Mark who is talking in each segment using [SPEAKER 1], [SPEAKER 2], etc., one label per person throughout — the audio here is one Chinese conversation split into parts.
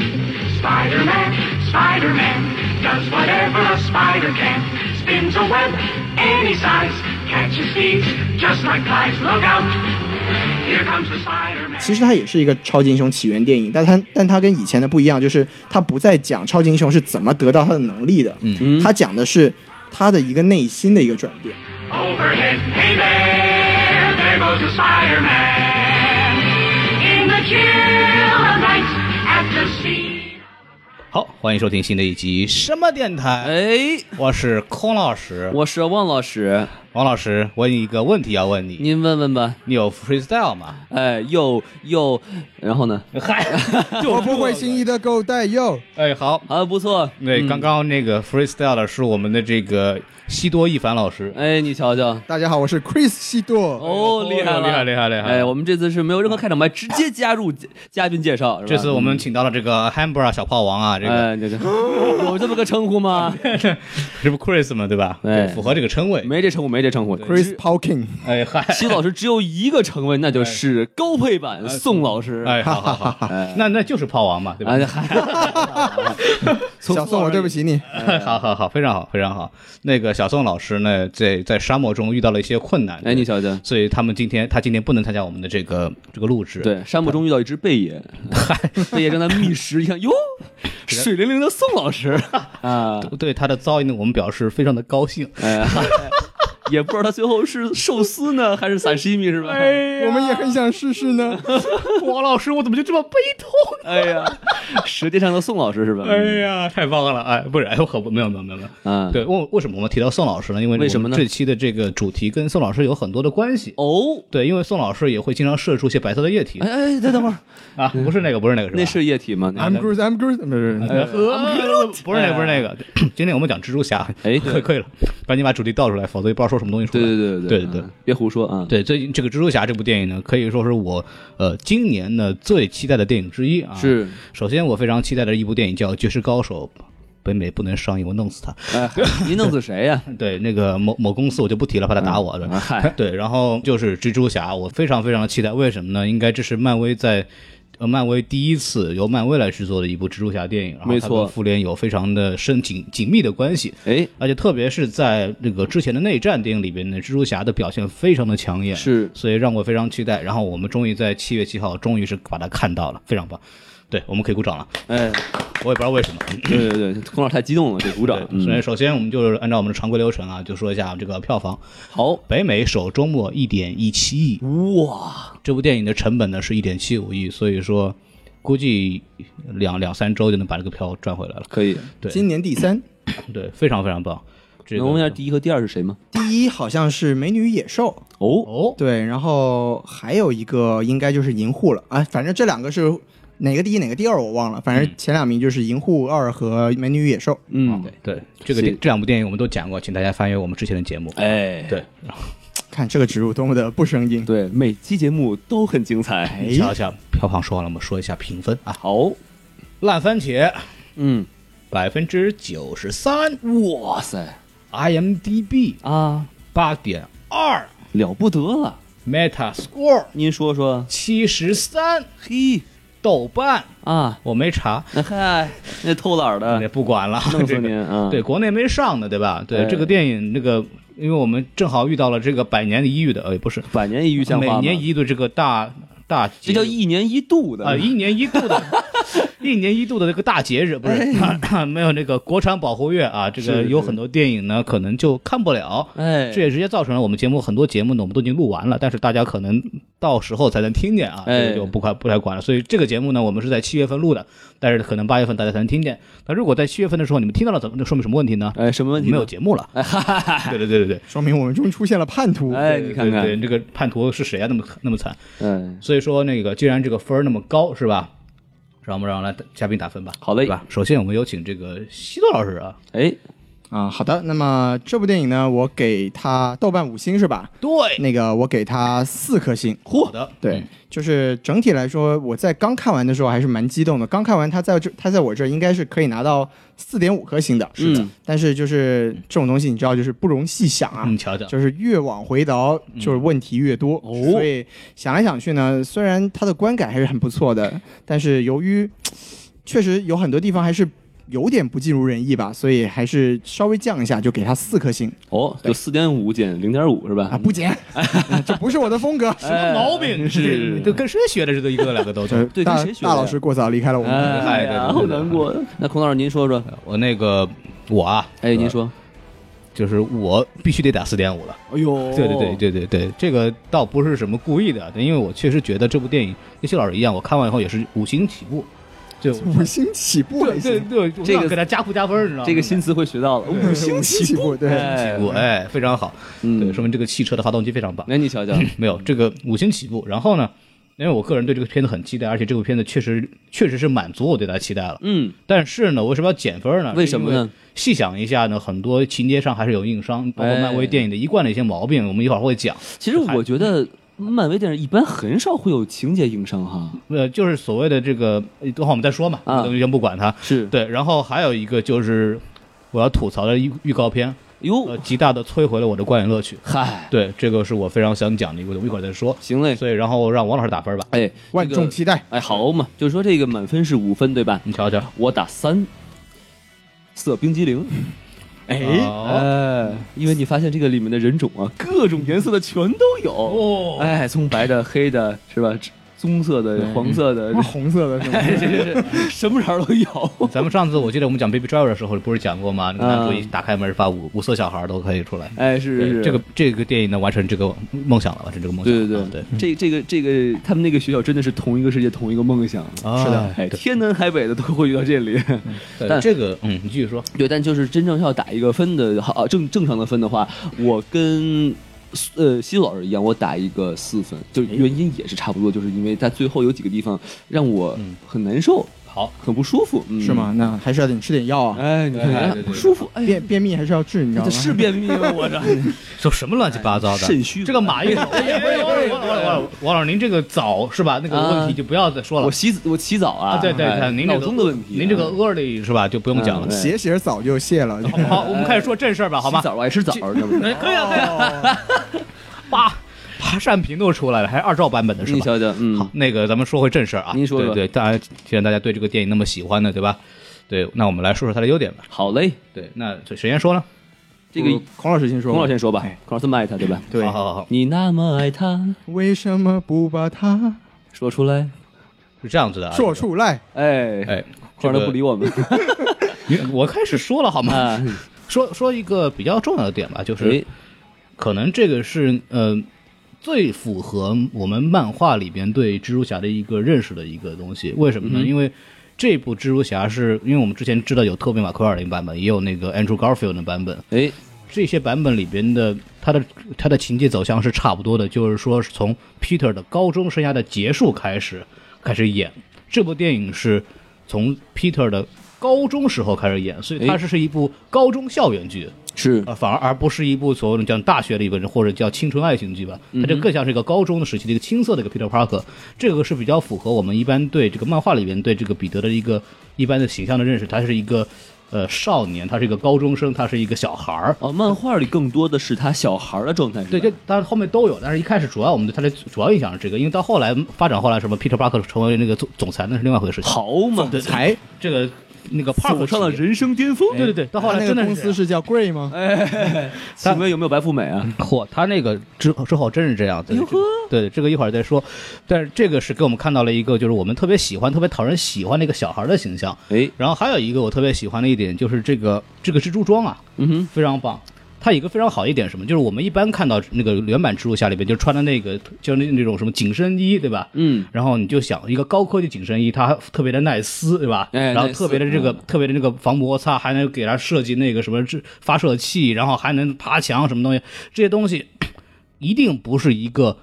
[SPEAKER 1] Spider-Man, Spider-Man, does whatever a spider can. Spins a web any size, catches thieves just like flies. Look out! Here comes the Spider-Man.
[SPEAKER 2] 其实它也是一个超级英雄起源电影，但它但它跟以前的不一样，就是它不再讲超级英雄是怎么得到他的能力的，嗯，它讲的是他的一个内心的一个转变。
[SPEAKER 1] Overhead, hey there, there goes the Spider-Man. In the chill of night, at the sea.
[SPEAKER 3] 好，欢迎收听新的一集什么电台？
[SPEAKER 4] 哎，
[SPEAKER 3] 我是空老师，
[SPEAKER 4] 我是汪老师，
[SPEAKER 3] 王老师，我有一个问题要问你，你
[SPEAKER 4] 您问问吧。
[SPEAKER 3] 有 freestyle 吗？
[SPEAKER 4] 哎，又又，然后呢？
[SPEAKER 3] 嗨，
[SPEAKER 5] 我不会心仪的狗带哟，
[SPEAKER 3] 哎，好，
[SPEAKER 4] 啊，不错。
[SPEAKER 3] 对，刚刚那个 freestyle 的是我们的这个西多一凡老师，
[SPEAKER 4] 哎，你瞧瞧，
[SPEAKER 5] 大家好，我是 Chris 西多。
[SPEAKER 4] 哦，
[SPEAKER 3] 呦
[SPEAKER 4] 厉害了，
[SPEAKER 3] 厉害厉害厉害
[SPEAKER 4] 哎，我们这次是没有任何开场白，直接加入嘉嘉宾介绍。是吧
[SPEAKER 3] 这次我们请到了这个 Hambra 小炮王啊，这个
[SPEAKER 4] 哎，这个 有这么个称呼吗？
[SPEAKER 3] 这不 Chris 吗？对吧？
[SPEAKER 4] 哎
[SPEAKER 3] 符合这个称谓。
[SPEAKER 4] 没这称呼，没这称呼。
[SPEAKER 5] Chris Hawking，
[SPEAKER 3] 哎嗨，
[SPEAKER 4] 西老师只有一个称谓，那就是高配版宋老师。
[SPEAKER 3] 哎，好好好，那那就是炮王嘛，对吧？
[SPEAKER 4] 哎，嗨，
[SPEAKER 5] 小宋，我对不起你。
[SPEAKER 3] 好好好，非常好，非常好。那个小宋老师呢，在在沙漠中遇到了一些困难，
[SPEAKER 4] 哎，你瞧瞧，
[SPEAKER 3] 所以他们今天他今天不能参加我们的这个这个录制。，
[SPEAKER 4] 对，沙漠中遇到一只贝 爷，贝爷正在觅食，一看，哟，水灵灵的宋 老师啊，
[SPEAKER 3] 对他的遭遇呢，我们表示非常的高 兴。
[SPEAKER 4] 哎，也不知道他最后是寿司呢，还是萨西米是吧？哎
[SPEAKER 5] 我们也很想试试呢。
[SPEAKER 3] 王老师，我怎么就这么悲痛？
[SPEAKER 4] 哎呀，舌尖上的宋老师是吧？
[SPEAKER 3] 哎呀，太棒了！哎，不是，哎，我可不没有没有没有没有。
[SPEAKER 4] 嗯
[SPEAKER 3] 对，为为什么我们提到宋老师呢？因为
[SPEAKER 4] 为什么呢
[SPEAKER 3] 我们这期的这个主题跟宋老师有很多的关系。
[SPEAKER 4] 哦，
[SPEAKER 3] 对，因为宋老师也会经常射出一些白色的液体
[SPEAKER 4] 哎哎，等等会儿，
[SPEAKER 3] 啊，不是那个，不是那个，是
[SPEAKER 4] 那
[SPEAKER 3] 吧。
[SPEAKER 4] 是液哎体吗？那
[SPEAKER 3] 啊
[SPEAKER 5] I'm Groot, I'm Groot，不是不是
[SPEAKER 3] 呃呃不是那个，不是那个。 今天我们讲蜘蛛侠，
[SPEAKER 4] 哎
[SPEAKER 3] 可 以可以了，赶紧把主题倒出来，否则也不知道说什么东西出
[SPEAKER 4] 对
[SPEAKER 3] 来。
[SPEAKER 4] 对对
[SPEAKER 3] 对
[SPEAKER 4] 对
[SPEAKER 3] 对对
[SPEAKER 4] 嗯别胡说啊！
[SPEAKER 3] 对，最近这个《蜘蛛侠》这部电影呢，可以说是我呃今年呢最期待的电影之一啊。，
[SPEAKER 4] 是，
[SPEAKER 3] 首先我非常期待的一部电影叫《绝世高手》，北美不能上映，我弄死他。
[SPEAKER 4] 哎， 您弄死谁呀？
[SPEAKER 3] 对，那个某某公司我就不提了，怕他打我的。
[SPEAKER 4] 啊嗨，
[SPEAKER 3] 对，然后就是蜘蛛侠，我非常非常的期待，为什么呢？应该这是漫威在。呃，漫威第一次由漫威来制作的一部蜘蛛侠电影，然后
[SPEAKER 4] 没
[SPEAKER 3] 它
[SPEAKER 4] 错
[SPEAKER 3] 跟复联有非常的深紧紧密的关系，
[SPEAKER 4] 哎，
[SPEAKER 3] 而且特别是在那个之前的内战电影里边呢，蜘蛛侠的表现非常的抢眼，
[SPEAKER 4] 是
[SPEAKER 3] 所以让我非常期待。然后我们终于在七月七号，终于是把它看到了，非常棒。对，我们可以鼓掌了。
[SPEAKER 4] 哎，
[SPEAKER 3] 我也不知道为什么。
[SPEAKER 4] 对对对，孔老师太激动了，得鼓掌。
[SPEAKER 3] 所以
[SPEAKER 4] 嗯，
[SPEAKER 3] 首先我们就是按照我们的常规流程啊，就说一下这个票房。
[SPEAKER 4] 好，
[SPEAKER 3] 北美首周末一点一七亿，
[SPEAKER 4] 哇，
[SPEAKER 3] 这部电影的成本呢是一点七五亿，所以说估计两两三周就能把这个票赚回来了。
[SPEAKER 4] 可以。
[SPEAKER 3] 对
[SPEAKER 2] 今年第三，
[SPEAKER 3] 对，非常非常棒。这个
[SPEAKER 4] 能问一下第一和第二是谁吗？
[SPEAKER 2] 第一好像是《美女与野兽》，
[SPEAKER 4] 哦，
[SPEAKER 3] 哦，
[SPEAKER 2] 对，然后还有一个应该就是《银护》了啊，反正这两个是哪个第一哪个第二我忘了，反正前两名就是《银护二》和《美女与野兽》。
[SPEAKER 4] 嗯，
[SPEAKER 3] 对，这个
[SPEAKER 4] 是
[SPEAKER 3] 电这两部电影我们都讲过，请大家翻阅我们之前的节目。
[SPEAKER 4] 哎，
[SPEAKER 3] 对，
[SPEAKER 2] 看这个植入多么的不生硬。
[SPEAKER 4] 对，每期节目都很精彩。
[SPEAKER 2] 哎
[SPEAKER 3] 瞧瞧，票房说完了，我们说一下评分啊。
[SPEAKER 4] 好，
[SPEAKER 3] 烂番茄
[SPEAKER 4] 嗯，
[SPEAKER 3] 百分之九十三
[SPEAKER 4] 哇塞
[SPEAKER 3] ，IMDB
[SPEAKER 4] 啊，
[SPEAKER 3] 八点二
[SPEAKER 4] 了不得了！
[SPEAKER 3] ，Metascore
[SPEAKER 4] 您说说，
[SPEAKER 3] 七十三，
[SPEAKER 4] 嘿
[SPEAKER 3] 豆瓣
[SPEAKER 4] 啊，
[SPEAKER 3] 我没查，
[SPEAKER 4] 那嗨，那偷懒儿
[SPEAKER 3] 也
[SPEAKER 4] 的，
[SPEAKER 3] 不管了，
[SPEAKER 4] 弄死
[SPEAKER 3] 这个
[SPEAKER 4] 您啊！
[SPEAKER 3] 对，，国内没上呢，对吧？对
[SPEAKER 4] 哎
[SPEAKER 3] 这个电影，那个，因为我们正好遇到了这个百年一遇的，呃，不 是，
[SPEAKER 4] 百年一遇像
[SPEAKER 3] 每
[SPEAKER 4] 话吗
[SPEAKER 3] 年一度这个大大节
[SPEAKER 4] 这
[SPEAKER 3] 日，
[SPEAKER 4] 叫一年一度的
[SPEAKER 3] 啊，一年一度 的，一年一度的这个大节日，不是、没有那个国产保护月啊，这个
[SPEAKER 4] 哎是
[SPEAKER 3] 有很多电影呢，可能就看不了。
[SPEAKER 4] 哎，
[SPEAKER 3] 这也直接造成了我们节目很多节目呢，我们都已经录完了，但是大家可能到时候才能听见啊，
[SPEAKER 4] 哎
[SPEAKER 3] 这个就不快不太管了。所以这个节目呢，我们是在七月份录的，但是可能八月份大家才能听见。那如果在七月份的时候你们听到了，怎么那说明什么问题呢？
[SPEAKER 4] 哎，什么问题呢？
[SPEAKER 3] 没有节目 了。对对对对对。
[SPEAKER 2] 说明我们终于出现了叛徒。
[SPEAKER 4] 哎， 你看看，
[SPEAKER 3] 对对，这个叛徒是谁啊？那么那么惨，
[SPEAKER 4] 嗯，
[SPEAKER 3] 所以说那个既然这个分儿那么高，是吧？让我们让我们来嘉宾打分吧。
[SPEAKER 4] 好嘞
[SPEAKER 3] 是吧？首先我们有请这个西多老师啊，
[SPEAKER 4] 哎，
[SPEAKER 2] 啊、好的，那么这部电影呢，我给它豆瓣五星是吧？
[SPEAKER 3] 对，
[SPEAKER 2] 那个我给它四颗星。
[SPEAKER 3] 好的，
[SPEAKER 2] 对，就是整体来说，我在刚看完的时候还是蛮激动的。刚看完，它在这，它在我这儿应该是可以拿到四点五颗星的。
[SPEAKER 4] 是的嗯
[SPEAKER 2] 但是就是这种东西，你知道，就是不容细想啊。
[SPEAKER 3] 嗯，瞧瞧，
[SPEAKER 2] 就是越往回倒，就是问题越多。
[SPEAKER 4] 嗯哦
[SPEAKER 2] 所以想来想去呢，虽然它的观感还是很不错 的，但是由于确实有很多地方还是有点不尽如人意吧，所以还是稍微降一下，就给它四颗星
[SPEAKER 4] 哦，就四点五减零点五是吧
[SPEAKER 2] 啊，？不 减，这不是我的风格。
[SPEAKER 4] 什么
[SPEAKER 3] 毛病
[SPEAKER 4] 是
[SPEAKER 3] 哎这都跟谁学的？这都一个 两个都
[SPEAKER 2] 就是
[SPEAKER 4] 哎对
[SPEAKER 2] 大
[SPEAKER 4] 跟谁学的
[SPEAKER 2] 大
[SPEAKER 4] 呀
[SPEAKER 2] 老师过早离开了我们。
[SPEAKER 4] 哎呀，好难过。那孔老师您说说，
[SPEAKER 3] 我那个我啊，
[SPEAKER 4] 哎，您说，
[SPEAKER 3] 就是我必须得打四点五了。
[SPEAKER 4] 哎呦
[SPEAKER 3] 对对对，对对对，这个倒不是什么故意的，因为我确实觉得这部电影跟谢老师一样，我看完以后也是五星起步，就
[SPEAKER 2] 五星起步还
[SPEAKER 3] 对对
[SPEAKER 2] 行，
[SPEAKER 3] 对，我
[SPEAKER 4] 这个
[SPEAKER 3] 想给他加不加分儿，你知道吗？
[SPEAKER 4] 这个新词嗯汇学到了，
[SPEAKER 2] 五星起步，对，
[SPEAKER 4] 哎
[SPEAKER 3] 起步，哎，非常好，
[SPEAKER 4] 嗯
[SPEAKER 3] 对，说明这个汽车的发动机非常棒。
[SPEAKER 4] 哎那你瞧 瞧，
[SPEAKER 3] 没有这个五星起步，然后呢，因为我个人对这个片子很期待，而且这部片子确实确实是满足我对它期待了。
[SPEAKER 4] 嗯，
[SPEAKER 3] 但是呢，为什么要减分呢？
[SPEAKER 4] 为什么呢？
[SPEAKER 3] 细想一下呢，很多情节上还是有硬伤，包括漫威电影的一贯的一些毛病，我们一会儿会讲。
[SPEAKER 4] 其实我觉得漫威电影一般很少会有情节硬伤哈，
[SPEAKER 3] 呃，就是所谓的这个，呃等会儿我们再说嘛，
[SPEAKER 4] 啊
[SPEAKER 3] 我们先不管它。
[SPEAKER 4] 是
[SPEAKER 3] 对，然后还有一个就是我要吐槽的预预告片，呃，
[SPEAKER 4] 哟，
[SPEAKER 3] 极大的摧毁了我的观影乐趣。
[SPEAKER 4] 嗨，
[SPEAKER 3] 对，这个是我非常想讲的一个，我们一会儿再说。
[SPEAKER 4] 行嘞，
[SPEAKER 3] 所以，然后让王老师打分吧，
[SPEAKER 4] 哎，
[SPEAKER 2] 万
[SPEAKER 4] 这个
[SPEAKER 2] 众期待。
[SPEAKER 4] 哎，好嘛，就是说这个满分是五分对吧？
[SPEAKER 3] 你瞧瞧。
[SPEAKER 4] 我打三，色冰激 凌。
[SPEAKER 2] 哎，
[SPEAKER 3] 哦
[SPEAKER 4] 哎，因为你发现这个里面的人种啊，各种颜色的全都有，
[SPEAKER 3] 哦，
[SPEAKER 4] 哎，从白的、黑的，是吧？棕色的、黄色的
[SPEAKER 2] 什么，红色的什么？
[SPEAKER 4] 哎，这是什么色儿都有。
[SPEAKER 3] 咱们上次我记得我们讲 Baby Driver 的时候，不是讲过吗？那个男主
[SPEAKER 4] 嗯
[SPEAKER 3] 一打开门，把五五色小孩都可以出来。
[SPEAKER 4] 哎，是是
[SPEAKER 3] 对
[SPEAKER 4] 是，
[SPEAKER 3] 这个这个电影呢，完成这个梦想了，完成这个梦想
[SPEAKER 4] 对
[SPEAKER 3] 了。
[SPEAKER 4] 对
[SPEAKER 3] 啊对，
[SPEAKER 4] 这这个这个他们那个学校真的是同一个世界，同一个梦想。
[SPEAKER 3] 啊是的
[SPEAKER 4] 哎，天南海北的都会遇到这里。
[SPEAKER 3] 对
[SPEAKER 4] 但
[SPEAKER 3] 这个嗯，你继续说。
[SPEAKER 4] 对，但就是真正要打一个分的，好、啊、正正常的分的话，我跟呃西子老师一样，我打一个四分，就原因也是差不多，就是因为在最后有几个地方让我很难受，
[SPEAKER 3] 好，
[SPEAKER 4] 很不舒服，嗯、
[SPEAKER 2] 是？吗？那还是要得你吃点药啊，
[SPEAKER 4] 哎，你看，
[SPEAKER 3] 哎
[SPEAKER 4] 哎
[SPEAKER 3] 对对对
[SPEAKER 4] 不舒服，哎，
[SPEAKER 2] 便便秘还是要治，你知道
[SPEAKER 4] 这
[SPEAKER 2] 吗？
[SPEAKER 4] 是便秘吗？ 我这
[SPEAKER 3] 说什么乱七八糟的？
[SPEAKER 4] 肾虚
[SPEAKER 3] 这个马云，哎哎哎王老师王老师王老师王老师，您这个早是吧？那个问题
[SPEAKER 4] 啊
[SPEAKER 3] 就不要再说了
[SPEAKER 4] 我。洗我洗澡啊，
[SPEAKER 3] 啊，对对
[SPEAKER 4] 哎
[SPEAKER 3] 对，您这
[SPEAKER 4] 脑
[SPEAKER 3] 个
[SPEAKER 4] 中的问题，
[SPEAKER 3] 您这个
[SPEAKER 4] 哎
[SPEAKER 3] early 是吧？就不用讲了
[SPEAKER 4] 嗯。
[SPEAKER 2] 写写早就谢了。
[SPEAKER 3] 好
[SPEAKER 4] 哦
[SPEAKER 3] 好，我们开始说正事儿吧，好吗
[SPEAKER 4] 洗？澡我爱吃枣，知道 吗？
[SPEAKER 3] 哎可以啊，可以啊。八八扇屏都出来了，还是二兆版本的是
[SPEAKER 4] 你
[SPEAKER 3] 吧？
[SPEAKER 4] 瞧瞧，嗯，
[SPEAKER 3] 好，那个咱们说回正事儿啊。
[SPEAKER 4] 您说说
[SPEAKER 3] 对对，大家既然大家对这个电影那么喜欢呢，对吧？对，那我们来说说它的优点吧。
[SPEAKER 4] 好嘞，
[SPEAKER 3] 对，那谁谁先说呢？
[SPEAKER 4] 这个
[SPEAKER 2] 嗯孔老师先说吧，
[SPEAKER 4] 孔老师先说吧
[SPEAKER 2] 哎，
[SPEAKER 4] 孔老师这么爱他，对吧？
[SPEAKER 2] 对
[SPEAKER 3] 好，好好好，
[SPEAKER 4] 你那么爱他，
[SPEAKER 2] 为什么不把它
[SPEAKER 4] 说出来。
[SPEAKER 3] 是这样子的啊。
[SPEAKER 2] 说出来？
[SPEAKER 4] 哎，
[SPEAKER 3] 哎，
[SPEAKER 4] 孔老师不理
[SPEAKER 3] 我，
[SPEAKER 4] 我们
[SPEAKER 3] 你我开始说了好吗？
[SPEAKER 4] 啊。
[SPEAKER 3] 说说一个比较重要的点吧，就是
[SPEAKER 4] 哎，
[SPEAKER 3] 可能这个是呃最符合我们漫画里边对蜘蛛侠的一个认识的一个东西。为什么呢？因为这部蜘蛛侠是因为我们之前知道有特别马奎尔的版本，也有那个 Andrew Garfield 的版本，
[SPEAKER 4] 哎，
[SPEAKER 3] 这些版本里边的他的他的情节走向是差不多的，就是说是从 Peter 的高中生涯的结束开始开始演。这部电影是从 Peter 的高中时候开始演，所以它
[SPEAKER 4] 诶
[SPEAKER 3] 是是一部高中校园剧，
[SPEAKER 4] 是
[SPEAKER 3] 呃，反而而不是一部所谓的叫大学里边的或者叫青春爱情剧吧。它这更像是一个高中的时期的一个青涩的一个 Peter Parker，这个是比较符合我们一般对这个漫画里边对这个彼得的一个一般的形象的认识。他是一个呃少年，他是一个高中生，他是一个小孩儿。
[SPEAKER 4] 哦，漫画里更多的是他小孩儿的状态，是吧
[SPEAKER 3] 对，就当然后面都有，但是一开始主要我们对他的主要印象是这个，因为到后来发展后来什么 Peter Parker 成为那个总总裁，那是另外一回事情。
[SPEAKER 4] 好嘛，
[SPEAKER 3] 裁这个那个哎 Park
[SPEAKER 4] 走上了人生巅峰。
[SPEAKER 3] 对对对，到后
[SPEAKER 2] 他
[SPEAKER 3] 来
[SPEAKER 2] 那
[SPEAKER 3] 真
[SPEAKER 2] 个
[SPEAKER 3] 的
[SPEAKER 2] 公司是叫 Grey 吗？
[SPEAKER 4] 哎请问有没有白富美啊？
[SPEAKER 3] 嚯，他那个之之后真是这样，对
[SPEAKER 4] 哟呵
[SPEAKER 3] 对，这个一会儿再说。但是这个是给我们看到了一个，就是我们特别喜欢、特别讨人喜欢的一个小孩的形象。
[SPEAKER 4] 哎，
[SPEAKER 3] 然后还有一个我特别喜欢的一点就是这个这个蜘蛛装啊，
[SPEAKER 4] 嗯哼，
[SPEAKER 3] 非常棒。它有一个非常好一点是什么，就是我们一般看到那个原版蜘蛛侠里边，就穿的那个就是那那种什么紧身衣，对吧？
[SPEAKER 4] 嗯，
[SPEAKER 3] 然后你就想一个高科技紧身衣，它还特别的耐撕，对吧？
[SPEAKER 4] 哎
[SPEAKER 3] 然后
[SPEAKER 4] 耐
[SPEAKER 3] 特别的
[SPEAKER 4] 撕
[SPEAKER 3] 这个、
[SPEAKER 4] 嗯
[SPEAKER 3] 特别的那个防摩擦，还能给它设计那个什么制发射器，然后还能爬墙什么东西，这些东西一定不是一个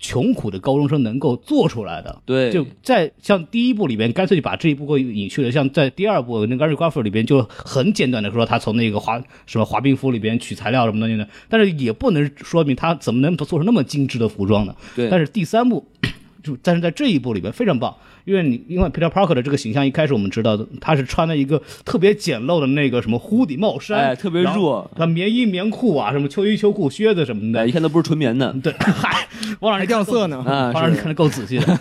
[SPEAKER 3] 穷苦的高中生能够做出来的。
[SPEAKER 4] 对
[SPEAKER 3] 就在像第一部里边，干脆就把这一部给隐去了。像在第二部那个《Gary g a f f e 里边，就很简短的说他从那个滑什么滑冰服里边取材料什么东西的，但是也不能说明他怎么能做出那么精致的服装呢？
[SPEAKER 4] 对
[SPEAKER 3] 但是第三部。 就但是在这一部里边非常棒，因为你因为 Peter Parker 的这个形象一开始我们知道的，他是穿了一个特别简陋的那个什么 hoodie 帽衫，
[SPEAKER 4] 哎特别
[SPEAKER 3] 然后
[SPEAKER 4] 弱
[SPEAKER 3] 啊棉衣棉裤啊，什么秋衣秋裤靴子什么的
[SPEAKER 4] 哎，一，看都不是纯棉的，
[SPEAKER 3] 对， 嗨，王老师
[SPEAKER 2] 还掉色呢
[SPEAKER 4] 啊
[SPEAKER 3] 王老师
[SPEAKER 4] 是
[SPEAKER 3] 你看的够仔细 的，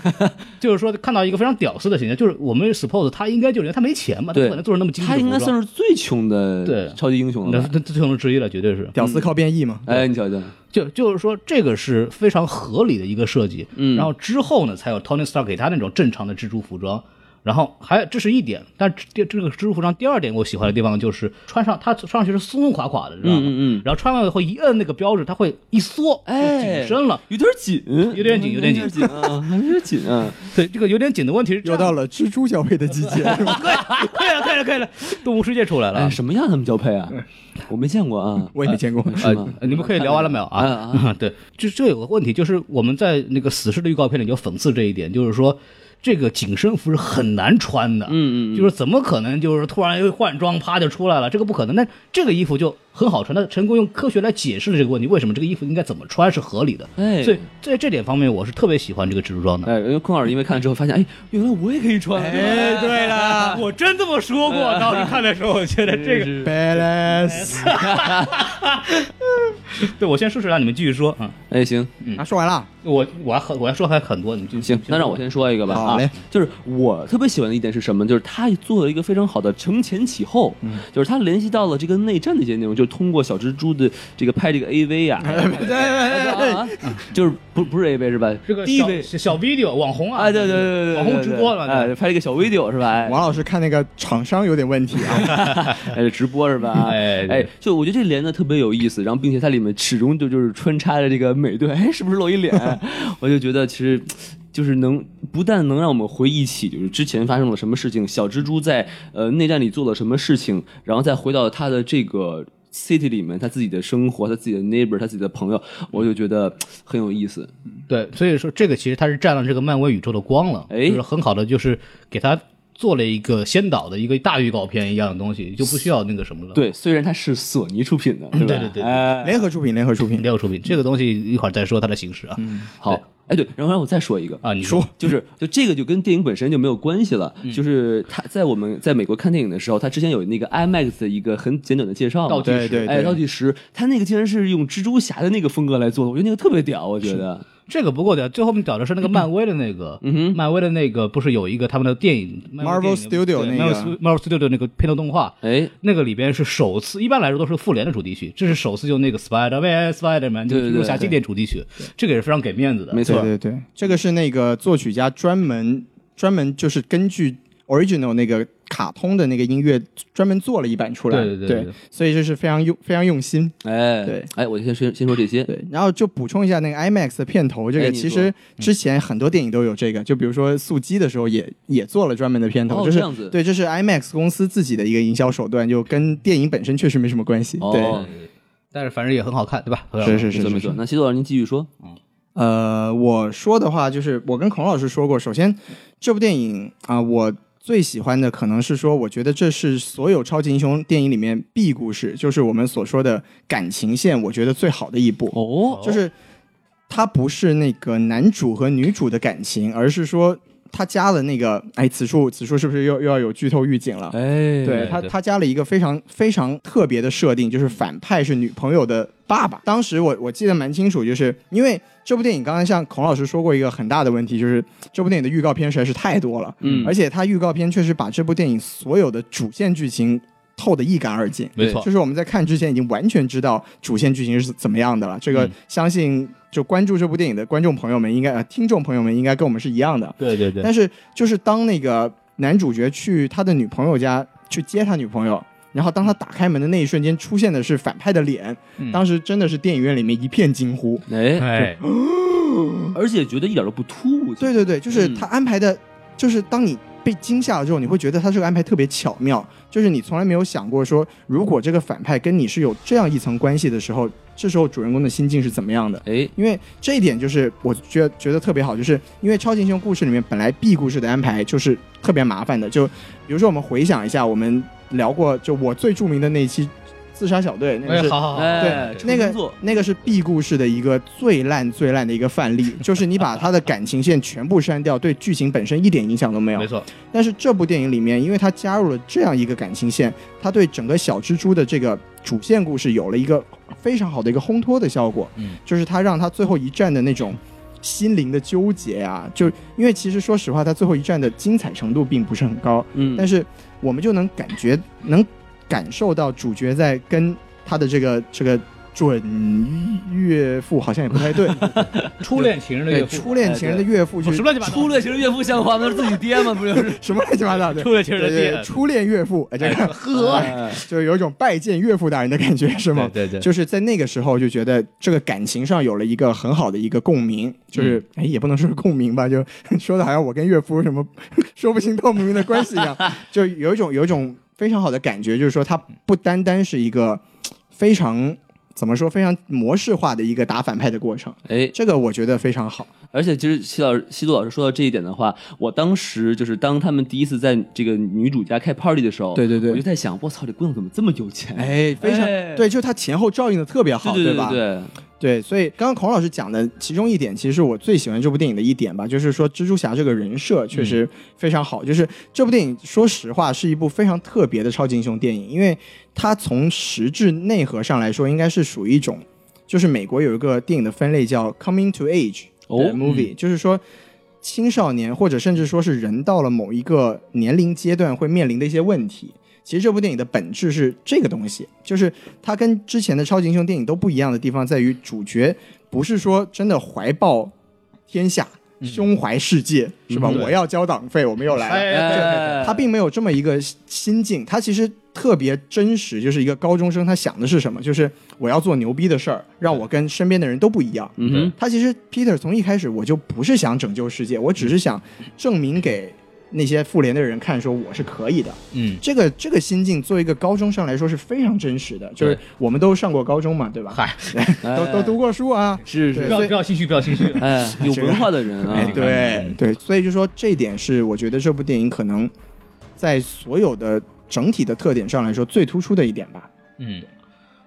[SPEAKER 3] 就是说看到一个非常屌丝的形象，就是我们 suppose 他应该就是他没钱嘛，他
[SPEAKER 4] 对
[SPEAKER 3] 不可能做成那么精致
[SPEAKER 4] 他应该算
[SPEAKER 3] 是
[SPEAKER 4] 是最穷的
[SPEAKER 3] 对
[SPEAKER 4] 超级英雄
[SPEAKER 3] 那
[SPEAKER 4] 了吧？
[SPEAKER 3] 那这种之一了，绝对是。
[SPEAKER 2] 屌丝靠变异嘛。
[SPEAKER 4] 哎，你瞧瞧，
[SPEAKER 3] 就就是说，这个是非常合理的一个设计。
[SPEAKER 4] 嗯
[SPEAKER 3] 然后之后呢，才有 Tony Stark 给他那种正常的蜘蛛服装。然后还这是一点，但这这个蜘蛛服装第二点我喜欢的地方就是穿上它穿上去是松松垮垮的，知道吗？
[SPEAKER 4] 嗯嗯嗯
[SPEAKER 3] 然后穿完以后一摁那个标志，它会一缩，
[SPEAKER 4] 哎，
[SPEAKER 3] 就紧身了。
[SPEAKER 4] 有点紧，
[SPEAKER 3] 嗯有点紧有点紧
[SPEAKER 4] 紧啊，还有点紧啊。
[SPEAKER 3] 对，这个有点紧的问题是这
[SPEAKER 2] 又
[SPEAKER 3] 样的
[SPEAKER 2] 到了蜘蛛消费的季节，是吧
[SPEAKER 3] 可以 了，可以了，可以了，可以了，动物世界出来了
[SPEAKER 4] 哎，
[SPEAKER 3] 啊。
[SPEAKER 4] 什么样他们交配啊？我没见过啊。
[SPEAKER 2] 我也没见过。
[SPEAKER 4] 是吗？
[SPEAKER 3] 呃你们可以聊完了没有
[SPEAKER 4] 哎
[SPEAKER 3] 啊？
[SPEAKER 4] 啊
[SPEAKER 3] 对，就这有个问题，就是我们在那个死侍的预告片里有讽刺这一点，就是说这个紧身服是很难穿的，
[SPEAKER 4] 嗯嗯嗯
[SPEAKER 3] 就是怎么可能就是突然又换装啪就出来了，这个不可能。那这个衣服就很好穿，它成功用科学来解释了这个问题，为什么这个衣服应该怎么穿是合理的。
[SPEAKER 4] 哎
[SPEAKER 3] 所以在这点方面，我是特别喜欢这个蜘蛛装的。
[SPEAKER 4] 哎，因为坤老师因为看了之后发现，哎，原来我也可以穿。
[SPEAKER 3] 哎，对了，我真这么说 过。当时看的时候，我觉得这个
[SPEAKER 2] Balance
[SPEAKER 3] 对，我先说说，让你们继续说。嗯，
[SPEAKER 4] 哎，行，
[SPEAKER 2] 啊，说完了，
[SPEAKER 3] 我我还很我要说还很多，你就
[SPEAKER 4] 行，那让我先说一个吧。
[SPEAKER 2] 好嘞
[SPEAKER 4] 啊，就是我特别喜欢的一点是什么？就是他做了一个非常好的承前启后，
[SPEAKER 3] 嗯
[SPEAKER 4] 就是他联系到了这个内战的一些内容，就是通过小蜘蛛的这个拍这个 AV
[SPEAKER 3] 哎
[SPEAKER 4] 啊，啊 就是不不是 AV 是吧？
[SPEAKER 3] 这个
[SPEAKER 4] 低 V
[SPEAKER 3] 小小 video 网红啊，
[SPEAKER 4] 哎，对对对对，
[SPEAKER 3] 网红直播嘛，
[SPEAKER 4] 哎，
[SPEAKER 3] 对
[SPEAKER 4] 拍了一个小 video 是吧？哎
[SPEAKER 2] 王老师看那个厂商有点问题啊，
[SPEAKER 4] 哎，直播是吧？
[SPEAKER 3] 哎对
[SPEAKER 4] 哎，就我觉得这连的特别有意思，然后并且它里面始终就就是穿插着这个美队， 哎，是不是露 一脸？我就觉得其实。就是能不但能让我们回忆起，就是之前发生了什么事情，小蜘蛛在呃内战里做了什么事情，然后再回到他的这个 city 里面，他自己的生活，他自己的 neighbor，他自己的朋友，我就觉得很有意思。
[SPEAKER 3] 对，所以说这个其实它是占了这个漫威宇宙的光了，
[SPEAKER 4] 哎
[SPEAKER 3] 就是很好的，就是给它做了一个先导的一个大预告片一样的东西，就不需要那个什么了。，
[SPEAKER 4] 对，虽然它是索尼出品的，对吧？
[SPEAKER 3] 嗯对对对对
[SPEAKER 4] 哎
[SPEAKER 2] 联合出品，联合出品。
[SPEAKER 3] 没有出品，这个东西一会儿再说它的形式啊。
[SPEAKER 4] 好，哎对，然后让我再说一个
[SPEAKER 3] 啊，你说
[SPEAKER 4] 就是就这个就跟电影本身就没有关系了，就是他在我们在美国看电影的时候，他之前有那个 IMAX 的一个很简短的介绍嘛，
[SPEAKER 3] 倒计
[SPEAKER 2] 时对对对
[SPEAKER 4] 哎，倒计时，他那个竟然是用蜘蛛侠的那个风格来做的，我觉得那个特别屌，我觉得，
[SPEAKER 3] 这个不过的，最后面讲的是那个漫威的那个，
[SPEAKER 4] 嗯哼
[SPEAKER 3] 漫威的那个不是有一个他们的电影
[SPEAKER 2] Marvel Studio 那个
[SPEAKER 3] Marvel Studio 的那个片头动画，
[SPEAKER 4] 哎，
[SPEAKER 3] 那个里边是首次，一般来说都是复联的主题曲，这是首次用那个 Spider Man Spider Man 就
[SPEAKER 4] 对对对
[SPEAKER 3] 是蜘蛛侠经典主题曲，这个也是非常给面子的。
[SPEAKER 4] 没错，
[SPEAKER 2] 对对对，这个是那个作曲家专门专门就是根据 original 那个卡通的那个音乐专门做了一版出来，
[SPEAKER 3] 对对对对对
[SPEAKER 2] 所以这是非常用非常用心。
[SPEAKER 4] 哎，
[SPEAKER 2] 对，
[SPEAKER 4] 哎，我就先先先说这些，
[SPEAKER 2] 对，然后就补充一下那个 IMAX 的片头，这
[SPEAKER 4] 哎
[SPEAKER 2] 个
[SPEAKER 4] 你
[SPEAKER 2] 其
[SPEAKER 4] 说
[SPEAKER 2] 实之前很多电影都有这个，就比如说《速激》的时候也也做了专门的片头，
[SPEAKER 4] 哦
[SPEAKER 2] 这是
[SPEAKER 4] 这样子
[SPEAKER 2] 对，这是 IMAX 公司自己的一个营销手段，就跟电影本身确实没什么关系。
[SPEAKER 4] 哦，
[SPEAKER 3] 但是反正也很好看，对吧？
[SPEAKER 2] 对，是是
[SPEAKER 4] 没
[SPEAKER 2] 是
[SPEAKER 4] 错
[SPEAKER 2] 是
[SPEAKER 4] 没错，那西多老师您继续说，
[SPEAKER 2] 呃，我说的话就是我跟孔老师说过，首先这部电影啊、我最喜欢的可能是说，我觉得这是所有超级英雄电影里面 B 故事，就是我们所说的感情线，我觉得最好的一部，
[SPEAKER 4] 哦，
[SPEAKER 2] 就是它不是那个男主和女主的感情，而是说他加了那个，哎，此处此处是不是又又要有剧透预警了？
[SPEAKER 4] 哎，
[SPEAKER 2] 对
[SPEAKER 3] 对
[SPEAKER 2] 他，
[SPEAKER 3] 对
[SPEAKER 2] 他加了一个非常非常特别的设定，就是反派是女朋友的爸爸。当时我我记得蛮清楚，就是因为这部电影，刚刚像孔老师说过一个很大的问题，就是这部电影的预告片实在是太多了，
[SPEAKER 4] 嗯
[SPEAKER 2] 而且它预告片确实把这部电影所有的主线剧情透得一干二净。
[SPEAKER 3] 没错
[SPEAKER 2] 就，是我们在看之前已经完全知道主线剧情是怎么样的了。这个
[SPEAKER 3] 嗯
[SPEAKER 2] 相信就关注这部电影的观众朋友们应该，呃，听众朋友们应该跟我们是一样的。
[SPEAKER 3] 对对对，
[SPEAKER 2] 但是就是当那个男主角去他的女朋友家去接他女朋友，然后当他打开门的那一瞬间，出现的是反派的脸，
[SPEAKER 3] 嗯
[SPEAKER 2] 当时真的是电影院里面一片惊呼。
[SPEAKER 4] 哎，
[SPEAKER 3] 哎，
[SPEAKER 4] 而且觉得一点都不突兀。
[SPEAKER 2] 对对对，就是
[SPEAKER 4] 嗯
[SPEAKER 2] 他安排的，就是当你被惊吓了之后，你会觉得他这个安排特别巧妙，就是你从来没有想过说，如果这个反派跟你是有这样一层关系的时候，这时候主人公的心境是怎么样的。
[SPEAKER 4] 哎，
[SPEAKER 2] 因为这一点就是我觉得觉得特别好，就是因为超级英雄故事里面本来 B 故事的安排就是特别麻烦的，就比如说我们回想一下，我们聊过就我最著名的那一期《自杀小队》，那个
[SPEAKER 3] 哎，
[SPEAKER 2] 是
[SPEAKER 3] 好好好，
[SPEAKER 4] 哎
[SPEAKER 3] 对
[SPEAKER 2] 那
[SPEAKER 4] 重
[SPEAKER 2] 个
[SPEAKER 4] 做
[SPEAKER 2] 那个是 B 故事的一个最烂最烂的一个范例，就是你把它的感情线全部删掉，对剧情本身一点影响都没有
[SPEAKER 3] 没。错，
[SPEAKER 2] 但是这部电影里面，因为它加入了这样一个感情线，它对整个小蜘蛛的这个主线故事有了一个非常好的一个烘托的效果，
[SPEAKER 3] 嗯，
[SPEAKER 2] 就是它让它最后一战的那种心灵的纠结啊，就因为其实说实话，它最后一战的精彩程度并不是很高，
[SPEAKER 4] 嗯，
[SPEAKER 2] 但是我们就能感觉能感受到主角在跟他的这个这个准岳父好像也不太对，
[SPEAKER 3] 初恋情人的
[SPEAKER 2] 对
[SPEAKER 3] 岳父，哦
[SPEAKER 2] 初恋情人的岳父去
[SPEAKER 3] 哎什么乱七八糟，
[SPEAKER 4] 初恋情人岳父像话吗？那是自己爹吗？不是，
[SPEAKER 2] 什么乱七八糟的，
[SPEAKER 3] 初恋情人的
[SPEAKER 2] 对对
[SPEAKER 3] 爹
[SPEAKER 2] 对初恋岳父，哎，这 个
[SPEAKER 3] 呵，
[SPEAKER 2] 就是有一种拜见岳父大人的感觉，是吗？
[SPEAKER 3] 对对对，
[SPEAKER 2] 就是在那个时候就觉得这个感情上有了一个很好的一个共鸣，就是、哎也不能说是共鸣吧，就 说的好像我跟岳父什么 说不清道不明的关系一样，就有一种有一种非常好的感觉，就是说它不单单是一个非常怎么说非常模式化的一个打反派的过程，
[SPEAKER 4] 哎，
[SPEAKER 2] 这个我觉得非常好。
[SPEAKER 4] 而且其实西老师、西渡老师说到这一点的话，我当时就是当他们第一次在这个女主家开 party 的时候，
[SPEAKER 2] 对对对
[SPEAKER 4] 我就在想，我操，这姑娘怎么这么有钱？
[SPEAKER 2] 哎，非常、
[SPEAKER 4] 哎
[SPEAKER 2] 对，就它前后照应的特别好，
[SPEAKER 4] 对对
[SPEAKER 2] 吧？
[SPEAKER 4] 对，
[SPEAKER 2] 对，所以刚刚孔老师讲的其中一点，其实是我最喜欢这部电影的一点吧，就是说蜘蛛侠这个人设确实非常好。就是这部电影，说实话是一部非常特别的超级英雄电影，因为它从实质内核上来说，应该是属于一种，就是美国有一个电影的分类叫 “coming to age”
[SPEAKER 4] 哦
[SPEAKER 2] 的 movie，、就是说青少年或者甚至说是人到了某一个年龄阶段会面临的一些问题。其实这部电影的本质是这个东西，就是它跟之前的超级英雄电影都不一样的地方在于，主角不是说真的怀抱天下、胸怀世界，是吧？
[SPEAKER 3] 嗯对
[SPEAKER 2] 我要交党费，我们又来了。
[SPEAKER 3] 哎
[SPEAKER 4] 哎，
[SPEAKER 2] 他并没有这么一个心境，他其实特别真实，就是一个高中生，他想的是什么？就是我要做牛逼的事儿，让我跟身边的人都不一样。
[SPEAKER 4] 嗯哼，
[SPEAKER 2] 他其实 Peter 从一开始我就不是想拯救世界，我只是想证明给那些复联的人看，说我是可以的。
[SPEAKER 3] 嗯，
[SPEAKER 2] 这个这个心境，作为一个高中生来说是非常真实的，就是
[SPEAKER 3] 对
[SPEAKER 2] 我们都上过高中嘛，对吧？
[SPEAKER 3] 嗨， 哎
[SPEAKER 2] 都都读过书啊，
[SPEAKER 4] 是
[SPEAKER 3] 不
[SPEAKER 4] 是，
[SPEAKER 3] 要
[SPEAKER 2] 所以
[SPEAKER 3] 不要心虚，不要心虚，
[SPEAKER 4] 哎，有文化的人
[SPEAKER 2] 哎
[SPEAKER 4] 啊，，
[SPEAKER 2] 对
[SPEAKER 3] 嗯
[SPEAKER 2] 对，所以就说这一点是我觉得这部电影可能在所有的整体的特点上来说最突出的一点吧。
[SPEAKER 3] 嗯，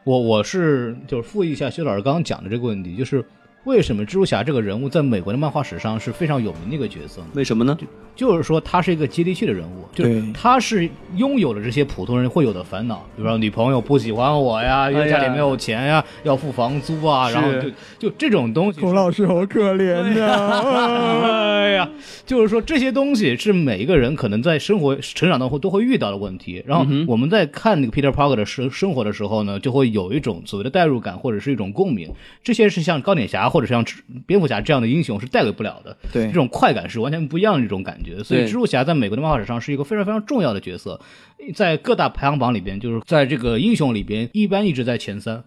[SPEAKER 3] 我我是就是复议一下薛老师刚刚讲的这个问题，就是为什么蜘蛛侠这个人物在美国的漫画史上是非常有名的一个角色呢？
[SPEAKER 4] 为什么呢？
[SPEAKER 3] 就是说他是一个接地气的人物，就是
[SPEAKER 2] 对
[SPEAKER 3] 他是拥有了这些普通人会有的烦恼，比如
[SPEAKER 2] 嗯
[SPEAKER 3] 说女朋友不喜欢我呀，因
[SPEAKER 2] 哎
[SPEAKER 3] 为家里没有钱呀，要付房租啊，然后就就这种东西。
[SPEAKER 2] 孔老师好可怜呐、
[SPEAKER 3] 哎呀，就是说这些东西是每一个人可能在生活成长当中都会遇到的问题。然后我们在看那个 Peter Parker 的生生活的时候呢，就会有一种所谓的代入感或者是一种共鸣。这些是像钢铁侠或者像蝙蝠侠这样的英雄是带给不了的。
[SPEAKER 2] 对
[SPEAKER 3] 这种快感是完全不一样的一种感觉。所以
[SPEAKER 4] 对
[SPEAKER 3] 蜘蛛侠在美国的漫画史上是一个非常非常重要的角色，在各大排行榜里边，就是在这个英雄里边，一般一直在前三。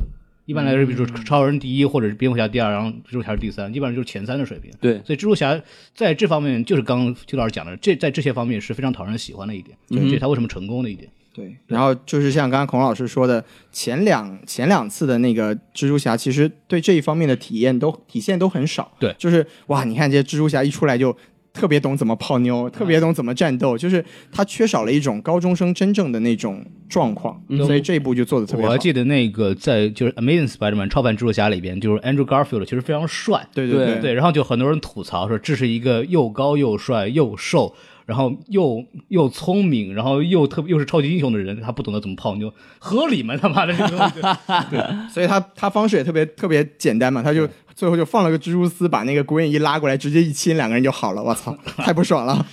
[SPEAKER 3] 一般来说，比如说超人第一，或者是蝙蝠侠第二，然后蜘蛛侠是第三，基本上就是前三的水平。
[SPEAKER 4] 对
[SPEAKER 3] 所以蜘蛛侠在这方面，就是刚刚邱老师讲的，这在这些方面是非常讨人喜欢的一点，
[SPEAKER 2] 嗯
[SPEAKER 3] 这是他为什么成功的一点。
[SPEAKER 2] 对，然后就是像刚刚孔老师说的，前两前两次的那个蜘蛛侠，其实对这一方面的体验都体现都很少。
[SPEAKER 3] 对
[SPEAKER 2] 就是哇，你看这些蜘蛛侠一出来就特别懂怎么泡妞，特
[SPEAKER 3] 嗯
[SPEAKER 2] 别懂怎么战斗，就是他缺少了一种高中生真正的那种状况，所以这一部就做的特别
[SPEAKER 3] 嗯我
[SPEAKER 2] 好。
[SPEAKER 3] 还记得那个在就是《Amazing Spider-Man》超凡蜘蛛侠里边，就是 Andrew Garfield 其实非常帅，
[SPEAKER 2] 对
[SPEAKER 4] 对
[SPEAKER 2] 对
[SPEAKER 3] 对，然后就很多人吐槽说这是一个又高又帅又瘦，然后又又聪明，然后又特别又是超级英雄的人，他不懂得怎么泡妞，合理吗？他妈的这个 东西，
[SPEAKER 2] 所以他他方式也特别特别简单嘛，他就最后就 放了个蜘蛛丝，把那个 Green 一拉过来，直接一亲，两个人就好了。我操，太不爽了！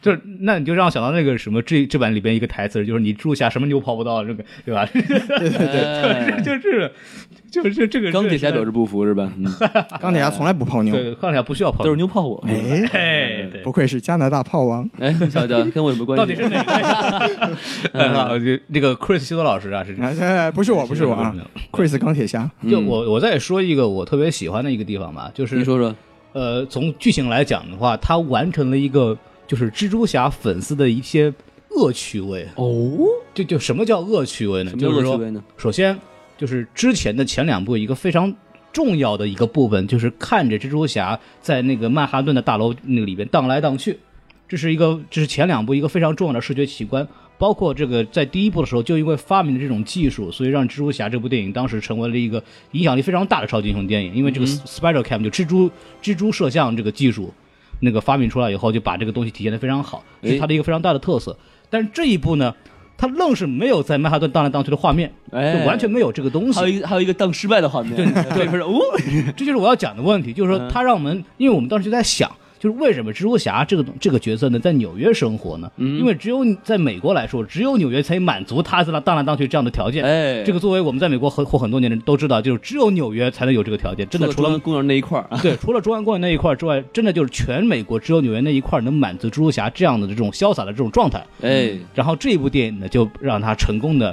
[SPEAKER 3] 就是那你就让我想到那个什么这这版里边一个台词，就是你住下什么牛刨不到，这个对吧？
[SPEAKER 4] 对对
[SPEAKER 3] 就是就是这个
[SPEAKER 4] 钢铁侠表示不服是吧？嗯
[SPEAKER 2] 钢铁侠从来不泡妞，
[SPEAKER 3] 对钢铁侠不需要刨，
[SPEAKER 4] 都是牛炮我，
[SPEAKER 2] 哎，
[SPEAKER 3] 哎对。
[SPEAKER 2] 不愧是加拿大炮王，
[SPEAKER 4] 哎，你瞧 瞧，跟我有什么关系？
[SPEAKER 3] 到底是哪个？
[SPEAKER 4] 嗯
[SPEAKER 3] 呃，就那个 Chris 西多老师啊，是
[SPEAKER 2] 哎哎不是我，不是我啊，Chris 钢铁侠，
[SPEAKER 3] 就我我再说一个我特别喜欢的一个地方吧，就是
[SPEAKER 4] 嗯你说说，
[SPEAKER 3] 呃，从剧情来讲的话，它完成了一个就是蜘蛛侠粉丝的一些恶趣味。
[SPEAKER 4] 哦，
[SPEAKER 3] 就就什么叫恶趣味呢？
[SPEAKER 4] 什么叫恶趣味
[SPEAKER 3] 就是
[SPEAKER 4] 呢
[SPEAKER 3] 说，首先就是之前的前两部一个非常。重要的一个部分就是看着蜘蛛侠在那个曼哈顿的大楼那个里边荡来荡去，这是一个，这是前两部一个非常重要的视觉奇观。包括这个，在第一部的时候，就因为发明了这种技术，所以让蜘蛛侠这部电影当时成为了一个影响力非常大的超级英雄电影。因为这个 Spider Cam 就蜘蛛蜘蛛摄像这个技术，那个发明出来以后，就把这个东西体现的非常好，
[SPEAKER 4] 哎
[SPEAKER 3] 是它的一个非常大的特色。但是这一部呢，它愣是没有在曼哈顿荡来荡去的画面，
[SPEAKER 4] 哎
[SPEAKER 3] 就完全没有这个东西
[SPEAKER 4] 还有。一个还有一个当失败的画面，对，不是哦，
[SPEAKER 3] 这就是我要讲的问题，就是说他让我们，因为我们当时就在想，就是为什么蜘蛛侠这个这个角色呢，在纽约生活呢？因为只有你在美国来说，只有纽约才满足他在那荡来荡去这样的条件。
[SPEAKER 4] 哎
[SPEAKER 3] 这个作为我们在美国很活很多年的人都知道，就是只有纽约才能有这个条件，真的除了。
[SPEAKER 4] 公园那一块儿啊，
[SPEAKER 3] 对，除了中央公园那一块儿之外，真的就是全美国只有纽约那一块儿能满足蜘蛛侠这样的这种潇洒的这种状态。
[SPEAKER 4] 哎，
[SPEAKER 3] 然后这一部电影呢，就让他成功的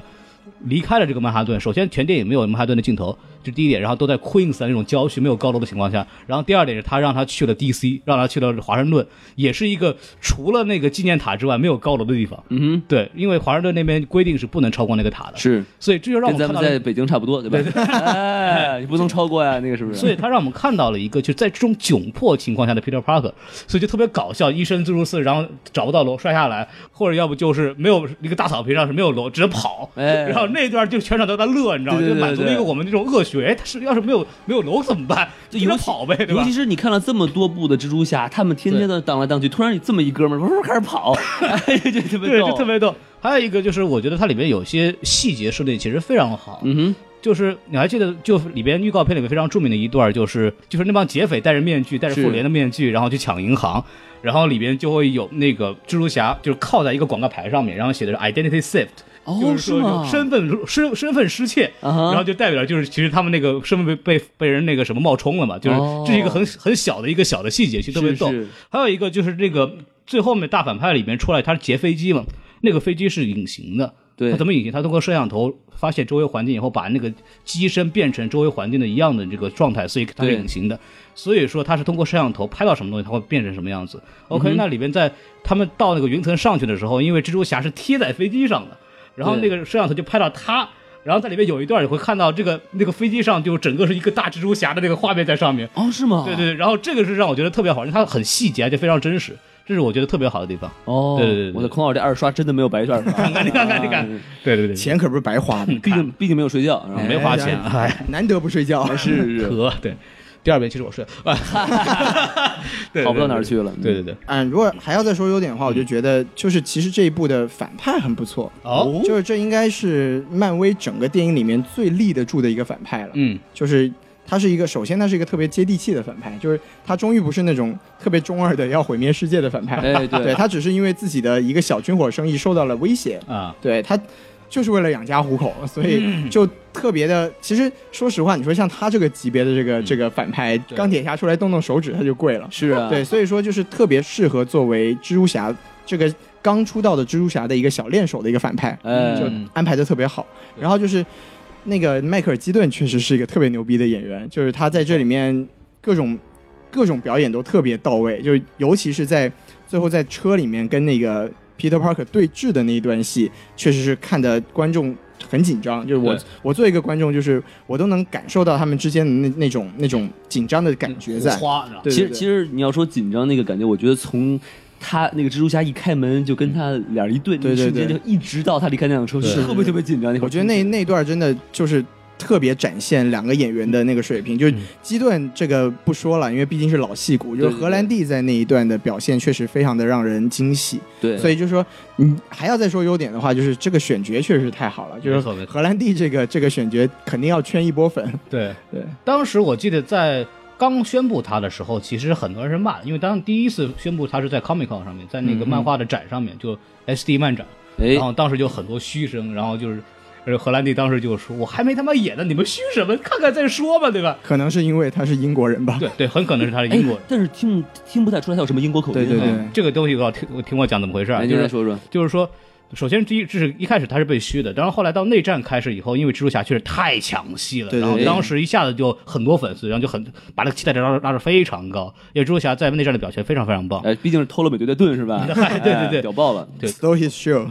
[SPEAKER 3] 离开了这个曼哈顿。首先，全电影没有曼哈顿的镜头，这是第一点。然后都在 Queens 的那种郊区没有高楼的情况下。然后第二点是他让他去了 DC，让他去了华盛顿，也是一个除了那个纪念塔之外没有高楼的地方。
[SPEAKER 4] 嗯
[SPEAKER 3] 对，因为华盛顿那边规定是不能超过那个塔的，
[SPEAKER 4] 哼，，是
[SPEAKER 3] 所以这就让
[SPEAKER 4] 跟
[SPEAKER 3] 我们
[SPEAKER 4] 咱
[SPEAKER 3] 看
[SPEAKER 4] 们
[SPEAKER 3] 到
[SPEAKER 4] 在
[SPEAKER 3] 了。
[SPEAKER 4] 北京差不多，对吧？哎，你不能超过呀，那个是不是？
[SPEAKER 3] 所以他让我们看到了一个，就在这种窘迫情况下的 Peter Parker，所以就特别搞笑，一身蜘蛛丝，然后找不到楼摔下来，或者要不就是没有一个大草坪上是没有楼，只能跑，
[SPEAKER 4] 哎
[SPEAKER 3] 然后那段就全场都在乐，你知道吗？
[SPEAKER 4] 对对对
[SPEAKER 3] 就满足了一
[SPEAKER 4] 对
[SPEAKER 3] 个我们这种恶趣味。哎，他是要是没有没有楼怎么办？
[SPEAKER 4] 就
[SPEAKER 3] 只能
[SPEAKER 4] 尤其
[SPEAKER 3] 跑呗，对
[SPEAKER 4] 尤
[SPEAKER 3] 吧
[SPEAKER 4] 其？是你看了这么多部的蜘蛛侠，他们天天的荡来荡去，突然有这么一哥们儿，不是开始 跑，哎，这特别
[SPEAKER 3] 对，
[SPEAKER 4] 逗，
[SPEAKER 3] 就特别逗。还有一个就是，我觉得它里面有些细节设定其实非常好，
[SPEAKER 4] 嗯哼，
[SPEAKER 3] 就是你还记得，就里边预告片里面非常著名的一段，就是就是那帮劫匪戴着面具，戴着
[SPEAKER 4] 是
[SPEAKER 3] 复联的面具，然后去抢银行，然后里边就会有那个蜘蛛侠，就是靠在一个广告牌上面，然后写的是 identity theft，、
[SPEAKER 4] 哦，
[SPEAKER 3] 就是说
[SPEAKER 4] 吗？
[SPEAKER 3] 身份身身份失窃，
[SPEAKER 4] 啊哈
[SPEAKER 3] 然后就代表就是其实他们那个身份被被被人那个什么冒充了嘛，就是
[SPEAKER 4] 哦
[SPEAKER 3] 这是一个很很小的一个小的细节，其实特别
[SPEAKER 4] 是
[SPEAKER 3] 逗
[SPEAKER 4] 是。
[SPEAKER 3] 还有一个就是这个最后面大反派里面出来，他是劫飞机嘛，那个飞机是隐形的。
[SPEAKER 4] 对
[SPEAKER 3] 他怎么隐形？他通过摄像头发现周围环境以后，把那个机身变成周围环境的一样的这个状态，所以它是
[SPEAKER 4] 对
[SPEAKER 3] 隐形的。所以说它是通过摄像头拍到什么东西，它会变成什么样子。OK，、那
[SPEAKER 4] 嗯
[SPEAKER 3] 里边在他们到那个云层上去的时候，因为蜘蛛侠是贴在飞机上的，然后那
[SPEAKER 4] 对
[SPEAKER 3] 个摄像头就拍到他。然后在里面有一段你会看到这个那个飞机上就整个是一个大蜘蛛侠的那个画面在上面，
[SPEAKER 4] 哦，是吗？
[SPEAKER 3] 对对，对，然后这个是让我觉得特别好，因为它很细节，而且非常真实，这是我觉得特别好的地方。
[SPEAKER 4] 哦，
[SPEAKER 3] 对对对对
[SPEAKER 4] 我的孔老师这二刷真的没有白刷，你看
[SPEAKER 3] 你看看你
[SPEAKER 4] 嗯
[SPEAKER 3] 看，对对对，
[SPEAKER 2] 钱可不是白花的，
[SPEAKER 4] 毕竟毕竟没有睡觉，是吧
[SPEAKER 3] 没花钱，哎，
[SPEAKER 2] 难得不睡觉，
[SPEAKER 4] 是 是 是，
[SPEAKER 3] 可对。第二遍其实我睡，哎 对
[SPEAKER 4] 跑不到哪儿去了
[SPEAKER 3] 对对对，
[SPEAKER 2] 嗯，如果还要再说优点的话，我就觉得就是其实这一部的反派很不错，
[SPEAKER 4] 嗯
[SPEAKER 3] 哦
[SPEAKER 2] 就是这应该是漫威整个电影里面最立得住的一个反派了。
[SPEAKER 3] 嗯，
[SPEAKER 2] 就是他是一个，首先他是一个特别接地气的反派，就是他终于不是那种特别中二的要毁灭世界的反派，
[SPEAKER 4] 哎对
[SPEAKER 2] 对他只是因为自己的一个小军火生意受到了威胁，
[SPEAKER 3] 啊，
[SPEAKER 2] 对他就是为了养家糊口，所以就特别的。其实说实话，你说像他这个级别的这个、这个反派钢铁侠出来动动手指他就跪了，
[SPEAKER 4] 是啊，
[SPEAKER 2] 对，，所以说就是特别适合作为蜘蛛侠这个刚出道的蜘蛛侠的一个小练手的一个反派，
[SPEAKER 4] 哎，
[SPEAKER 2] 就安排的特别好。然后就是那个迈克尔基顿确实是一个特别牛逼的演员，就是他在这里面各种各种表演都特别到位，就是尤其是在最后在车里面跟那个 Peter Parker 对峙的那一段戏，确实是看的观众。很紧张，就是我
[SPEAKER 4] 对，
[SPEAKER 2] 我作为一个观众，就是我都能感受到他们之间的那那种那种紧张的感觉在。
[SPEAKER 3] 花，你知道吗
[SPEAKER 2] 对
[SPEAKER 4] 其
[SPEAKER 2] 对
[SPEAKER 4] 实
[SPEAKER 2] 对
[SPEAKER 4] 其实你要说紧张那个感觉，我觉得从他那个蜘蛛侠一开门就跟他俩人一对，那
[SPEAKER 2] 对对
[SPEAKER 4] 一瞬间就
[SPEAKER 2] 对
[SPEAKER 4] 一直到他离开那辆车，
[SPEAKER 3] 对
[SPEAKER 4] 特别特别紧张。会儿
[SPEAKER 2] 我觉得那那段真的就是特别展现两个演员的那个水平。就是基顿这个不说了，因为毕竟是老戏骨，就是
[SPEAKER 4] 对对
[SPEAKER 2] 荷兰弟在那一段的表现确实非常的让人惊喜。
[SPEAKER 4] 对，
[SPEAKER 2] 所以就是说，嗯，还要再说优点的话，就是这个选角确实是太好了，就
[SPEAKER 3] 没
[SPEAKER 2] 是
[SPEAKER 3] 错没错
[SPEAKER 2] 荷兰弟这个这个选角肯定要圈一波粉。
[SPEAKER 3] 对
[SPEAKER 2] 对，
[SPEAKER 3] 当时我记得在刚宣布他的时候，其实很多人是骂的，因为当第一次宣布他是在 Comic Con 上面，在
[SPEAKER 4] 嗯
[SPEAKER 3] 那个漫画的展上面，就 SD 漫展，
[SPEAKER 4] 哎
[SPEAKER 3] 然，后当时就很多嘘声，然后就是。呃，荷兰弟当时就说：“我还没他妈演呢，你们嘘什么？看看再说吧，对吧
[SPEAKER 2] 可能是因为他是英国人吧？”。
[SPEAKER 3] 对对，很可能是他是英国人
[SPEAKER 4] 哎。但是听听不太出来他有什么英国口音。
[SPEAKER 2] 对
[SPEAKER 4] 啊
[SPEAKER 2] 对对
[SPEAKER 3] 这个东西我听我听我讲怎么回事啊？
[SPEAKER 4] 哎，
[SPEAKER 3] 就
[SPEAKER 4] 您再
[SPEAKER 3] 是
[SPEAKER 4] 说说，
[SPEAKER 3] 就是说，首先第一，这是一开始他是被虚的，然后后来到内战开始以后，因为蜘蛛侠确实太抢戏了，
[SPEAKER 2] 对对
[SPEAKER 3] 然后
[SPEAKER 2] 对
[SPEAKER 3] 当时一下子就很多粉丝，然后就很把这个期待值拉拉得非常高，因为蜘蛛侠在内战的表现非常非常棒。
[SPEAKER 4] 哎，毕竟是偷了美队的盾是吧？
[SPEAKER 3] 哎对对对
[SPEAKER 4] 哎屌爆了。
[SPEAKER 2] Stole his show，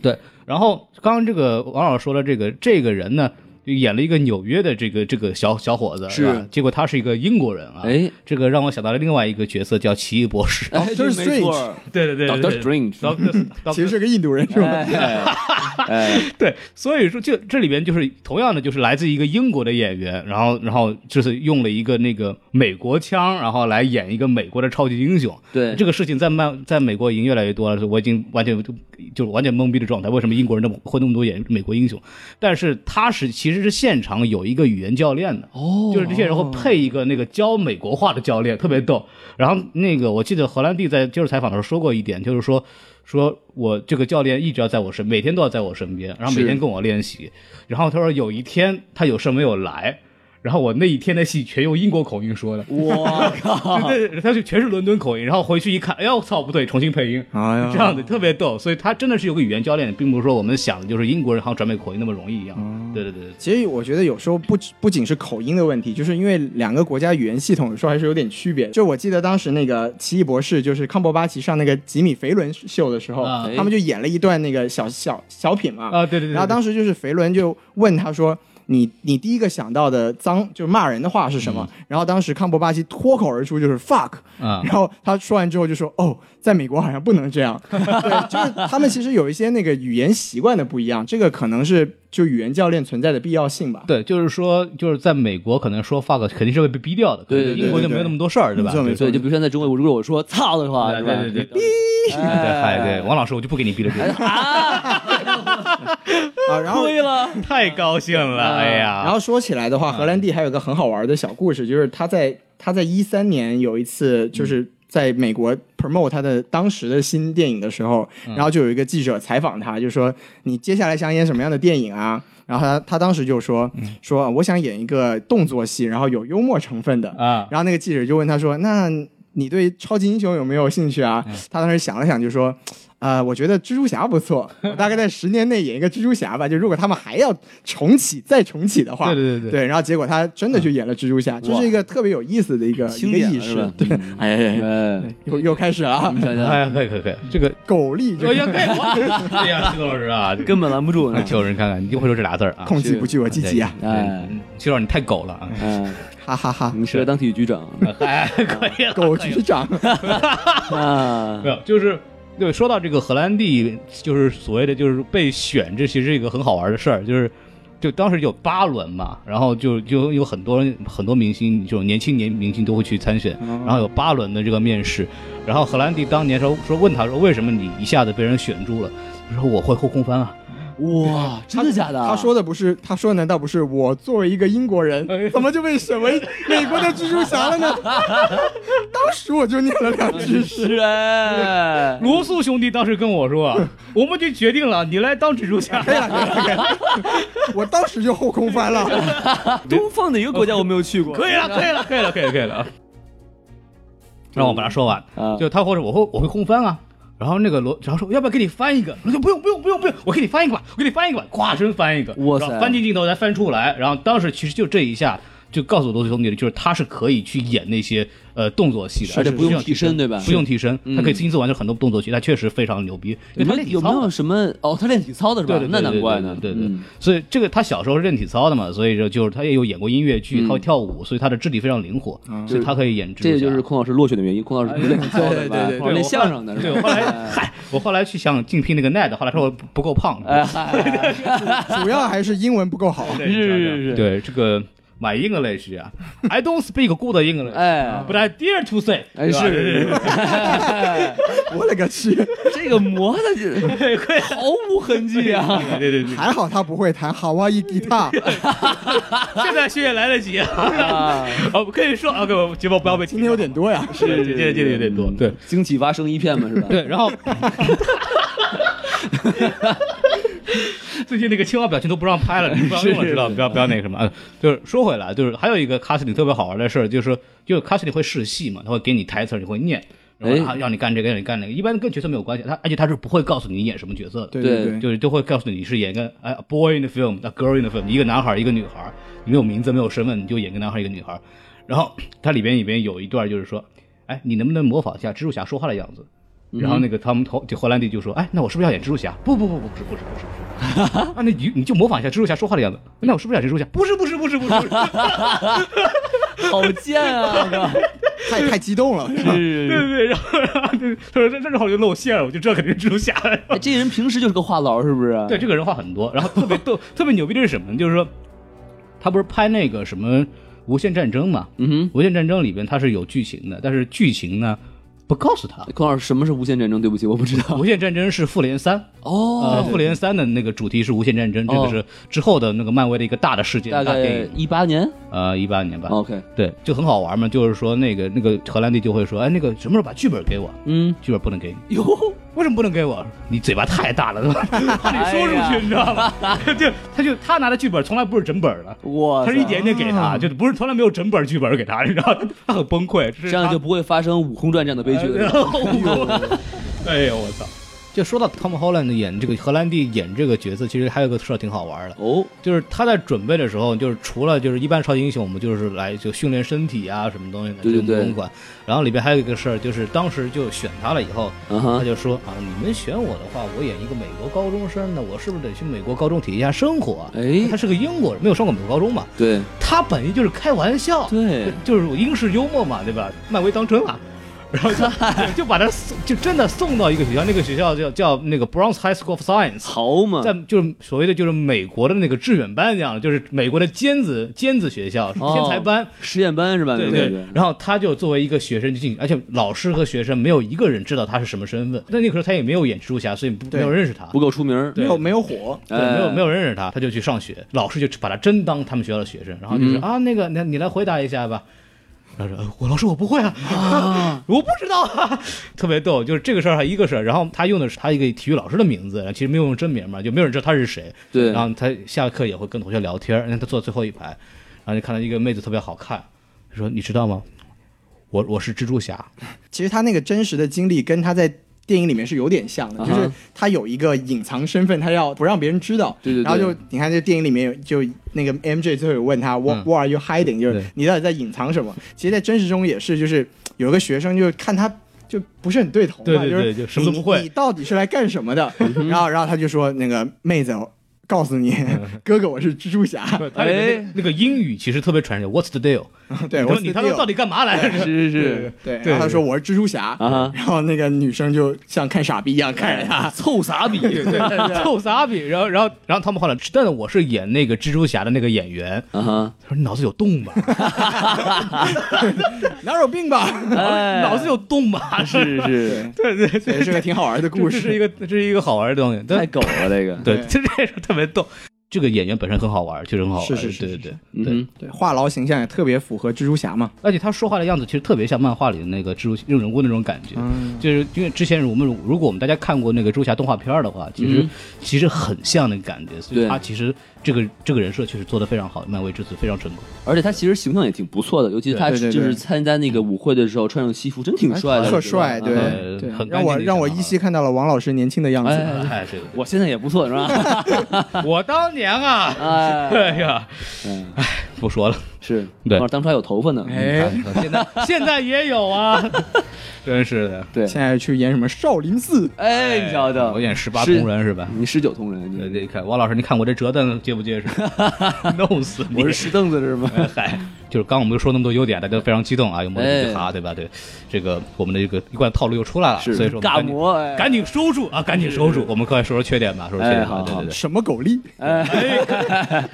[SPEAKER 3] 对，然后刚刚这个王老师说了，这个这个人呢，就演了一个纽约的这个这个小小伙子，
[SPEAKER 4] 是
[SPEAKER 3] 吧？结果他是一个英国人啊，
[SPEAKER 4] 哎，
[SPEAKER 3] 这个让我想到了另外一个角色叫奇异博士，
[SPEAKER 4] 哎，
[SPEAKER 2] Doctor
[SPEAKER 4] 这没错。
[SPEAKER 3] 对对对
[SPEAKER 4] Doctor Strange，
[SPEAKER 3] Strange，
[SPEAKER 2] 其实是个印度人是吧？
[SPEAKER 4] 哎，哎
[SPEAKER 3] 对，所以说就这里边就是同样的，就是来自一个英国的演员，然后然后就是用了一个那个美国腔，然后来演一个美国的超级英雄。
[SPEAKER 4] 对
[SPEAKER 3] 这个事情在漫在美国已经越来越多了，我已经完全就就是完全懵逼的状态。为什么英国人那么会那么多演美国英雄？但是他是其实是现场有一个语言教练的，
[SPEAKER 4] 哦
[SPEAKER 3] 就是这些人会配一个那个教美国话的教练，特别逗。然后那个我记得荷兰弟在接受采访的时候说过一点，就是说说我这个教练一直要在我身，每天都要在我身边，然后每天跟我练习。然后他说有一天他有事没有来。然后我那一天的戏全用英国口音说的，
[SPEAKER 4] 我靠！
[SPEAKER 2] 啊
[SPEAKER 3] 对对，他就全是伦敦口音。然后回去一看，哎呦，操，不对，重新配音，
[SPEAKER 2] 哎呀
[SPEAKER 3] 这样的特别逗。所以他真的是有个语言教练，并不是说我们想的就是英国人好像转美口音那么容易一
[SPEAKER 2] 嗯
[SPEAKER 3] 样。对对对对
[SPEAKER 2] 其实我觉得有时候不止不仅是口音的问题，就是因为两个国家语言系统有时候还是有点区别。就我记得当时那个《奇异博士》，就是康伯巴奇上那个吉米·肥伦秀的时候，
[SPEAKER 3] 啊
[SPEAKER 2] 他们就演了一段那个小小小品嘛。
[SPEAKER 3] 啊，对对对。
[SPEAKER 2] 然后当
[SPEAKER 3] 时
[SPEAKER 2] 时就是肥伦就问他说：“你你第一个想到的脏就是骂人的话是什么？”
[SPEAKER 3] 嗯
[SPEAKER 2] 然后当时康伯巴奇脱口而出就是 “fuck”，
[SPEAKER 3] 啊
[SPEAKER 2] 然后他说完之后就说：“哦，在美国好像不能这 样。”对，就是他们其实有一些那个语言习惯的不一样，这个可能是就语言教练存在的必要性吧。
[SPEAKER 3] 对，就是说，就是在美国可能说 fuck 肯定是会被逼掉的，
[SPEAKER 4] 对
[SPEAKER 3] 可能
[SPEAKER 4] 对对
[SPEAKER 3] 英国就
[SPEAKER 2] 对
[SPEAKER 3] 没有那么多事儿，对吧？
[SPEAKER 2] 没错没
[SPEAKER 3] 对
[SPEAKER 2] 错啊
[SPEAKER 4] 对，就比如说在中国，如果我说“操”的话，是吧？
[SPEAKER 3] 对对对，
[SPEAKER 4] 哎
[SPEAKER 3] 对，嗨，对，王老师，我就不给你逼了，
[SPEAKER 2] 哎
[SPEAKER 3] 这个
[SPEAKER 2] 啊，然后
[SPEAKER 4] 亏了，
[SPEAKER 3] 太高兴了，
[SPEAKER 2] 啊
[SPEAKER 3] 哎
[SPEAKER 2] 然
[SPEAKER 3] 呀，嗯
[SPEAKER 2] 后说起来的话，荷兰弟还有个很好玩的小故事，就是他在他在一三年有一次就是。在美国 promote 他的当时的新电影的时候，
[SPEAKER 3] 嗯
[SPEAKER 2] 然后就有一个记者采访他，就说你接下来想演什么样的电影啊？然后他他当时就说
[SPEAKER 3] 嗯
[SPEAKER 2] 说啊我想演一个动作戏，然后有幽默成分的。
[SPEAKER 3] 啊，
[SPEAKER 2] 然后那个记者就问他说：“那你对超级英雄有没有兴趣啊？”
[SPEAKER 3] 嗯
[SPEAKER 2] 他当时想了想就说：“呃，我觉得蜘蛛侠不 错，我大概在十年内演一个蜘蛛侠吧。就如果他们还要重启再重启的话，
[SPEAKER 3] 对对嗯对对，
[SPEAKER 2] 然后结果他真的就演了蜘蛛侠，这是一个特别有意思的一个
[SPEAKER 4] 经
[SPEAKER 2] 啊一个
[SPEAKER 4] 典
[SPEAKER 2] 意
[SPEAKER 4] 了是
[SPEAKER 2] 识
[SPEAKER 4] 吧。？
[SPEAKER 2] 对，哎哎，哎
[SPEAKER 4] 哎，
[SPEAKER 2] 又又开始了啊，
[SPEAKER 4] 想想
[SPEAKER 3] 哎呀，可以可以可以，这个，
[SPEAKER 2] 狗力这
[SPEAKER 3] 哎呀，
[SPEAKER 2] 个
[SPEAKER 3] 可以我， 哎呀，石头老师啊，这个
[SPEAKER 4] 根本拦不住呢。
[SPEAKER 3] 求人看看，你就会说这俩字儿啊，
[SPEAKER 2] 控制不住我自己啊，
[SPEAKER 3] 对
[SPEAKER 4] 哎，
[SPEAKER 3] 嗯石头老师你太狗了啊，
[SPEAKER 4] 嗯，
[SPEAKER 2] 哈哈哈。
[SPEAKER 4] 你适合当体育局 长
[SPEAKER 3] 哎，可以了，
[SPEAKER 2] 狗局长，
[SPEAKER 4] 啊
[SPEAKER 3] 没！有，就是对，说到这个荷兰弟，就是所谓的就是被选，这其实是一个很好玩的事儿，就是。就当时有八轮嘛，然后就就有很多很多明星，这种年轻年明星都会去参选，
[SPEAKER 2] 哦
[SPEAKER 3] 然后有八轮的这个面试，然后荷兰弟当年说说问他说为什么你一下子被人选中了，他说我会后空翻啊，
[SPEAKER 4] 哇，真的假的？啊
[SPEAKER 2] 他说的不是，他说的难道不是我作为一个英国人，怎么就被选为美国的蜘蛛侠了呢？当时我就念了两句诗，
[SPEAKER 4] 是哎，
[SPEAKER 3] 罗素兄弟当时跟我说， 我们就决定了你来当蜘蛛侠，
[SPEAKER 2] 可以了，可以了，可以了，我当时就后空翻了。
[SPEAKER 4] 东方哪个国家我没有去过？
[SPEAKER 3] 可以了，可以了，可以了，可以了，可以了啊！让我把它说完，
[SPEAKER 4] 啊
[SPEAKER 3] 就他或者我会我会空翻啊。然后那个罗，然后说要不要给你翻一个？我说不用不用不用不用，我给你翻一个吧，我给你翻一个吧，咵真翻一个，
[SPEAKER 4] 哇塞
[SPEAKER 3] 然后翻进镜头再翻出来。然后当时其实就这一下就告诉罗素兄弟了，就是他是可以去演那些呃动作戏的，
[SPEAKER 4] 而且不用
[SPEAKER 3] 需要
[SPEAKER 4] 替身对吧
[SPEAKER 3] 不用替身，
[SPEAKER 4] 嗯
[SPEAKER 3] 他可以亲自完成很多动作戏，他确实非常牛逼。因为
[SPEAKER 4] 你
[SPEAKER 3] 他
[SPEAKER 4] 们
[SPEAKER 3] 练
[SPEAKER 4] 有没
[SPEAKER 3] 体操
[SPEAKER 4] 有什么？哦，他练体操的是吧
[SPEAKER 3] 对对，？
[SPEAKER 4] 那难怪呢。
[SPEAKER 3] 对对对对
[SPEAKER 4] 嗯
[SPEAKER 3] 所以这个他小时候是练体操的嘛，所以就就是他也有演过音乐剧，
[SPEAKER 4] 嗯
[SPEAKER 3] 他会跳舞，所以他的肢体非常灵活，所以他可以演蜘蛛侠。
[SPEAKER 4] 这就是孔老师落选的原因。孔老师不练体操的 是吧？
[SPEAKER 3] 对
[SPEAKER 4] 孔老师
[SPEAKER 3] 我
[SPEAKER 4] 练
[SPEAKER 3] 后
[SPEAKER 4] 相声的是
[SPEAKER 3] 对
[SPEAKER 4] 吧？
[SPEAKER 3] 我 后来，嗨，我后来去想竞聘那个 NET，后来说我不够胖。
[SPEAKER 4] 哎，嗨
[SPEAKER 2] 主要还是英文不够好。
[SPEAKER 3] 对
[SPEAKER 4] 是是是，
[SPEAKER 3] 对这个。 my English 啊，I don't speak good English，
[SPEAKER 4] 哎
[SPEAKER 3] ，but I dare to say，
[SPEAKER 4] 哎
[SPEAKER 3] 对吧
[SPEAKER 4] 是，
[SPEAKER 5] 我勒个去！
[SPEAKER 4] 这个磨的 这毫无痕迹啊！
[SPEAKER 3] 对对对，
[SPEAKER 5] 还好他不会弹 Hawaii Guitar。
[SPEAKER 3] 现在学也来得及啊， 我可以说啊，各位节目不要被
[SPEAKER 5] 今天有点多呀，
[SPEAKER 3] 是，今天今天有点多，对。
[SPEAKER 4] 惊起发生一片嘛，是吧？
[SPEAKER 3] 对，然后最近那个青蛙表情都不让拍了，不让用了，知道吗？不要不要那个什么，嗯，就是说回来，就是还有一个卡斯里特别好玩的事儿，就是就是卡斯里会试戏嘛，他会给你台词儿，你会念，然后
[SPEAKER 4] 哎
[SPEAKER 3] 啊让你干这个，让你干那个，一般跟角色没有关系，他而且他是不会告诉你演什么角色的，
[SPEAKER 5] 对
[SPEAKER 4] 对
[SPEAKER 5] 对，
[SPEAKER 3] 就是都会告诉你你是演个哎 a boy in the film，a girl in the film，一个男孩儿一个女孩儿，你没有名字没有身份，你就演个男孩儿一个女孩儿。然后它里边里边有一段就是说，哎，你能不能模仿一下蜘蛛侠说话的样子？然后那个他们头就荷兰弟就说，哎，那我是不是要演蜘蛛侠？不不不不不是不是不是不是， 啊，那你你就模仿一下蜘蛛侠说话的样子。那我是不是演蜘蛛侠？不是不是不是不是，不 是
[SPEAKER 4] 好贱啊！
[SPEAKER 5] 太太激动了。
[SPEAKER 4] 是
[SPEAKER 3] 对对对，然后然后对他说这这时候就露馅了，我就知道肯定是蜘蛛侠。
[SPEAKER 4] 哎这人平时就是个话痨，是不是？
[SPEAKER 3] 对，，这个人话很多，然后特别逗， 特别牛逼的是什么呢？就是说，他不是拍那个什么《无限战争》嘛，
[SPEAKER 4] 嗯哼
[SPEAKER 3] 无限战争》里边它是有剧情的，但是剧情呢不告诉他。
[SPEAKER 4] 孔老师，什么是无限战争？对不起，我不知道。
[SPEAKER 3] 无限战争是复联三，呃，
[SPEAKER 4] 哦，
[SPEAKER 3] 复联三的那个主题是无限战争，这
[SPEAKER 4] 哦
[SPEAKER 3] 个是之后的那个漫威的一个大的事件，
[SPEAKER 4] 大
[SPEAKER 3] 大电
[SPEAKER 4] 概哦
[SPEAKER 3] 影，
[SPEAKER 4] 一八年。
[SPEAKER 3] 呃，一八年吧，
[SPEAKER 4] OK，
[SPEAKER 3] 对，就很好玩嘛，就是说那个那个荷兰弟就会说，哎，那个什么时候把剧本给我？
[SPEAKER 4] 嗯，
[SPEAKER 3] 剧本不能给你，
[SPEAKER 4] 哟，
[SPEAKER 3] 为什么不能给我？你嘴巴太大 了，怕你说出
[SPEAKER 4] 哎呀啊
[SPEAKER 3] 去，你知道吗？ 就他就他拿的剧本从来不是整本的，
[SPEAKER 4] 我
[SPEAKER 3] 他是一点点给他，就不是从来没有整本剧本给他，你知道， 他很崩溃，这是
[SPEAKER 4] 这样
[SPEAKER 3] 他呃
[SPEAKER 4] 就不会发生《武空传》这样的悲剧 了。
[SPEAKER 3] 哎呦我操！就说到 Tom Holland 演这个荷兰弟演这个角色，其实还有个事儿挺好玩的，
[SPEAKER 4] 哦，
[SPEAKER 3] 就是他在准备的时候，就是除了就是一般超级英雄，我们就是来就训练身体啊，什么东西的，
[SPEAKER 4] 对对
[SPEAKER 3] 这个
[SPEAKER 4] 对
[SPEAKER 3] 不用管。啊然后里边还有一个事儿，就是当时就选他了以后，
[SPEAKER 4] 嗯
[SPEAKER 3] 他
[SPEAKER 4] 哼，
[SPEAKER 3] 就说啊，你们选我的话，我演一个美国高中生呢，我是不是得去美国高中体验一下生活啊？
[SPEAKER 4] 哎
[SPEAKER 3] 他是个英国人，没有上过美国高中嘛，
[SPEAKER 4] 对
[SPEAKER 3] 他本意就是开玩笑，
[SPEAKER 4] 对，
[SPEAKER 3] 就是英式幽默嘛，对吧？漫威当真了。然后就就把他送，就真的送到一个学校，那个学校叫叫那个 Bronx High School of Science，
[SPEAKER 4] 曹嘛，
[SPEAKER 3] 在就是所谓的就是美国的那个志愿班这样，就是美国的尖子尖子学校
[SPEAKER 4] 哦
[SPEAKER 3] 天才班，
[SPEAKER 4] 实验班是吧？
[SPEAKER 3] 对
[SPEAKER 4] 对
[SPEAKER 3] 对。然后他就作为一个学生进去，而且老师和学生没有一个人知道他是什么身份。那那个时候他也没有演蜘蛛侠，所以不
[SPEAKER 5] 对
[SPEAKER 3] 没有人认识他，
[SPEAKER 4] 不够出名儿。
[SPEAKER 3] 对
[SPEAKER 5] 没有没有火，
[SPEAKER 3] 对，没有
[SPEAKER 4] 哎
[SPEAKER 3] 没有人认识他，他就去上学，老师就把他真当他们学校的学生，然后就是、啊，那个，那你来回答一下吧。他说：“呃我老师我不会啊， 我不知道啊，特别逗，就是这个事儿还一个事儿。然后他用的是他一个体育老师的名字，其实没有用真名嘛，就没有人知道他是谁。
[SPEAKER 4] 对
[SPEAKER 3] 然后他下课也会跟同学聊天，因为他坐最后一排，然后就看到一个妹子特别好看，他说你知道吗？我我是蜘蛛侠，
[SPEAKER 5] 其实他那个真实的经历跟他在电影里面是有点像的，
[SPEAKER 4] 啊
[SPEAKER 5] 就
[SPEAKER 4] 哈
[SPEAKER 5] 是他有一个隐藏身份，他要不让别人知道。
[SPEAKER 4] 对对对
[SPEAKER 5] 然后就你看这电影里面有就那个 MJ 最后有问他 What、
[SPEAKER 3] 嗯
[SPEAKER 5] What are you hiding？就是
[SPEAKER 3] 对
[SPEAKER 5] 你到底在隐藏什么？其实，在真实中也是，就是有个学生就是看他。就不是很对头嘛，
[SPEAKER 3] 对对对
[SPEAKER 5] 就是
[SPEAKER 3] 就什么都
[SPEAKER 5] 你
[SPEAKER 3] 不会嗯
[SPEAKER 5] 你到底是来干什么的？然后，然后他就说：“那个妹子，告诉你，
[SPEAKER 3] 嗯
[SPEAKER 5] 哥哥我是蜘蛛侠。
[SPEAKER 3] 他里面那那个英语其实特别传神，What's the deal？”
[SPEAKER 5] 对，
[SPEAKER 3] 你
[SPEAKER 5] 我
[SPEAKER 3] 说你他们到底干嘛来着？
[SPEAKER 4] 是是是，
[SPEAKER 5] 对，
[SPEAKER 3] 对啊
[SPEAKER 5] 然后他说我是蜘蛛侠，
[SPEAKER 4] 啊哈
[SPEAKER 5] 然后那个女生就像看傻逼一样看着他，
[SPEAKER 3] 臭哎傻逼，臭傻逼。然后，然后，然后他们后来，但是我是演那个蜘蛛侠的那个演员。
[SPEAKER 4] 啊哈，
[SPEAKER 3] 他说：“你脑子有洞吧？
[SPEAKER 5] 哪有病吧？
[SPEAKER 4] 哎，
[SPEAKER 3] 脑子有洞吧？”是，
[SPEAKER 4] 是是，
[SPEAKER 3] 对对
[SPEAKER 5] 对，
[SPEAKER 3] 对，
[SPEAKER 5] 是个挺好玩的故
[SPEAKER 3] 这是
[SPEAKER 5] 事。
[SPEAKER 3] 一个这是一个好玩的东西。
[SPEAKER 4] 太
[SPEAKER 3] 但
[SPEAKER 4] 狗了这个。
[SPEAKER 3] 对，
[SPEAKER 5] 对
[SPEAKER 3] 这这是特别逗。这个演员本身很好玩，确实很好玩。
[SPEAKER 5] 是是是
[SPEAKER 3] 对对对
[SPEAKER 4] 嗯
[SPEAKER 3] 对。
[SPEAKER 4] 哼，
[SPEAKER 5] 对，话痨形象也特别符合蜘蛛侠嘛。
[SPEAKER 3] 而且他说话的样子其实特别像漫画里的那个蜘蛛用人物那种感觉，就是因为之前我们如如果我们大家看过那个蜘蛛侠动画片儿的话，其实、
[SPEAKER 4] 嗯
[SPEAKER 3] 其实很像那个感觉，所以
[SPEAKER 4] 对
[SPEAKER 3] 他其实这个这个人设确实做得非常好，漫威之子非常成功。
[SPEAKER 4] 而且他其实形象也挺不错的，尤其是他
[SPEAKER 5] 对对
[SPEAKER 4] 就
[SPEAKER 5] 对
[SPEAKER 4] 是参加那个舞会的时候穿上西服，真
[SPEAKER 3] 哎
[SPEAKER 4] 挺帅的，
[SPEAKER 5] 特帅，
[SPEAKER 4] 我觉得啊
[SPEAKER 5] 对
[SPEAKER 3] 呃
[SPEAKER 5] 对
[SPEAKER 3] 很，干
[SPEAKER 5] 让我
[SPEAKER 3] 净的一个
[SPEAKER 5] 让我
[SPEAKER 3] 小孩
[SPEAKER 5] 依稀看到了王老师年轻的样子。啊
[SPEAKER 4] 哎，
[SPEAKER 3] 哎，对对
[SPEAKER 4] 我现在也不错 是吧？
[SPEAKER 3] 对，我当年啊，
[SPEAKER 4] 哎，
[SPEAKER 3] 哎呀，
[SPEAKER 4] 嗯
[SPEAKER 3] 不说了，
[SPEAKER 4] 是，
[SPEAKER 3] 对
[SPEAKER 4] 当初还有头发呢，
[SPEAKER 5] 哎，
[SPEAKER 3] 现在现在也有啊，真是的，
[SPEAKER 4] 对，
[SPEAKER 5] 现在去演什么少林寺？
[SPEAKER 4] 哎，你瞧瞧，
[SPEAKER 3] 我演十八铜人是吧？
[SPEAKER 4] 你十九通人，
[SPEAKER 3] 对
[SPEAKER 4] 你
[SPEAKER 3] 对，看王老师，你看我这折腾结不结实？弄死你！哎
[SPEAKER 4] 我是石凳子是吗？
[SPEAKER 3] 嗨，就是刚刚我们又说那么多优点，大家都非常激动啊，又摸了一
[SPEAKER 4] 哎
[SPEAKER 3] 哈，对吧？对，这个我们的这个一贯套路又出来了，所以说我们
[SPEAKER 4] 尬
[SPEAKER 3] 赶紧
[SPEAKER 4] 魔，哎
[SPEAKER 3] 赶紧收住啊，赶紧收住。我们快说说缺点吧，说说缺点
[SPEAKER 4] 哎好
[SPEAKER 3] 吧，对
[SPEAKER 4] 好
[SPEAKER 3] 对哎对。
[SPEAKER 2] 什么狗力？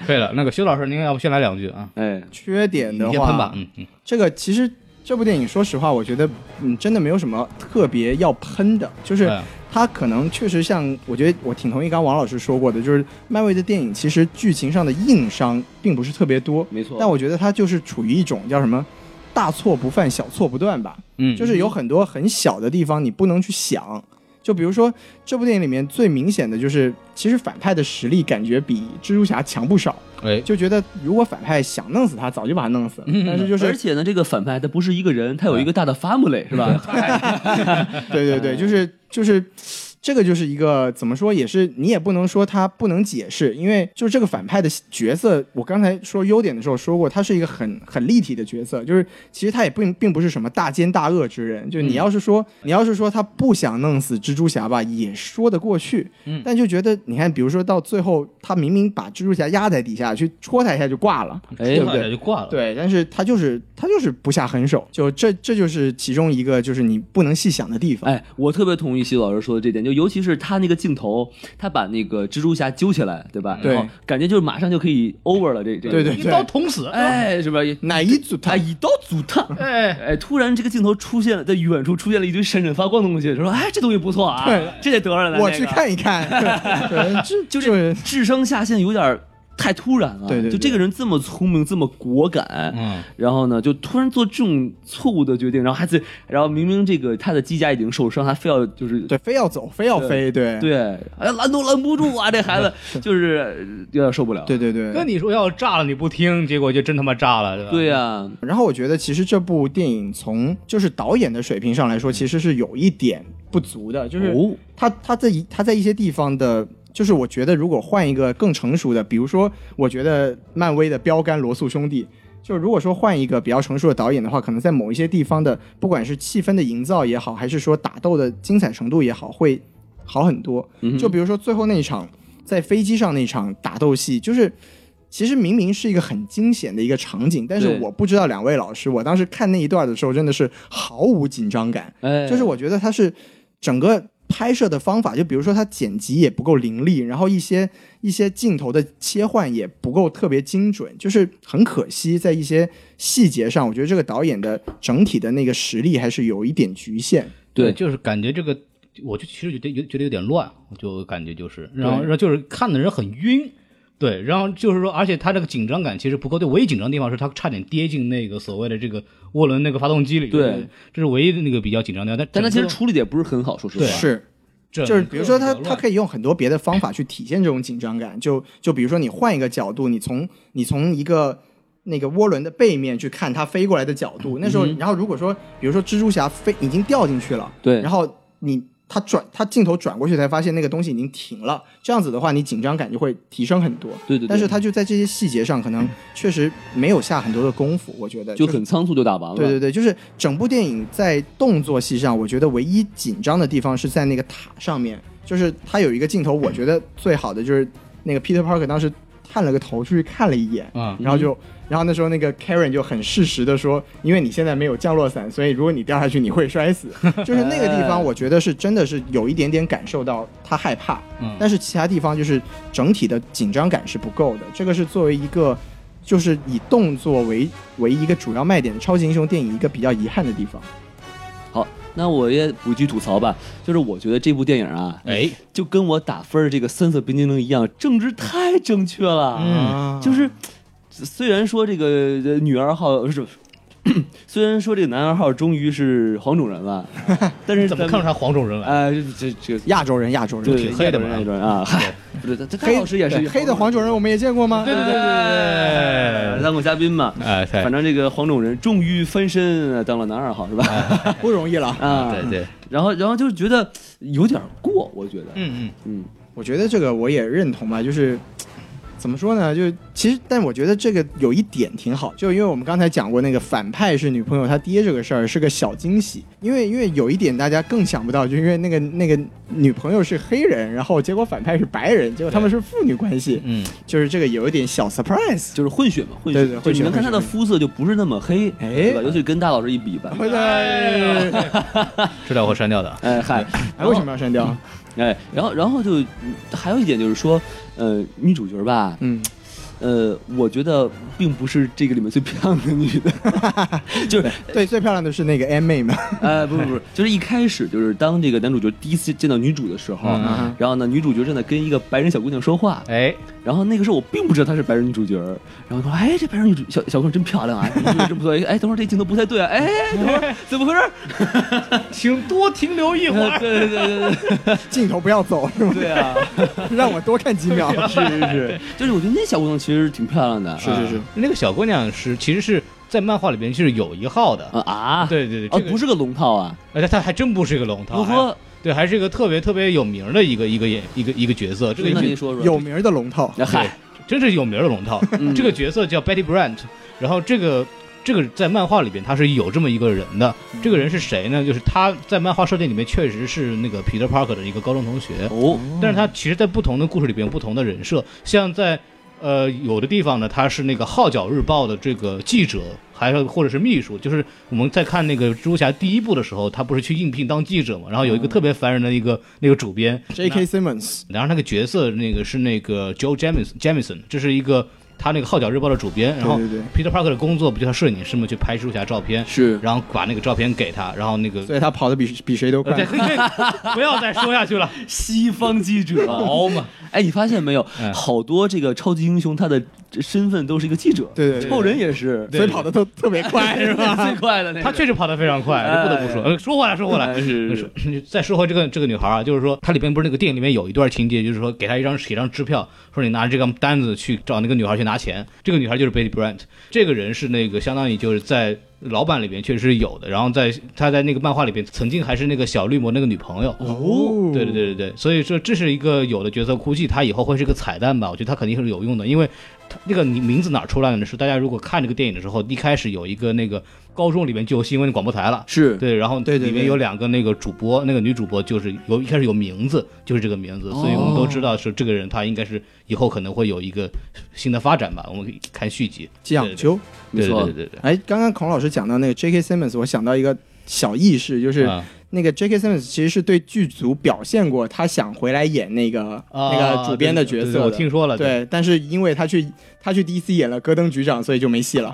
[SPEAKER 3] 对了，那个修老师，您要不先来两句啊？
[SPEAKER 4] 哎，
[SPEAKER 2] 缺点
[SPEAKER 3] 你
[SPEAKER 2] 的
[SPEAKER 3] 先喷吧
[SPEAKER 2] 话，，
[SPEAKER 3] 嗯嗯，
[SPEAKER 2] 这个其实这部电影，说实话，我觉得嗯，真的没有什么特别要喷的，就是
[SPEAKER 3] 哎
[SPEAKER 2] 它可能确实像我觉得我挺同意刚刚王老师说过的，就是漫威的电影其实剧情上的硬伤并不是特别多，
[SPEAKER 4] 没错
[SPEAKER 2] 但我觉得它就是处于一种叫什么大错不犯小错不断吧，
[SPEAKER 3] 嗯，
[SPEAKER 2] 就是有很多很小的地方你不能去想。就比如说这部电影里面最明显的就是，其实反派的实力感觉比蜘蛛侠强不少，
[SPEAKER 3] 哎，
[SPEAKER 2] 就觉得如果反派想弄死他，早就把他弄死了。但是就是
[SPEAKER 4] 嗯而且呢，这个反派他不是一个人，他有一个大的 family 是吧？
[SPEAKER 2] 对对对，就是就是，这个就是一个怎么说，也是你也不能说他不能解释，因为就是这个反派的角色，我刚才说优点的时候说过，他是一个很很立体的角色，就是其实他也并并不是什么大奸大恶之人，就是你要是说、你要是说他不想弄死蜘蛛侠吧，也说得过去，
[SPEAKER 3] 嗯
[SPEAKER 2] 但就觉得你看，比如说到最后，他明明把蜘蛛侠压在底下去戳他一下就挂了，
[SPEAKER 4] 哎
[SPEAKER 2] 对不对
[SPEAKER 3] 就？挂了，，
[SPEAKER 2] 对，但是他就是他就是不下狠手，就这这就是其中一个就是你不能细想的地方。
[SPEAKER 4] 哎，我特别同意西老师说的这点，就尤其是他那个镜头，他把那个蜘蛛侠揪起来，对吧？
[SPEAKER 2] 对
[SPEAKER 4] 然后感觉就是马上就可以 over 了，这这
[SPEAKER 2] 对对
[SPEAKER 3] 一
[SPEAKER 2] 对
[SPEAKER 3] 刀捅死，
[SPEAKER 4] 哎，是吧？
[SPEAKER 2] 哪一组
[SPEAKER 4] 他
[SPEAKER 2] 他
[SPEAKER 4] 一刀阻他。
[SPEAKER 3] 哎，
[SPEAKER 4] 哎，突然这个镜头出现了，在远处出现了一堆闪闪发光的东西，说：“哎，这东西不错啊
[SPEAKER 2] 对，
[SPEAKER 4] 这得得着了。”
[SPEAKER 2] 我去看一看， 对这
[SPEAKER 4] 就
[SPEAKER 2] 就是
[SPEAKER 4] 智商下线有点儿太突然了。
[SPEAKER 2] 对对对
[SPEAKER 4] 就这个人这么聪明，这么果敢，
[SPEAKER 3] 嗯，
[SPEAKER 4] 然后呢，就突然做这种错误的决定，然后还自，然后明明这个他的机甲已经受伤，还非要就是
[SPEAKER 2] 对，非要走，非要飞，对
[SPEAKER 4] 对，哎，拦都拦不住啊！这孩 子就是呃有点受不了。
[SPEAKER 2] 对对
[SPEAKER 3] 跟
[SPEAKER 2] 对。
[SPEAKER 3] 你说要炸了你不听，结果就真他妈炸了，对吧？
[SPEAKER 4] 对呀、
[SPEAKER 2] 然后我觉得其实这部电影从就是导演的水平上来说，其实是有一点不足的，就是
[SPEAKER 4] 哦，
[SPEAKER 2] 他他在一他在一些地方的。就是我觉得，如果换一个更成熟的，比如说，我觉得漫威的标杆罗素兄弟，就是如果说换一个比较成熟的导演的话，可能在某一些地方的，不管是气氛的营造也好，还是说打斗的精彩程度也好，会好很多。就比如说最后那一场在飞机上那场打斗戏，就是其实明明是一个很惊险的一个场景，但是
[SPEAKER 4] 对
[SPEAKER 2] 我不知道两位老师，我当时看那一段的时候真的是毫无紧张感，
[SPEAKER 4] 哎，
[SPEAKER 2] 就是我觉得它是整个。拍摄的方法，就比如说它剪辑也不够凌厉，然后一些一些镜头的切换也不够特别精准，就是很可惜，在一些细节上，我觉得这个导演的整体的那个实力还是有一点局限。
[SPEAKER 4] 对
[SPEAKER 3] 就是感觉这个，我就其实觉得有觉得有点乱，我就感觉就是，然后然后就是看的人很晕。对，然后就是说，而且他这个紧张感其实不够。对，唯一紧张的地方是他差点跌进那个所谓的这个涡轮那个发动机里。
[SPEAKER 4] 对，
[SPEAKER 3] 这是唯一的那个比较紧张的地方。
[SPEAKER 4] 但
[SPEAKER 3] 但
[SPEAKER 4] 他其实处理的也不是很好，说实话。
[SPEAKER 3] 对
[SPEAKER 2] 是，
[SPEAKER 3] 就
[SPEAKER 2] 就是比如说他他可
[SPEAKER 3] 以
[SPEAKER 2] 以用很多别的方法去体现这种紧张感，就就比如说你换一个角度，你从你从一个那个涡轮的背面去看它飞过来的角度，那时候，然后如果说比如说蜘蛛侠飞已经掉进去了，
[SPEAKER 4] 对
[SPEAKER 2] 然后你他转他镜头转过去才发现那个东西已经停了，这样子的话你紧张感就会提升很多。
[SPEAKER 4] 对对对
[SPEAKER 2] 但是他就在这些细节上可能确实没有下很多的功夫，我觉得
[SPEAKER 4] 就是很仓促就打完了。
[SPEAKER 2] 对对对，就是整部电影在动作戏上，我觉得唯一紧张的地方是在那个塔上面，就是它有一个镜头，我觉得最好的就是那个 Peter Parker 当时探了个头出去看了一眼，
[SPEAKER 3] 啊，
[SPEAKER 2] 然后
[SPEAKER 4] 嗯
[SPEAKER 2] 就，然后那时候那个 Karen 就很适时的说，因为你现在没有降落伞，所以如果你掉下去你会摔死。 就是那个地
[SPEAKER 4] 哎
[SPEAKER 2] 方，我觉得是真的是有一点点感受到他害怕，
[SPEAKER 3] 嗯
[SPEAKER 2] 但是其他地方就是整体的紧张感是不够的。这个是作为一个就是以动作为为一个主要卖点的超级英雄电影一个比较遗憾的地方。
[SPEAKER 4] 好，那我也补句吐槽吧，就是我觉得这部电影啊，
[SPEAKER 3] 哎，
[SPEAKER 4] 就跟我打分儿这个三色冰激凌一样，政治太正确了。
[SPEAKER 2] 嗯
[SPEAKER 4] 就是虽然说这个呃女二号不是， 虽然说这个男二号终于是黄种人 了，但是
[SPEAKER 3] 怎么
[SPEAKER 4] 咱们
[SPEAKER 3] 看出他黄种人来？
[SPEAKER 4] 哎，这这这
[SPEAKER 2] 亚洲人，亚洲人，
[SPEAKER 4] 对
[SPEAKER 3] 挺黑的嘛
[SPEAKER 4] 亚洲人啊，嗨，不是，这黑
[SPEAKER 2] 黑
[SPEAKER 4] 老师也是
[SPEAKER 2] 对黑的黄种人，我们也见过吗？
[SPEAKER 3] 对对
[SPEAKER 4] 哎，
[SPEAKER 3] 对
[SPEAKER 4] 当过嘉宾嘛。
[SPEAKER 3] 哎，
[SPEAKER 4] 反
[SPEAKER 3] 对
[SPEAKER 4] 正这个黄种人终于翻身呃当了男二号是吧？
[SPEAKER 2] 不容易了。
[SPEAKER 4] 啊，
[SPEAKER 3] 哎对。对，
[SPEAKER 4] 然后，然后就是觉得有点过，我觉得，
[SPEAKER 3] 嗯嗯，
[SPEAKER 4] 嗯，
[SPEAKER 2] 我觉得这个我也认同吧，就是怎么说呢？就其实，但我觉得这个有一点挺好，就因为我们刚才讲过那个反派是女朋友她爹这个事儿是个小惊喜，因为因为有一点大家更想不到，就因为那个那个女朋友是黑人，然后结果反派是白人，结果他们是父女关系，
[SPEAKER 3] 嗯，
[SPEAKER 2] 就是这个有一点小 surprise。
[SPEAKER 4] 就是混血嘛，混
[SPEAKER 2] 对
[SPEAKER 4] 血，
[SPEAKER 2] 对
[SPEAKER 4] 就
[SPEAKER 2] 混血
[SPEAKER 4] 你能看
[SPEAKER 2] 混
[SPEAKER 4] 他
[SPEAKER 2] 血
[SPEAKER 4] 的肤色就不是那么黑，
[SPEAKER 2] 哎
[SPEAKER 4] 对吧？尤其跟大老师一比吧，
[SPEAKER 2] 回来，
[SPEAKER 3] 这条会删掉的。
[SPEAKER 4] 哎嗨，
[SPEAKER 2] 哎，为什么要删掉？
[SPEAKER 4] 哎，然后然后就嗯还有一点就是说，呃，女主角吧，
[SPEAKER 2] 嗯，
[SPEAKER 4] 呃，我觉得并不是这个里面最漂亮的女的， 就是
[SPEAKER 2] 对，最漂亮的是那个 M 妹嘛，
[SPEAKER 4] 呃，不不不，就是一开始就是当这个男主角第一次见到女主的时候，
[SPEAKER 3] 嗯
[SPEAKER 4] 然后呢，女主角正在跟一个白人小姑娘说话，
[SPEAKER 3] 哎，
[SPEAKER 4] 然后那个时候我并不知道她是白人女主角，然后说，哎，这白人女主小小姑娘真漂亮啊，女主角真不错，哎，等会儿这镜头不太对啊，哎，等会儿怎么回事？
[SPEAKER 3] 请多停留一会
[SPEAKER 4] 呃
[SPEAKER 3] 儿。
[SPEAKER 4] 对对对对对，
[SPEAKER 2] 镜头不要走是吗？
[SPEAKER 4] 对啊，
[SPEAKER 2] 让我多看几秒。是是是，
[SPEAKER 4] 就是我觉得那小姑娘其实挺漂亮的，
[SPEAKER 2] 是是是
[SPEAKER 3] 啊那个小姑娘是其实是在漫画里边是有一号的。
[SPEAKER 4] 啊啊，
[SPEAKER 3] 对对对，
[SPEAKER 4] 哦
[SPEAKER 3] 这，个
[SPEAKER 4] 不，是个龙套啊，
[SPEAKER 3] 而且她还真不是一个龙套，
[SPEAKER 4] 如何
[SPEAKER 3] 还？对，还是一个特别特别有名的一个一个演一个一个角色。这个
[SPEAKER 4] 那
[SPEAKER 3] 角
[SPEAKER 4] 您说说，
[SPEAKER 2] 有名儿的龙套，
[SPEAKER 4] 那嗨，
[SPEAKER 3] 真是有名儿的龙套。
[SPEAKER 4] 嗯
[SPEAKER 3] 这个角色叫 Betty Brant，然后这个这个在漫画里边他是有这么一个人的，
[SPEAKER 4] 嗯
[SPEAKER 3] 这个人是谁呢？就是他在漫画设定里面确实是那个 Peter Parker 的一个高中同学，
[SPEAKER 4] 哦，
[SPEAKER 2] 嗯
[SPEAKER 3] 但是他其实，在不同的故事里边有不同的人设，像在。呃，有的地方呢，他是那个《号角日报》的这个记者，还有或者是秘书。就是我们在看那个蜘蛛侠第一部的时候，他不是去应聘当记者嘛，然后有一
[SPEAKER 2] 嗯
[SPEAKER 3] 个特别烦人的一个那个主编
[SPEAKER 2] J.K. Simmons，
[SPEAKER 3] 然后那个角色那个是那个 Joe Jamison Jamison，这是一个他那个《号角日报》的主编，然后
[SPEAKER 2] 对对
[SPEAKER 3] Peter Parker 的工作不就他摄影师嘛，去拍蜘蛛侠照片，
[SPEAKER 4] 是
[SPEAKER 3] 然后把那个照片给他，然后那个。
[SPEAKER 2] 所以他跑的比比谁都快
[SPEAKER 3] 呃 对。对，不要再说下去了。
[SPEAKER 4] 西方记者，好嘛？ 哎，你发现没有
[SPEAKER 3] 嗯，
[SPEAKER 4] 好多这个超级英雄他的身份都是一个 记者，
[SPEAKER 2] 对对对
[SPEAKER 4] 超人也是，
[SPEAKER 2] 所以跑的都特别快，是吧
[SPEAKER 4] 最？快 的那个，
[SPEAKER 3] 他确实跑得非常快，
[SPEAKER 4] 哎
[SPEAKER 3] 不得不说。呃，说回来，说回来
[SPEAKER 4] 哎，是是
[SPEAKER 3] 是再说回这个这个女孩啊，就是说，它里边不是那个电影里面有一段情节，就是说给她一张一张支票，说你拿这个单子去找那个女孩去拿钱。这个女孩就是 Betty Brant，这个人是那个相当于就是在老版里边确实是有的，然后在她在那个漫画里边曾经还是那个小绿魔那个女朋友。
[SPEAKER 2] 哦
[SPEAKER 3] 对对，对对对，所以说这是一个有的角色，估计他以后会是个彩蛋吧。我觉得他肯定是有用的，因为他那个名字哪儿出来的呢？是大家如果看这个电影的时候，一开始有一个那个高中里面就有新闻广播台了。
[SPEAKER 4] 是
[SPEAKER 3] 对，然后
[SPEAKER 2] 对对
[SPEAKER 3] 里面
[SPEAKER 2] 对
[SPEAKER 3] 有两个那个主播，那个女主播就是有一开始有名字，就是这个名字，所以我们都知道是这个人，他应该是以后可能会有一个新的发展吧。我们可以看续集，
[SPEAKER 2] 讲究。
[SPEAKER 3] 对对
[SPEAKER 4] 没错
[SPEAKER 3] 对对对
[SPEAKER 2] 哎，刚刚孔老师讲到那个 J.K. Simmons，我想到一个小意识，就
[SPEAKER 3] 对，
[SPEAKER 2] 是
[SPEAKER 3] 啊
[SPEAKER 2] 那个 J.K. Simmons 其实是对剧组表现过他想回来演那个那个主编的角
[SPEAKER 3] 啊对对对
[SPEAKER 2] 色
[SPEAKER 3] 我
[SPEAKER 2] 的
[SPEAKER 3] 听说了，
[SPEAKER 2] 对，但是因为他去他去 DC 演了戈登局长，所以就没戏 了。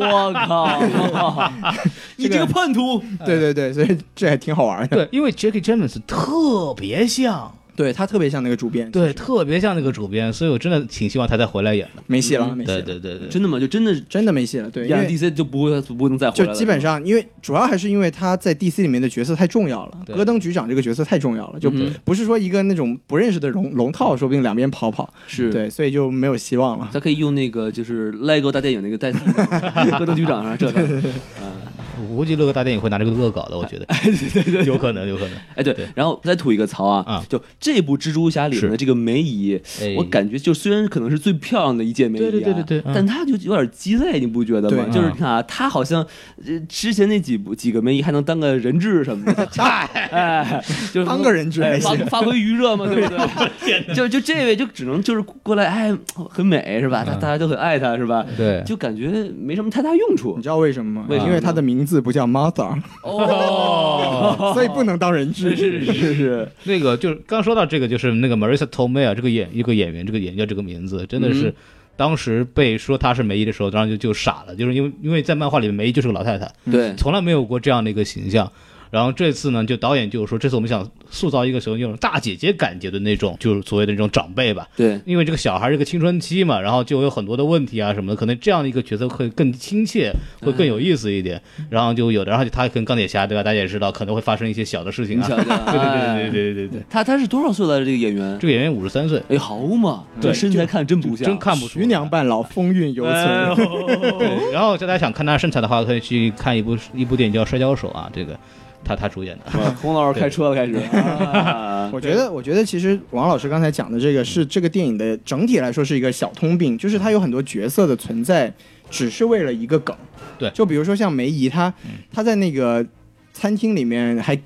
[SPEAKER 4] 我靠， 你这个叛徒，
[SPEAKER 2] 对对对，所以这还挺好玩的。
[SPEAKER 3] 对，因为 Jackie James 特别像。
[SPEAKER 2] 对他特别像那个主编，
[SPEAKER 3] 对，特别像那个主编，所以我真的挺希望他再回来演的。
[SPEAKER 2] 没戏了，没戏
[SPEAKER 3] 嗯对
[SPEAKER 2] 了，
[SPEAKER 3] 对对对，
[SPEAKER 4] 真的吗？就真的
[SPEAKER 2] 真的没戏了。对，因
[SPEAKER 4] 演
[SPEAKER 2] 为
[SPEAKER 4] DC 就不会不能再回
[SPEAKER 2] 就
[SPEAKER 4] 来了，
[SPEAKER 2] 基本上，因为主要还是因为他在 DC 里面的角色太重要了，
[SPEAKER 3] 对
[SPEAKER 2] 戈登局长这个角色太重要了，就
[SPEAKER 4] 嗯
[SPEAKER 2] 不不是说一个那种不认识的龙龙套，说不定两边跑跑，
[SPEAKER 4] 是。
[SPEAKER 2] 对，所以就没有希望了。
[SPEAKER 4] 他可以用那个就是 LEGO 大电影那个代替 戈登局长啊，这个，
[SPEAKER 3] 我估计乐哥大电影会拿这个恶搞的，我觉得有可能，有可能。
[SPEAKER 4] 哎对，然后再吐一个槽啊
[SPEAKER 3] 啊，
[SPEAKER 4] 就这部蜘蛛侠里面的
[SPEAKER 3] 是
[SPEAKER 4] 这个梅姨，
[SPEAKER 3] 哎
[SPEAKER 4] 我感觉就虽然可能是最漂亮的一届梅姨、
[SPEAKER 3] 对
[SPEAKER 4] 啊，
[SPEAKER 3] 对对对对嗯
[SPEAKER 4] 但她就有点鸡肋，你不觉得吗？
[SPEAKER 2] 对
[SPEAKER 4] 就是你看啊，她好像呃之前那几部几个梅姨还能当个人质什 么的，哎，就 是
[SPEAKER 2] 当个人质
[SPEAKER 4] 哎
[SPEAKER 2] 还
[SPEAKER 4] 发
[SPEAKER 2] 行
[SPEAKER 4] 发挥余 热嘛，对不对？就就这位就只能就是过来，哎，很美是吧？大大家都很爱她是吧？
[SPEAKER 3] 嗯哎对
[SPEAKER 4] 就感觉没什么太大用处
[SPEAKER 2] 你。知道为什么吗？
[SPEAKER 4] 为什么呢
[SPEAKER 2] 因为他的名字不叫 Martha，
[SPEAKER 4] 哦，
[SPEAKER 2] 所以不能当人质。
[SPEAKER 4] 是是是，
[SPEAKER 3] 那个就是刚说到这个，就是那个 Marissa Tomei 啊，这个演一个演员，这个演员叫这个名字，真的是。当时被说她是梅姨的时候，当时就就傻了，就是因为因为在漫画里面梅姨就是个老太太，
[SPEAKER 4] 对，
[SPEAKER 3] 从来没有过这样的一个形象。然后这次呢，就导演就说，这次我们想塑造一个什么那种大姐姐感觉的那种，就是所谓的那种长辈吧。
[SPEAKER 4] 对，
[SPEAKER 3] 因为这个小孩是个青春期嘛，然后就有很多的问题啊什么的，可能这样的一个角色会更亲切，会更有意思一点。然后就有的，然后他跟钢铁侠对吧？大家也知道，可能会发生一些小的事情
[SPEAKER 4] 你
[SPEAKER 3] 啊。
[SPEAKER 4] 瞧
[SPEAKER 3] 对
[SPEAKER 4] 瞧，
[SPEAKER 3] 对对对
[SPEAKER 4] 哎
[SPEAKER 3] 对对对，
[SPEAKER 4] 他他是多少岁了？这个演员
[SPEAKER 3] 这？个演员五十三岁，
[SPEAKER 4] 哎，好嘛，
[SPEAKER 3] 对
[SPEAKER 4] 这身材看真不像，
[SPEAKER 3] 真看不出来
[SPEAKER 2] 徐娘哦半老，风韵犹
[SPEAKER 4] 哎
[SPEAKER 2] 存。
[SPEAKER 3] 对，然后大家想看他身材的话，可以去看一部一部电影叫《摔跤手》啊，这个他他主演的。
[SPEAKER 4] 哇孔老师开车了， 开始。
[SPEAKER 3] 嗯
[SPEAKER 4] 啊
[SPEAKER 2] 我觉得，我觉得其实王老师刚才讲的这个是这个电影的整体来说是一个小通病，就是
[SPEAKER 3] 嗯
[SPEAKER 2] 它有很多角色的存在，只是为了一个梗。
[SPEAKER 3] 对嗯
[SPEAKER 2] 就比如说像梅姨，她她在那个餐厅里面还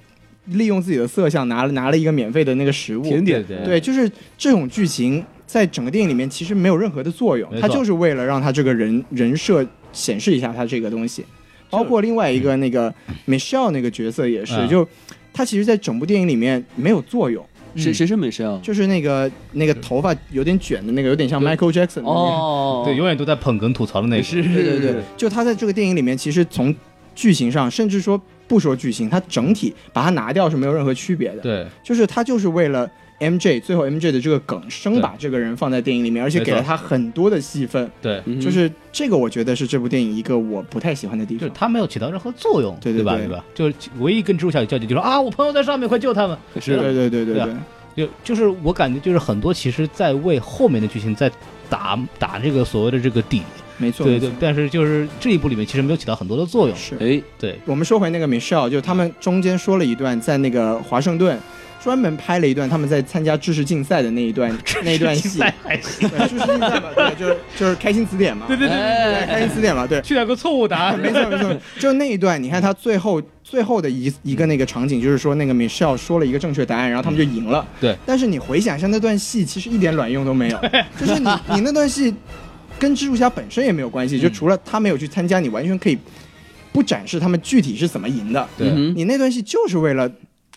[SPEAKER 2] 利用自己的色相拿了拿了一个免费的那个食物，
[SPEAKER 4] 甜点
[SPEAKER 3] 对
[SPEAKER 2] 对，就是这种剧情在整个电影里面其实没有任何的作用
[SPEAKER 3] 没，错
[SPEAKER 2] 它就是为了让他这个人人设显示一下他这个东西。包括另外一个那个 Michelle 那个角色也是，
[SPEAKER 3] 嗯
[SPEAKER 2] 就他其实，在整部电影里面没有作用，
[SPEAKER 3] 嗯
[SPEAKER 4] 谁谁是美谁啊？
[SPEAKER 2] 就是那个那个头发有点卷的那个，有点像 Michael Jackson 的那个。
[SPEAKER 4] 哦，
[SPEAKER 3] 对，永远都在捧哏吐槽的那个。
[SPEAKER 4] 是，
[SPEAKER 2] 对对对，就他在这个电影里面，其实从剧情上，甚至说不说剧情，他整体把它拿掉是没有任何区别的。
[SPEAKER 3] 对，
[SPEAKER 2] 就是他就是为了 MJ 最后 MJ 的这个梗，生把这个人放在电影里面，而且给了他很多的戏份。
[SPEAKER 3] 对，
[SPEAKER 4] 嗯
[SPEAKER 2] 就是这个，我觉得是这部电影一个我不太喜欢的地
[SPEAKER 3] 就是
[SPEAKER 2] 方。
[SPEAKER 3] 它没有起到任何作用，
[SPEAKER 2] 对
[SPEAKER 3] 对
[SPEAKER 2] 对
[SPEAKER 3] 吧？
[SPEAKER 2] 对
[SPEAKER 3] 对吧？就是唯一跟蜘蛛侠有交集，就说啊，我朋友在上面，快救他们！
[SPEAKER 2] 对对对对
[SPEAKER 3] 对啊
[SPEAKER 2] 对，
[SPEAKER 3] 就就是我感觉就是很多其实在为后面的剧情在打打这个所谓的这个底，
[SPEAKER 2] 没错。
[SPEAKER 3] 对
[SPEAKER 2] 没错
[SPEAKER 3] 对。但是就是这一部里面其实没有起到很多的作用，
[SPEAKER 2] 是。
[SPEAKER 4] 哎，
[SPEAKER 3] 对
[SPEAKER 2] 我们说回那个 Michelle，就他们中间说了一段，在那个华盛顿专门拍了一段他们在参加知识竞赛的那一 段那一段 戏。
[SPEAKER 3] 赛还行，
[SPEAKER 2] 对知识竞赛嘛，对，就是就是开心词典嘛。对对对，开心词典嘛，对。
[SPEAKER 3] 去掉个错误答案，
[SPEAKER 2] 没错没错，就那一段，你看他最后最后的一一个那个场景，就是说那个 Michelle 说了一个正确答案，然后他们就赢了。
[SPEAKER 3] 对，
[SPEAKER 2] 但是你回想一下那段戏，其实一点卵用都没 有，就是你你那段戏跟蜘蛛侠本身也没有关系，就除了他没有去参加，你完全可以不展示他们具体是怎么赢的。
[SPEAKER 3] 对
[SPEAKER 4] 嗯
[SPEAKER 2] 你那段戏就是为了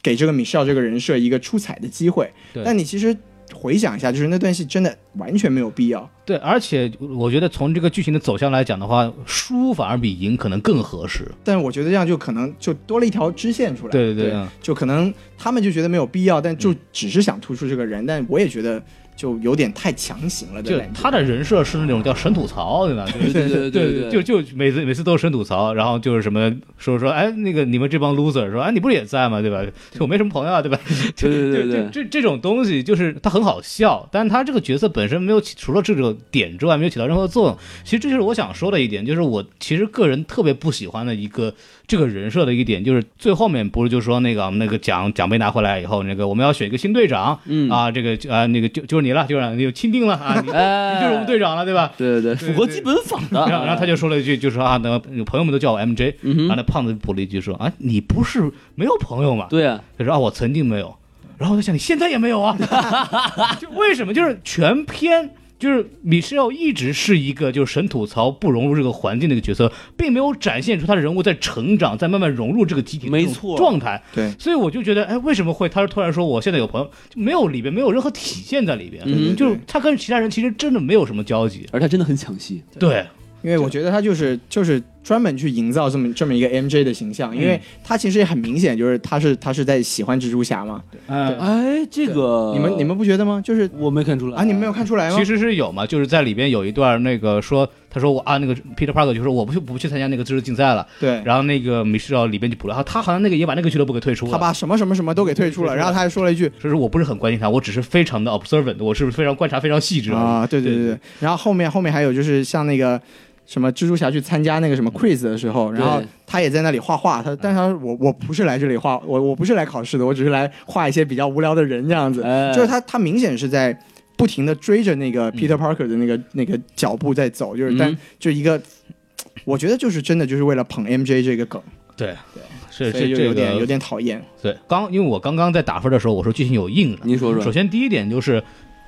[SPEAKER 2] 给这个 Michelle 这个人设一个出彩的机会
[SPEAKER 3] 对，
[SPEAKER 2] 但你其实回想一下，就是那段戏真的完全没有必要。
[SPEAKER 3] 对，而且我觉得从这个剧情的走向来讲的话，输反而比赢可能更合适，
[SPEAKER 2] 但我觉得这样就可能就多了一条支线出来。
[SPEAKER 3] 对对对
[SPEAKER 2] 对，
[SPEAKER 3] 嗯
[SPEAKER 2] 就可能他们就觉得没有必要，但就只是想突出这个人。但我也觉得就有点太强行了
[SPEAKER 3] 就
[SPEAKER 2] 的感觉。
[SPEAKER 3] 他的人设是那种叫神吐槽，对吧？就是
[SPEAKER 4] 对对
[SPEAKER 3] 对
[SPEAKER 4] 对
[SPEAKER 3] 就就每次每次都是深吐槽，然后就是什么说说，哎，那个你们这帮 loser 说，哎，你不是也在吗？对吧？就我没什么朋友啊，对吧？
[SPEAKER 4] 对对对对
[SPEAKER 3] 就就这这种东西就是它很好笑，但他这个角色本身没有起除了这种点之外没有起到任何作用。其实这就是我想说的一点，就是我其实个人特别不喜欢的一个这个人设的一点，就是最后面不是就说那个我们那个奖奖杯拿回来以后，那个我们要选一个新队长，
[SPEAKER 4] 嗯
[SPEAKER 3] 啊，这个啊那个就就是你了，就是你就钦定了啊，你
[SPEAKER 4] 哎，
[SPEAKER 3] 你就是我们队长了，对吧？
[SPEAKER 4] 对对对，符合基本法的。
[SPEAKER 3] 然后，然后他就说了一句，就说啊，那朋友们都叫我 MJ，、
[SPEAKER 4] 嗯哼
[SPEAKER 3] 然后那胖子补了一句说啊，你不是没有朋友吗？
[SPEAKER 4] 对啊，
[SPEAKER 3] 他说啊，我曾经没有，然后我在想你现在也没有啊， 就为什么？就是全篇就是米歇尔一直是一个就是神吐槽不融入这个环境的一个角色，并没有展现出他的人物在成长，在慢慢融入这个集体的
[SPEAKER 4] 没
[SPEAKER 3] 这种
[SPEAKER 4] 错
[SPEAKER 3] 状态。
[SPEAKER 2] 对
[SPEAKER 3] 所以我就觉得，哎，为什么会他突然说我现在有朋友，就没有里边没有任何体现在里边，
[SPEAKER 4] 嗯
[SPEAKER 3] 就是他跟其他人其实真的没有什么交集，
[SPEAKER 4] 而他真的很抢戏。
[SPEAKER 3] 对。
[SPEAKER 2] 因为我觉得他就是就是专门去营造这么这么一个 MJ 的形象，因为他其实也很明显，就是他是他是在喜欢蜘蛛侠嘛。
[SPEAKER 3] 嗯，
[SPEAKER 4] 哎，这个
[SPEAKER 2] 你们你们不觉得吗？就是
[SPEAKER 4] 我没看出来
[SPEAKER 2] 啊，你们没有看出来吗？
[SPEAKER 3] 呃其实是有嘛，就是在里边有一段那个说，他说我啊那个 Peter Parker 就说我不去不去参加那个知识竞赛了，
[SPEAKER 2] 对，
[SPEAKER 3] 然后那个米歇尔里边就补了，他好像那个也把那个俱乐部给退出了。
[SPEAKER 2] 他把什么什么什么都给退出了，然后他还说了一句
[SPEAKER 3] 所以说我不是很关心他，我只是非常的 observant，我是非常观察非常细致
[SPEAKER 2] 啊，对
[SPEAKER 3] 对
[SPEAKER 2] 对对对。然后后面后面还有就是像那个什么蜘蛛侠去参加那个什么 quiz 的时候，然后
[SPEAKER 4] 对
[SPEAKER 2] 他也在那里画画，他但是他说我我不是来这里画，我我不是来考试的，我只是来画一些比较无聊的人这样子，
[SPEAKER 4] 哎
[SPEAKER 2] 就是他他明显是在。不停的追着那个 Peter Parker 的那个、那个脚步在走，就是但、
[SPEAKER 4] 嗯
[SPEAKER 2] 就一个，我觉得就是真的就是为了捧 MJ 这个梗，
[SPEAKER 3] 对对，是
[SPEAKER 2] 所以
[SPEAKER 3] 这
[SPEAKER 2] 就
[SPEAKER 3] 哎这
[SPEAKER 2] 有点、有
[SPEAKER 3] 个
[SPEAKER 2] 点讨厌。
[SPEAKER 3] 对。刚因为我刚刚在打分的时候，我说剧情有硬
[SPEAKER 2] 嗯
[SPEAKER 3] 的。
[SPEAKER 4] 您说
[SPEAKER 3] 首
[SPEAKER 4] 说，
[SPEAKER 3] 先第一点就是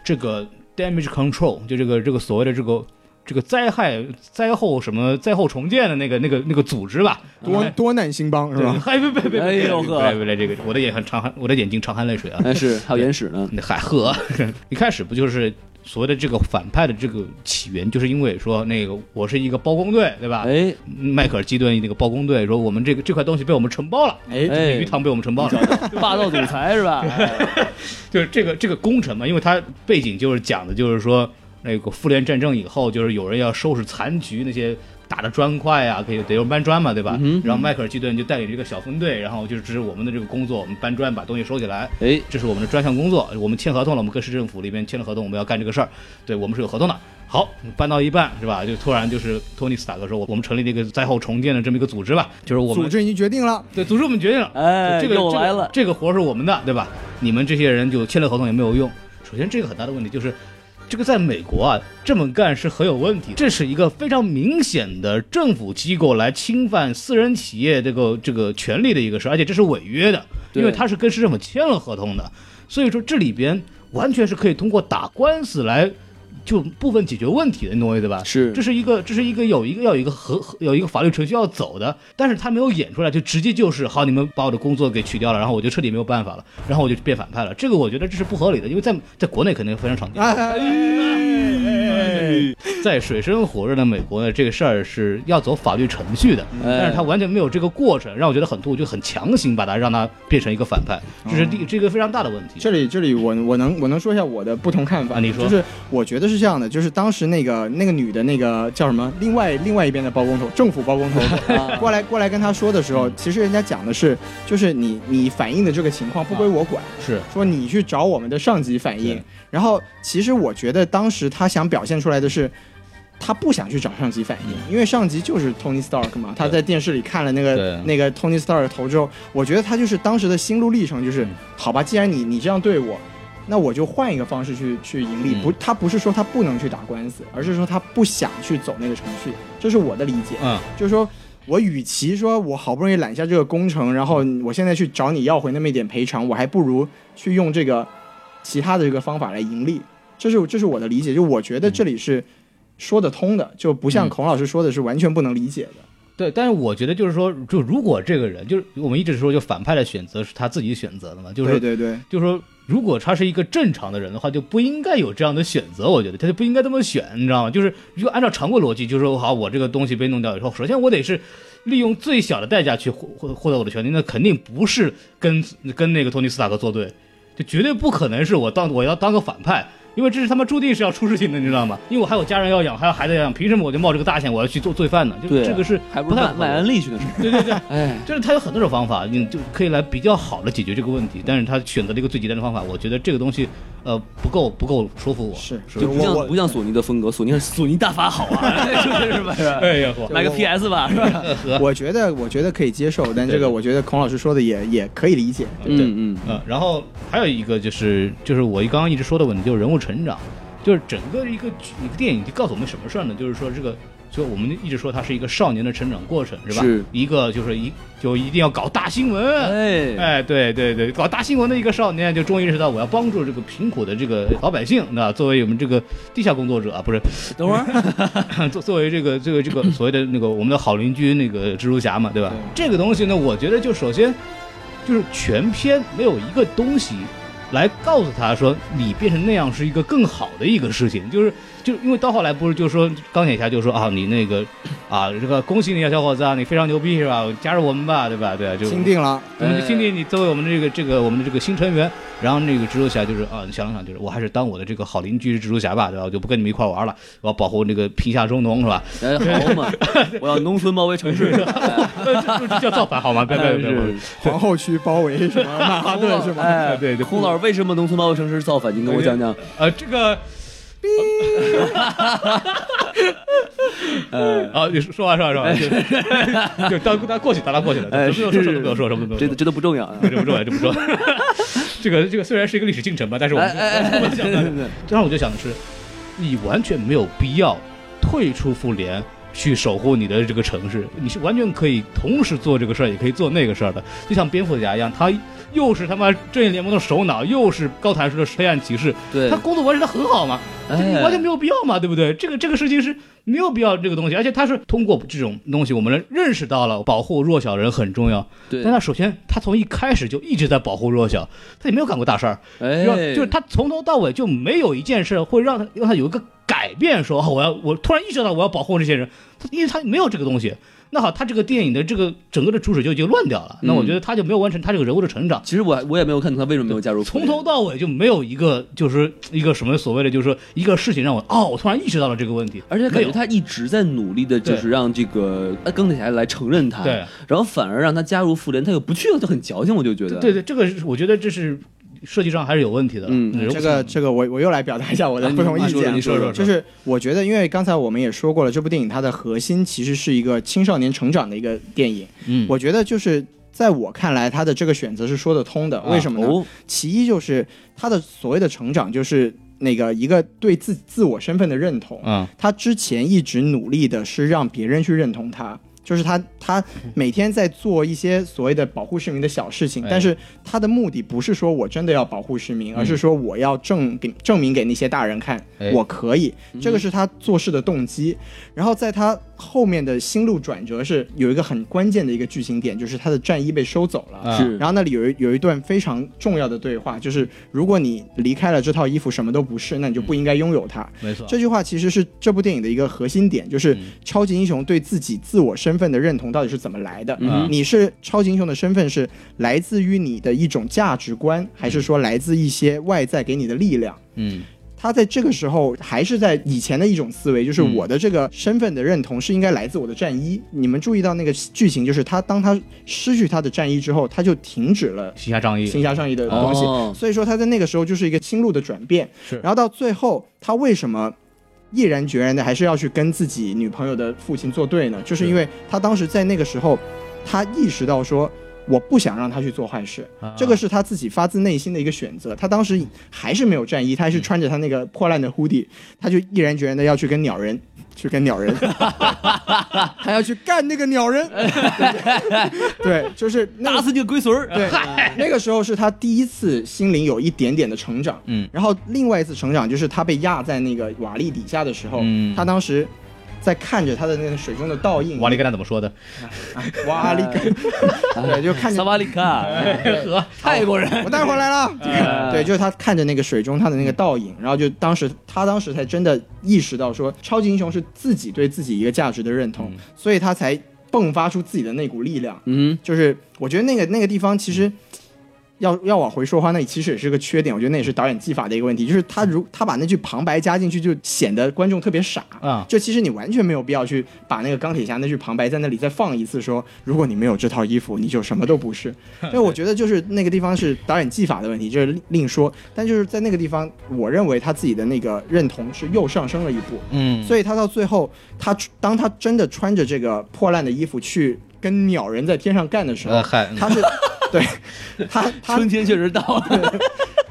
[SPEAKER 3] 这个 damage control，就这个这个所谓的这个这个灾害灾后什么灾后重建的那个那个那个组织吧，
[SPEAKER 2] 多多难兴邦是吧？
[SPEAKER 3] 哎，别别别，
[SPEAKER 4] 哎呦呵
[SPEAKER 3] 别别别，这个我的眼很长汗，我的眼睛长含泪水啊。
[SPEAKER 4] 哎是还有眼 屎呢。
[SPEAKER 3] 那海鹤一开始不就是所谓的这个反派的这个起源，就是因为说那个我是一个包工队，对吧？
[SPEAKER 4] 哎
[SPEAKER 3] 迈克尔基顿那个包工队说我们这个这块东西被我们承包了，
[SPEAKER 2] 哎
[SPEAKER 3] 这个
[SPEAKER 4] 哎
[SPEAKER 3] 鱼，塘被我们承包了，
[SPEAKER 4] 霸道总裁 是吧？
[SPEAKER 3] 就是这个这个工程嘛，因为它背景就是讲的就是说那个复联战争以后，就是有人要收拾残局那些。打的砖块啊，可以得用搬砖嘛，对吧？
[SPEAKER 4] 嗯哼
[SPEAKER 3] 然后迈克尔基顿就带领这个小分队，然后就是这是我们的这个工作，我们搬砖把东西收起来，
[SPEAKER 4] 哎
[SPEAKER 3] 这是我们的专项工作，我们签合同了，我们跟市政府里面签了合同，我们要干这个事儿，对我们是有合同的。好，搬到一半是吧？就突然就是托尼斯塔克说，我我们成立了一个灾后重建的这么一个组织吧，就是我
[SPEAKER 2] 组
[SPEAKER 3] 们
[SPEAKER 2] 织已经决定了，
[SPEAKER 3] 对组织我们决定了，
[SPEAKER 4] 哎
[SPEAKER 3] 这个
[SPEAKER 4] 又来了
[SPEAKER 3] 这个，这个活儿是我们的，对吧？你们这些人就签了合同也没有用。首先，这个很大的问题就是，这个在美国啊，这么干是很有问题的，这是一个非常明显的政府机构来侵犯私人企业这个这个权利的一个事儿，而且这是违约的，
[SPEAKER 4] 对
[SPEAKER 3] 因为他是跟市政府签了合同的，所以说这里边完全是可以通过打官司来。就部分解决问题的，你懂我意思吧？
[SPEAKER 4] 是
[SPEAKER 3] 这是一个，这是一个有一个要有一个合合有一个法律程序要走的，但是他没有演出来，就直接就是好，你们把我的工作给取掉了，然后我就彻底没有办法了，然后我就变反派了。这个我觉得这是不合理的，因为在在国内肯定非常常见，
[SPEAKER 2] 哎哎哎
[SPEAKER 3] 在水深火热的美国呢，这个事儿是要走法律程序的，但是他完全没有这个过程，让我觉得很突兀，就很强行把他让他变成一个反派，这是第这个非常大的问题。
[SPEAKER 2] 这里这里我我能我能说一下我的不同看法，
[SPEAKER 3] 嗯啊你说
[SPEAKER 2] 就是我觉得是这样的，就是当时那个那个女的那个叫什么，另外另外一边的包工头，政府包工头
[SPEAKER 4] 啊
[SPEAKER 2] 过来过来跟他说的时候，其实人家讲的是，就是你你反映的这个情况不归我管，
[SPEAKER 3] 是
[SPEAKER 2] 说你去找我们的上级反映
[SPEAKER 3] 对，
[SPEAKER 2] 然后其实我觉得当时他想表现出来的是。他不想去找上级反
[SPEAKER 3] 嗯
[SPEAKER 2] 映，因为上级就是 Tony Stark 嘛。他在电视里看了那个
[SPEAKER 3] 对
[SPEAKER 2] 那个 Tony Stark 的头之后，我觉得他就是当时的心路历程，就是、
[SPEAKER 3] 嗯
[SPEAKER 2] 好吧，既然你你这样对我，那我就换一个方式去去盈利。
[SPEAKER 3] 嗯
[SPEAKER 2] 不，他不是说他不能去打官司，而是说他不想去走那个程序。这是我的理解，
[SPEAKER 3] 嗯，
[SPEAKER 2] 就是说。我与其说我好不容易揽下这个工程，然后
[SPEAKER 3] 嗯
[SPEAKER 2] 我现在去找你要回那么一点赔偿，我还不如去用这个其他的这个方法来盈利。这是这是我的理解，就我觉得这里是说得通的，就不像
[SPEAKER 3] 嗯
[SPEAKER 2] 孔老师说的是完全不能理解的。
[SPEAKER 3] 对，但是我觉得就是说，就如果这个人就是我们一直说，就反派的选择是他自己选择的嘛，就是
[SPEAKER 2] 对对对，
[SPEAKER 3] 就是说，如果他是一个正常的人的话，就不应该有这样的选择。我觉得他就不应该这么选，你知道吗？就是如果按照常规逻辑，就是说，好，我这个东西被弄掉以后，首先我得是利用最小的代价去获获获得我的权利，那肯定不是跟跟那个托尼斯塔克作对，就绝对不可能是我当我要当个反派。因为这是他妈注定是要出事情的，你知道吗？因为我还有家人要养，还有孩子要养，凭什么我就冒这个大险，我要去做罪犯呢？就
[SPEAKER 4] 对啊
[SPEAKER 3] 这个是
[SPEAKER 4] 还不
[SPEAKER 3] 不
[SPEAKER 4] 是
[SPEAKER 3] 太
[SPEAKER 4] 卖
[SPEAKER 3] 合
[SPEAKER 4] 卖
[SPEAKER 3] 理
[SPEAKER 4] 安利去呢？是吧
[SPEAKER 3] 对对对，
[SPEAKER 4] 哎，
[SPEAKER 3] 就是他有很多种方法，你就可以来比较好的解决这个问题，但是他选择了一个最极端的方法，我觉得这个东西，呃，不够不够说服我。
[SPEAKER 2] 是
[SPEAKER 3] 是
[SPEAKER 4] 就
[SPEAKER 3] 吧
[SPEAKER 4] 不像不像索尼的风格，索尼是索尼大法好啊， 是吧？是吧？
[SPEAKER 3] 哎呀，我
[SPEAKER 4] 买个 PS 吧，是吧？
[SPEAKER 2] 我觉得我觉得可以接受，但这个我觉得孔老师说的也也可以理解。
[SPEAKER 3] 对
[SPEAKER 4] 嗯嗯，
[SPEAKER 3] 嗯，然后还有一个就是就是我刚刚一直说的问题，就是人物成长，就是整个一个一个电影就告诉我们什么事儿呢？就是说这个，就我们一直说它是一个少年的成长过程，是吧？
[SPEAKER 4] 是
[SPEAKER 3] 一个就是一就一定要搞大新闻，
[SPEAKER 4] 哎，
[SPEAKER 3] 哎，对对对，搞大新闻的一个少年，就终于意识到我要帮助这个贫苦的这个老百姓。那作为我们这个地下工作者啊，不是，
[SPEAKER 4] 等会 儿，
[SPEAKER 3] 作作为这个这个 这个所谓的那个我们的好邻居那个蜘蛛侠嘛，对吧？这个东西呢，我觉得就首先就是全篇没有一个东西来告诉他说你变成那样是一个更好的一个事情，就是就是因为到后来不是就说钢铁侠就说啊你那个啊这个恭喜你啊小伙子啊你非常牛逼是吧？加入我们吧，对吧？对啊，就
[SPEAKER 2] 钦定了，
[SPEAKER 3] 我们就钦定你作为我们的这个这个我们的这个新成员，然后那个蜘蛛侠就是啊，你想了想，就是我还是当我的这个好邻居蜘蛛侠吧，对吧？我就不跟你们一块玩了，我要保护那个贫下中农，是 吧？
[SPEAKER 4] 哎，好嘛，我要农村包围城市， 哎
[SPEAKER 3] 呃这这这叫造反 好吗？别别别！别
[SPEAKER 2] 皇后区包围什么曼哈顿是吗？
[SPEAKER 4] 哎，
[SPEAKER 3] 啊对对
[SPEAKER 4] 孔老师为什么农村包围城市造反？您跟我讲讲。
[SPEAKER 3] 呃，这个。
[SPEAKER 4] 哎
[SPEAKER 3] 呃啊，你说说完说完说完，就 就当当过去，当当过去了，
[SPEAKER 4] 哎，
[SPEAKER 3] 什么都
[SPEAKER 4] 是
[SPEAKER 3] 没有说，什么都没有说，什么都没有
[SPEAKER 4] 这
[SPEAKER 3] 说
[SPEAKER 4] 都，这都不重要啊。
[SPEAKER 3] 这不重要，这不重要。 这个这个虽然是一个历史进程吧，但是我
[SPEAKER 4] 哎
[SPEAKER 3] 们
[SPEAKER 4] 哎哎，
[SPEAKER 3] 我
[SPEAKER 4] 对
[SPEAKER 3] 们想
[SPEAKER 4] 对
[SPEAKER 3] 的
[SPEAKER 4] 对，
[SPEAKER 3] 当时我就想的是，你完全没有必要退出复联去守护你的这个城市，你是完全可以同时做这个事儿，也可以做那个事儿的。就像蝙蝠侠一样，他又是他妈正义联盟的首脑，又是高谭市的黑暗骑士，
[SPEAKER 4] 对
[SPEAKER 3] 他工作完成的很好嘛，
[SPEAKER 4] 哎
[SPEAKER 3] 这个完全没有必要嘛，对不对？这个这个事情是没有必要这个东西，而且他是通过这种东西，我们认识到了保护弱小人很重要。
[SPEAKER 4] 对
[SPEAKER 3] 但他首先他从一开始就一直在保护弱小，他也没有干过大事儿。让
[SPEAKER 4] 哎，
[SPEAKER 3] 就是他从头到尾就没有一件事会让他让他有一个改变，说哦，我要我突然意识到我要保护这些人，他因为他没有这个东西。那好，他这个电影的这个整个的主旨就已经乱掉了。那我
[SPEAKER 2] 嗯
[SPEAKER 3] 觉得他就没有完成他这个人物的成长，
[SPEAKER 4] 其实我我也没有看懂他为什么没有加入
[SPEAKER 3] 从头到尾就没有一个就是一个什么所谓的就是说一个事情让我哦，我突然意识到了这个问题，
[SPEAKER 4] 而且
[SPEAKER 3] 没
[SPEAKER 4] 感觉
[SPEAKER 3] 有
[SPEAKER 4] 他一直在努力的，就是
[SPEAKER 3] 对
[SPEAKER 4] 让这个呃钢铁侠来承认
[SPEAKER 2] 哎
[SPEAKER 4] 他，
[SPEAKER 3] 对，
[SPEAKER 4] 然后反而让他加入复联，他又不去了，就很矫情，我就觉得。
[SPEAKER 3] 对对，这个是我觉得这是设计上还是有问题的。
[SPEAKER 4] 嗯
[SPEAKER 3] 人物
[SPEAKER 2] 这个这个我我又来表达一下我的不同意
[SPEAKER 4] 哎你说
[SPEAKER 2] 见
[SPEAKER 4] 说，你说说
[SPEAKER 2] 就是我觉得，因为刚才我们也说过了，这部电影它的核心其实是一个青少年成长的一个电影。
[SPEAKER 3] 嗯
[SPEAKER 2] 我觉得就是在我看来，他的这个选择是说得通的。为什么呢？
[SPEAKER 4] 哦，
[SPEAKER 2] 其一就是他的所谓的成长，就是那个一个对自自我身份的认同。
[SPEAKER 3] 啊，
[SPEAKER 2] 他之前一直努力的是让别人去认同他，就是他他每天在做一些所谓的保护市民的小事情，
[SPEAKER 3] 哎嗯
[SPEAKER 2] 但是他的目的不是说我真的要保护市民，而是说我要证给证明给那些大人看
[SPEAKER 3] 哎
[SPEAKER 2] 我可以，这个是他做事的动机。然后在他后面的心路转折是有一个很关键的一个剧情点，就是他的战衣被收走了。
[SPEAKER 3] 啊
[SPEAKER 4] 哦是
[SPEAKER 2] 然后那里有一有一段非常重要的对话，就是如果你离开了这套衣服什么都不是，那你就不应该拥有它。
[SPEAKER 3] 没错，
[SPEAKER 2] 这句话其实是这部电影的一个核心点，就是超级英雄对自己自我身份的认同到底是怎么来的？
[SPEAKER 3] 哼
[SPEAKER 2] 你是超级英雄的身份是来自于你的一种价值观，还是说来自一些外在给你的力量？
[SPEAKER 3] 嗯
[SPEAKER 2] 他在这个时候还是在以前的一种思维，就是
[SPEAKER 3] 嗯
[SPEAKER 2] 我的这个身份的认同是应该来自我的战衣。你们注意到那个剧情，就是他当他失去他的战衣之后，他就停止了
[SPEAKER 3] 行侠仗义，
[SPEAKER 2] 行侠仗义的东西。
[SPEAKER 4] 哦
[SPEAKER 2] 所以说他在那个时候就是一个心路的转变。
[SPEAKER 3] 嗯是
[SPEAKER 2] 然后到最后他为什么？毅然决然的还是要去跟自己女朋友的父亲作对呢，就是因为他当时在那个时候，他意识到说我不想让他去做坏事，
[SPEAKER 3] 啊
[SPEAKER 2] 这个是他自己发自内心的一个选择。他当时还是没有战衣，他还是穿着他那个破烂的 hoodie，他就毅然决然的要去跟鸟人，去跟 鸟人，他要去干那个鸟人， 对，就是那个呃
[SPEAKER 4] 打死你个龟孙儿！
[SPEAKER 2] 对，那个时候是他第一次心灵有一点点的成长，
[SPEAKER 3] 嗯
[SPEAKER 2] 然后另外一次成长就是他被压在那个瓦砾底下的时候，
[SPEAKER 3] 嗯
[SPEAKER 2] 他当时在看着他的那个水中的倒映，
[SPEAKER 3] 瓦力跟他怎么 说的？
[SPEAKER 2] 瓦砾， 对，就看着
[SPEAKER 4] 萨瓦利卡，
[SPEAKER 3] 和泰国人
[SPEAKER 2] 我带回来了。
[SPEAKER 4] 哎
[SPEAKER 2] 对，就是他看着那个水中他的那个倒影，然后就当时他当时才真的意识到说，超级英雄是自己对自己一个价值的认同，所以他才迸发出自己的那股力量。
[SPEAKER 4] 嗯，
[SPEAKER 2] 就是我觉得那个那个地方其实。要要往回说的话，那其实也是个缺点，我觉得那也是导演技法的一个问题，就是他如他把那句旁白加进去，就显得观众特别傻
[SPEAKER 3] 啊
[SPEAKER 2] 就其实你完全没有必要去把那个钢铁侠那句旁白在那里再放一次说，如果你没有这套衣服，你就什么都不 是。但我觉得就是那个地方是导演技法的问题，这、是另说。但就是在那个地方，我认为他自己的那个认同是又上升了一步。
[SPEAKER 3] 嗯
[SPEAKER 2] 所以他到最后，他当他真的穿着这个破烂的衣服去跟鸟人在天上干的时候
[SPEAKER 3] 呃，嗨，
[SPEAKER 2] 他 是对他他
[SPEAKER 4] 春天确实到了，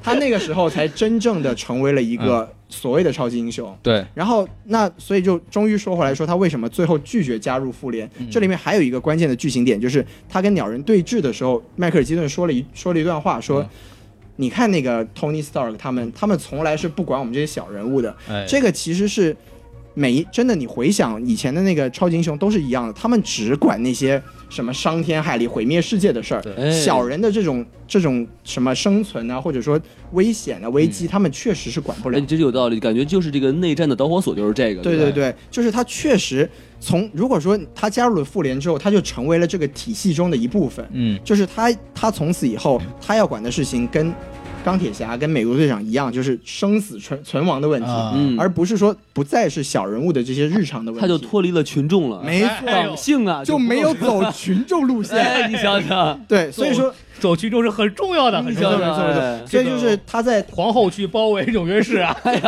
[SPEAKER 2] 他那个时候才真正的成为了一个所谓的超级英雄。
[SPEAKER 3] 嗯对，
[SPEAKER 2] 然后那所以就终于说回来说他为什么最后拒绝加入复联，
[SPEAKER 3] 嗯
[SPEAKER 2] 这里面还有一个关键的剧情点，就是他跟鸟人对峙的时候，迈克尔基顿说了一说了一段话，
[SPEAKER 3] 嗯
[SPEAKER 2] 说。你看那个 Tony Stark 他们，他们从来是不管我们这些小人物的。
[SPEAKER 3] 哎
[SPEAKER 2] 这个其实是每一真的，你回想以前的那个超级英雄都是一样的，他们只管那些什么伤天害理、毁灭世界的事儿，
[SPEAKER 4] 哎
[SPEAKER 2] 小人的这种这种什么生存啊，或者说危险啊、危机，他们确实是管不了
[SPEAKER 4] 哎，。你真有道理，感觉就是这个内战的导火索就是这个，
[SPEAKER 2] 对
[SPEAKER 4] 对
[SPEAKER 2] 对对，就是他确实从如果说他加入了复联之后，他就成为了这个体系中的一部分。
[SPEAKER 3] 嗯，
[SPEAKER 2] 就是他他从此以后他要管的事情跟钢铁侠跟美国队长一样，就是生死存存亡的问题，
[SPEAKER 3] 啊
[SPEAKER 4] 嗯
[SPEAKER 2] 而不是说不再是小人物的这些日常的问题。
[SPEAKER 4] 他就脱离了群众了，
[SPEAKER 2] 没错，
[SPEAKER 3] 哎呦
[SPEAKER 4] 党性啊，
[SPEAKER 2] 就没有走群众路线。
[SPEAKER 4] 哎，你想想，
[SPEAKER 2] 对，所以说，
[SPEAKER 3] 走群众是很重要的，很重
[SPEAKER 2] 没
[SPEAKER 3] 要
[SPEAKER 2] 错嗯
[SPEAKER 3] 的。
[SPEAKER 2] 没错没
[SPEAKER 4] 哎
[SPEAKER 2] 错，所以就是他在
[SPEAKER 3] 皇后去包围纽约市啊，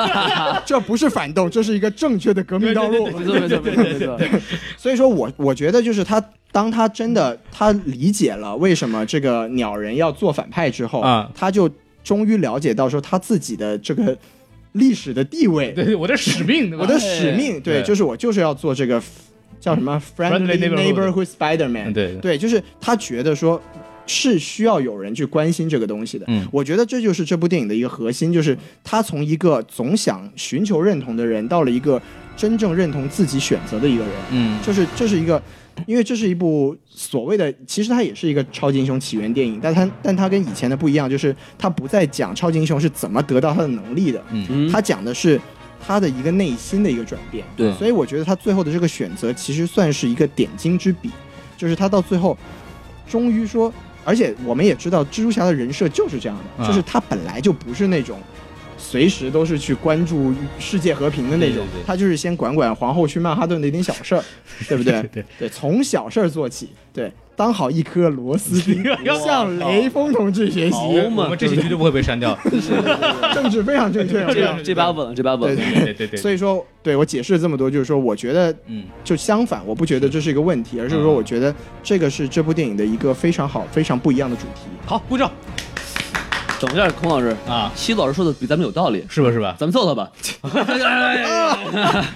[SPEAKER 2] 这不是反动，这是一个正确的革命道路。
[SPEAKER 4] 没错没错没错没错，
[SPEAKER 2] 所以说我我觉得就是他，当他真的他理解了为什么这个鸟人要做反派之后，
[SPEAKER 3] 啊
[SPEAKER 2] 他就终于了解到说他自己的这个历史的地位，
[SPEAKER 3] 对，我的使命，对吧
[SPEAKER 2] 我
[SPEAKER 3] 哎
[SPEAKER 2] 的使命，对，
[SPEAKER 3] 对
[SPEAKER 2] 就是我就是要做这个叫什么 friendly
[SPEAKER 3] Friendly neighborhood
[SPEAKER 2] neighborhood Spider
[SPEAKER 3] 嗯
[SPEAKER 2] Man，
[SPEAKER 3] 对对
[SPEAKER 2] 对，就是他觉得说。是需要有人去关心这个东西的，
[SPEAKER 3] 嗯
[SPEAKER 2] 我觉得这就是这部电影的一个核心，就是他从一个总想寻求认同的人，到了一个真正认同自己选择的一个人，
[SPEAKER 3] 嗯，
[SPEAKER 2] 就是这是一个，因为这是一部所谓的，其实它也是一个超级英雄起源电影，但它但它跟以前的不一样，就是它不再讲超级英雄是怎么得到他的能力的，
[SPEAKER 4] 嗯
[SPEAKER 2] 它讲的是他的一个内心的一个转变。
[SPEAKER 4] 对
[SPEAKER 2] 所以我觉得他最后的这个选择其实算是一个点睛之笔，就是他到最后终于说，而且我们也知道蜘蛛侠的人设就是这样的，
[SPEAKER 3] 啊
[SPEAKER 2] 就是他本来就不是那种随时都是去关注世界和平的那种，
[SPEAKER 3] 对对对
[SPEAKER 2] 他就是先管管皇后去曼哈顿的一点小 事儿，对不对？
[SPEAKER 3] 对
[SPEAKER 2] 对，从小事儿做起，对，当好一颗螺丝 钉
[SPEAKER 3] 哇，
[SPEAKER 2] 向雷锋同志学习，
[SPEAKER 3] 我们这些绝对不会被 删掉。
[SPEAKER 2] 政治非常 正确，非常
[SPEAKER 4] 这这把稳了，这把稳
[SPEAKER 2] 对
[SPEAKER 4] 了。
[SPEAKER 3] 对对对对，
[SPEAKER 2] 所以说，对我解释了这么多，就是说，我觉得
[SPEAKER 3] 嗯，
[SPEAKER 2] 就相反，我不觉得这是一个问题，而是说，我觉得这个是这部电影的一个非常好、非常不一样的主题。
[SPEAKER 3] 好，鼓掌
[SPEAKER 4] 等一下，孔老师，
[SPEAKER 3] 啊，
[SPEAKER 4] 西老师说的比咱们有道理，
[SPEAKER 3] 是吧是吧？
[SPEAKER 4] 咱们揍他吧。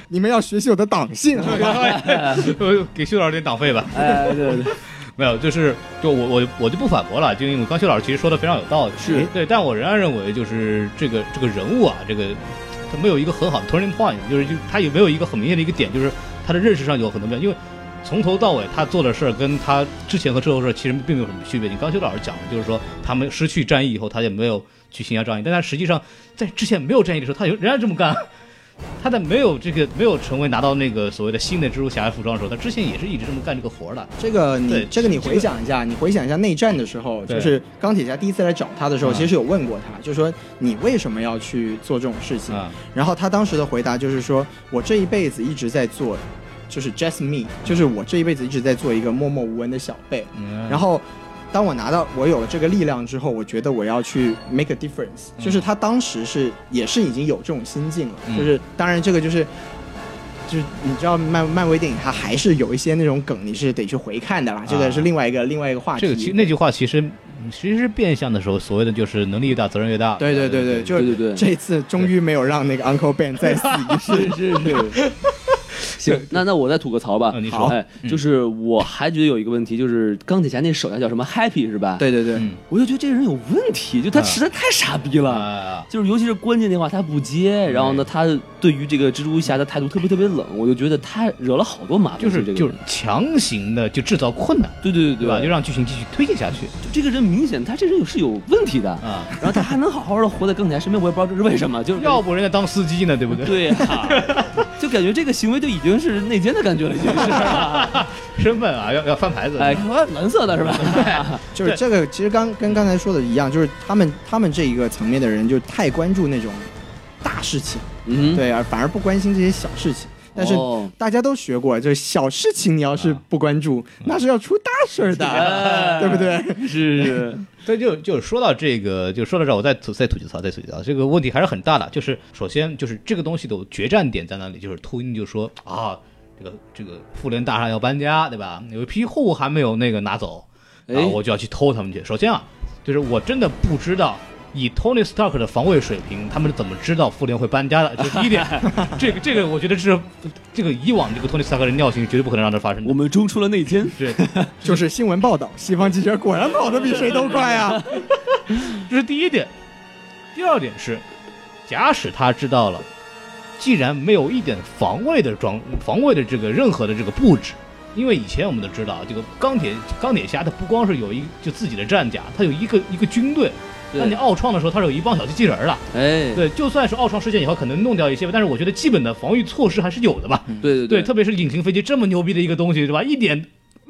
[SPEAKER 2] 你们要学习我的党性，
[SPEAKER 3] 呃给修老师点党费吧。
[SPEAKER 4] 哎，对对对，
[SPEAKER 3] 没有，就是就我我我就不反驳了，就因为刚修老师其实说的非常有道理，
[SPEAKER 4] 是
[SPEAKER 3] 对，但我仍然认为就是这个这个人物啊，这个他没有一个很好的 turning point，就是就他也没有一个很明显的一个点，就是他的认识上有很多变化，因为从头到尾他做的事儿跟他之前和之后的事儿其实并没有什么区别。你刚修老师讲的就是说他们失去战役以后，他也没有去行侠仗义，但他实际上在之前没有战役的时候，他有仍然这么干。他在没有这个没有成为拿到那个所谓的新的蜘蛛侠服装的时候，他之前也是一直这么干这个活儿的。
[SPEAKER 2] 这个你
[SPEAKER 3] 对
[SPEAKER 2] 这个你回想一下，你回想一下内战的时候，
[SPEAKER 3] 对
[SPEAKER 2] 就是钢铁侠第一次来找他的时候，
[SPEAKER 3] 嗯
[SPEAKER 2] 其实有问过他，就说你为什么要去做这种事情？
[SPEAKER 3] 啊、
[SPEAKER 2] 然后他当时的回答就是说，我这一辈子一直在做，就是 just me，就是我这一辈子一直在做一个默默无闻的小辈。
[SPEAKER 3] 嗯，
[SPEAKER 2] 然后，当我拿到我有了这个力量之后，我觉得我要去 make a difference，
[SPEAKER 3] 嗯
[SPEAKER 2] 就是他当时是也是已经有这种心境了，
[SPEAKER 3] 嗯
[SPEAKER 2] 就是当然这个就是。就是你知道漫漫威电影，它还是有一些那种梗，你是得去回看的啦。这个是另外一个另外一个话题。
[SPEAKER 3] 这个其那句话其实其实是变相的时候所谓的就是能力越大责任越大。呃
[SPEAKER 2] 对对对对，就
[SPEAKER 4] 对对对
[SPEAKER 2] 是这一次终于没有让那个 Uncle Ben 再死一次。
[SPEAKER 4] 是是是。行，那那我再吐个槽吧。
[SPEAKER 3] 嗯你说
[SPEAKER 4] 好，哎，就是我还觉得有一个问题，就是钢铁侠那手下叫什么 Happy 是吧？，
[SPEAKER 2] 对对对，
[SPEAKER 3] 嗯
[SPEAKER 4] 我就觉得这个人有问题，就他
[SPEAKER 3] 啊
[SPEAKER 4] 实在太傻逼了。
[SPEAKER 3] 啊，
[SPEAKER 4] 就是尤其是关键电话他不接，然后呢，他对于这个蜘蛛侠的态度特别特别冷，我就觉得他惹了好多麻烦。
[SPEAKER 3] 就是
[SPEAKER 4] 这个人
[SPEAKER 3] 就是强行的就制造困难，
[SPEAKER 4] 对对对
[SPEAKER 3] 对吧？就让剧情继续推进下去
[SPEAKER 4] 就这个人明显他这人是有问题的，
[SPEAKER 3] 啊，
[SPEAKER 4] 然后他还能好好的活在钢铁侠身边，我也不知道这是为什么，就是
[SPEAKER 3] 要不人家当司机呢，对不对？
[SPEAKER 4] 对呀、 就感觉这个行为就已经是内奸的感觉了，已经是。
[SPEAKER 3] 身份啊，要要翻牌子。
[SPEAKER 4] 哎，蓝色的是 吧？
[SPEAKER 2] 就是这个，其实刚跟刚才说的一样，就是他们他们这一个层面的人就太关注那种大事情，
[SPEAKER 4] 嗯，
[SPEAKER 2] 对，而反而不关心这些小事情。但是
[SPEAKER 4] 哦啊
[SPEAKER 2] 大家都学过，就是小事情你要是不关注，那是要出大事儿的，
[SPEAKER 4] 哎
[SPEAKER 2] 对不对？
[SPEAKER 4] 是是，
[SPEAKER 3] 对，就就说到这个，就说到这儿，我再吐再吐几槽，啊再吐几槽，这个问题还是很大的。就是首先就是这个东西的决战点在哪里？就是秃鹰就说啊，这个这个复联大厦要搬家，对吧？有一批货物还没有那个拿走，
[SPEAKER 4] 哎
[SPEAKER 3] 然后我就要去偷他们去。首先啊，就是我真的不知道。以 Tony Stark 的防卫水平，他们是怎么知道复联会搬家的？这是第一点。 这个这个，我觉得是这个以往这个 Tony Stark 的尿性绝对不可能让它发生
[SPEAKER 4] 我
[SPEAKER 3] 的。
[SPEAKER 4] 们中出了内奸。
[SPEAKER 3] 对，
[SPEAKER 2] 就是新闻报道，西方记者果然跑得比谁都快 啊！
[SPEAKER 3] 这是第一点。第二点是，假使他知道了，既然没有一点防卫的装防卫的这个任何的这个布置，因为以前我们都知道，这个钢铁钢铁侠他不光是有一就自己的战甲，他有一个一个军队。那你奥创的时候，他是有一帮小机器人儿的。
[SPEAKER 4] 哎，
[SPEAKER 3] 对，就算是奥创事件以后可能弄掉一些吧，但是我觉得基本的防御措施还是有的吧。
[SPEAKER 4] 对
[SPEAKER 3] 对，
[SPEAKER 4] 对
[SPEAKER 3] 特别是隐形飞机这么牛逼的一个东西，对吧？一点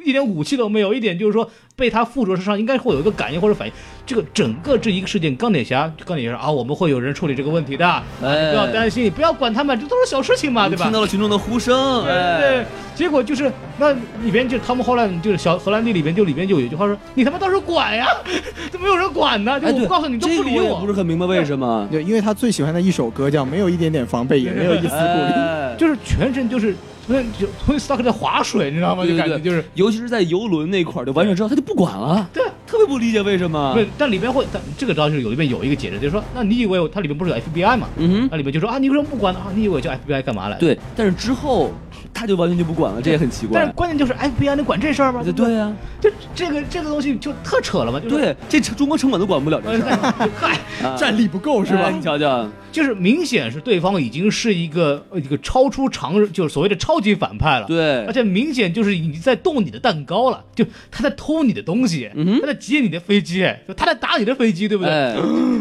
[SPEAKER 3] 一点武器都没有，一点就是说被它附着身上，应该会有一个感应或者反应。这个整个这一个事件，钢铁侠，钢铁侠说啊，我们会有人处理这个问题的，
[SPEAKER 4] 哎，
[SPEAKER 3] 不要担心，不要管他们，这都是小事情嘛，对吧
[SPEAKER 4] 听到？了群众的呼声，
[SPEAKER 3] 对
[SPEAKER 4] 哎
[SPEAKER 3] 对，，结果就是那里边就他们后来就是小荷兰弟里边就里边就有一句话说，你他妈到时候管呀， 怎么有人管呢？就
[SPEAKER 4] 哎，
[SPEAKER 3] 我
[SPEAKER 4] 对，
[SPEAKER 3] 不告诉你，你都
[SPEAKER 4] 这
[SPEAKER 3] 不
[SPEAKER 4] 个
[SPEAKER 3] 理
[SPEAKER 4] 我也不是很明白为什么。
[SPEAKER 2] 对，因为他最喜欢的一首歌叫《没有一点点防备，也没有一丝顾虑》。
[SPEAKER 4] 哎
[SPEAKER 3] 就是全身就是就就 Tony Stark 在划水，你知道吗？就
[SPEAKER 4] 对
[SPEAKER 3] 感
[SPEAKER 4] 对
[SPEAKER 3] 觉
[SPEAKER 4] 对
[SPEAKER 3] 就是
[SPEAKER 4] 尤其是在游轮那块儿，就完事之后他就不管了，
[SPEAKER 3] 对，
[SPEAKER 4] 特别不理解为什么。
[SPEAKER 3] 对，但里边会，但这个招就是有里边有一个解释，就是说，那你以为我它里边不是有 FBI 嘛？
[SPEAKER 4] 嗯
[SPEAKER 3] 那里面就说啊，你为什么不管呢啊？你以为我叫 FBI 干嘛来？
[SPEAKER 4] 哼，。对，但是之后他就完全就不管了，这也很奇
[SPEAKER 3] 但是
[SPEAKER 4] 怪。
[SPEAKER 3] 关键就是 FBI 能管这事儿吗？
[SPEAKER 4] 对对呀，
[SPEAKER 3] 就这个这个东西就特扯了嘛。就是，
[SPEAKER 4] 对，这中国城管都管不了这
[SPEAKER 3] 呃
[SPEAKER 4] 事儿，
[SPEAKER 3] 就 嗨，
[SPEAKER 4] 啊
[SPEAKER 2] 战 力不够是吧？
[SPEAKER 4] 哎你瞧瞧，
[SPEAKER 3] 就是明显是对方已经是一个呃一个超出常人，就是所谓的超级反派了。。
[SPEAKER 4] 对
[SPEAKER 3] 而，且明显就是已经在动你的蛋糕了，就他在偷你的东西，
[SPEAKER 4] 嗯哼
[SPEAKER 3] 他在劫你的飞机，就他在打你的飞机，对不对？
[SPEAKER 4] 哎，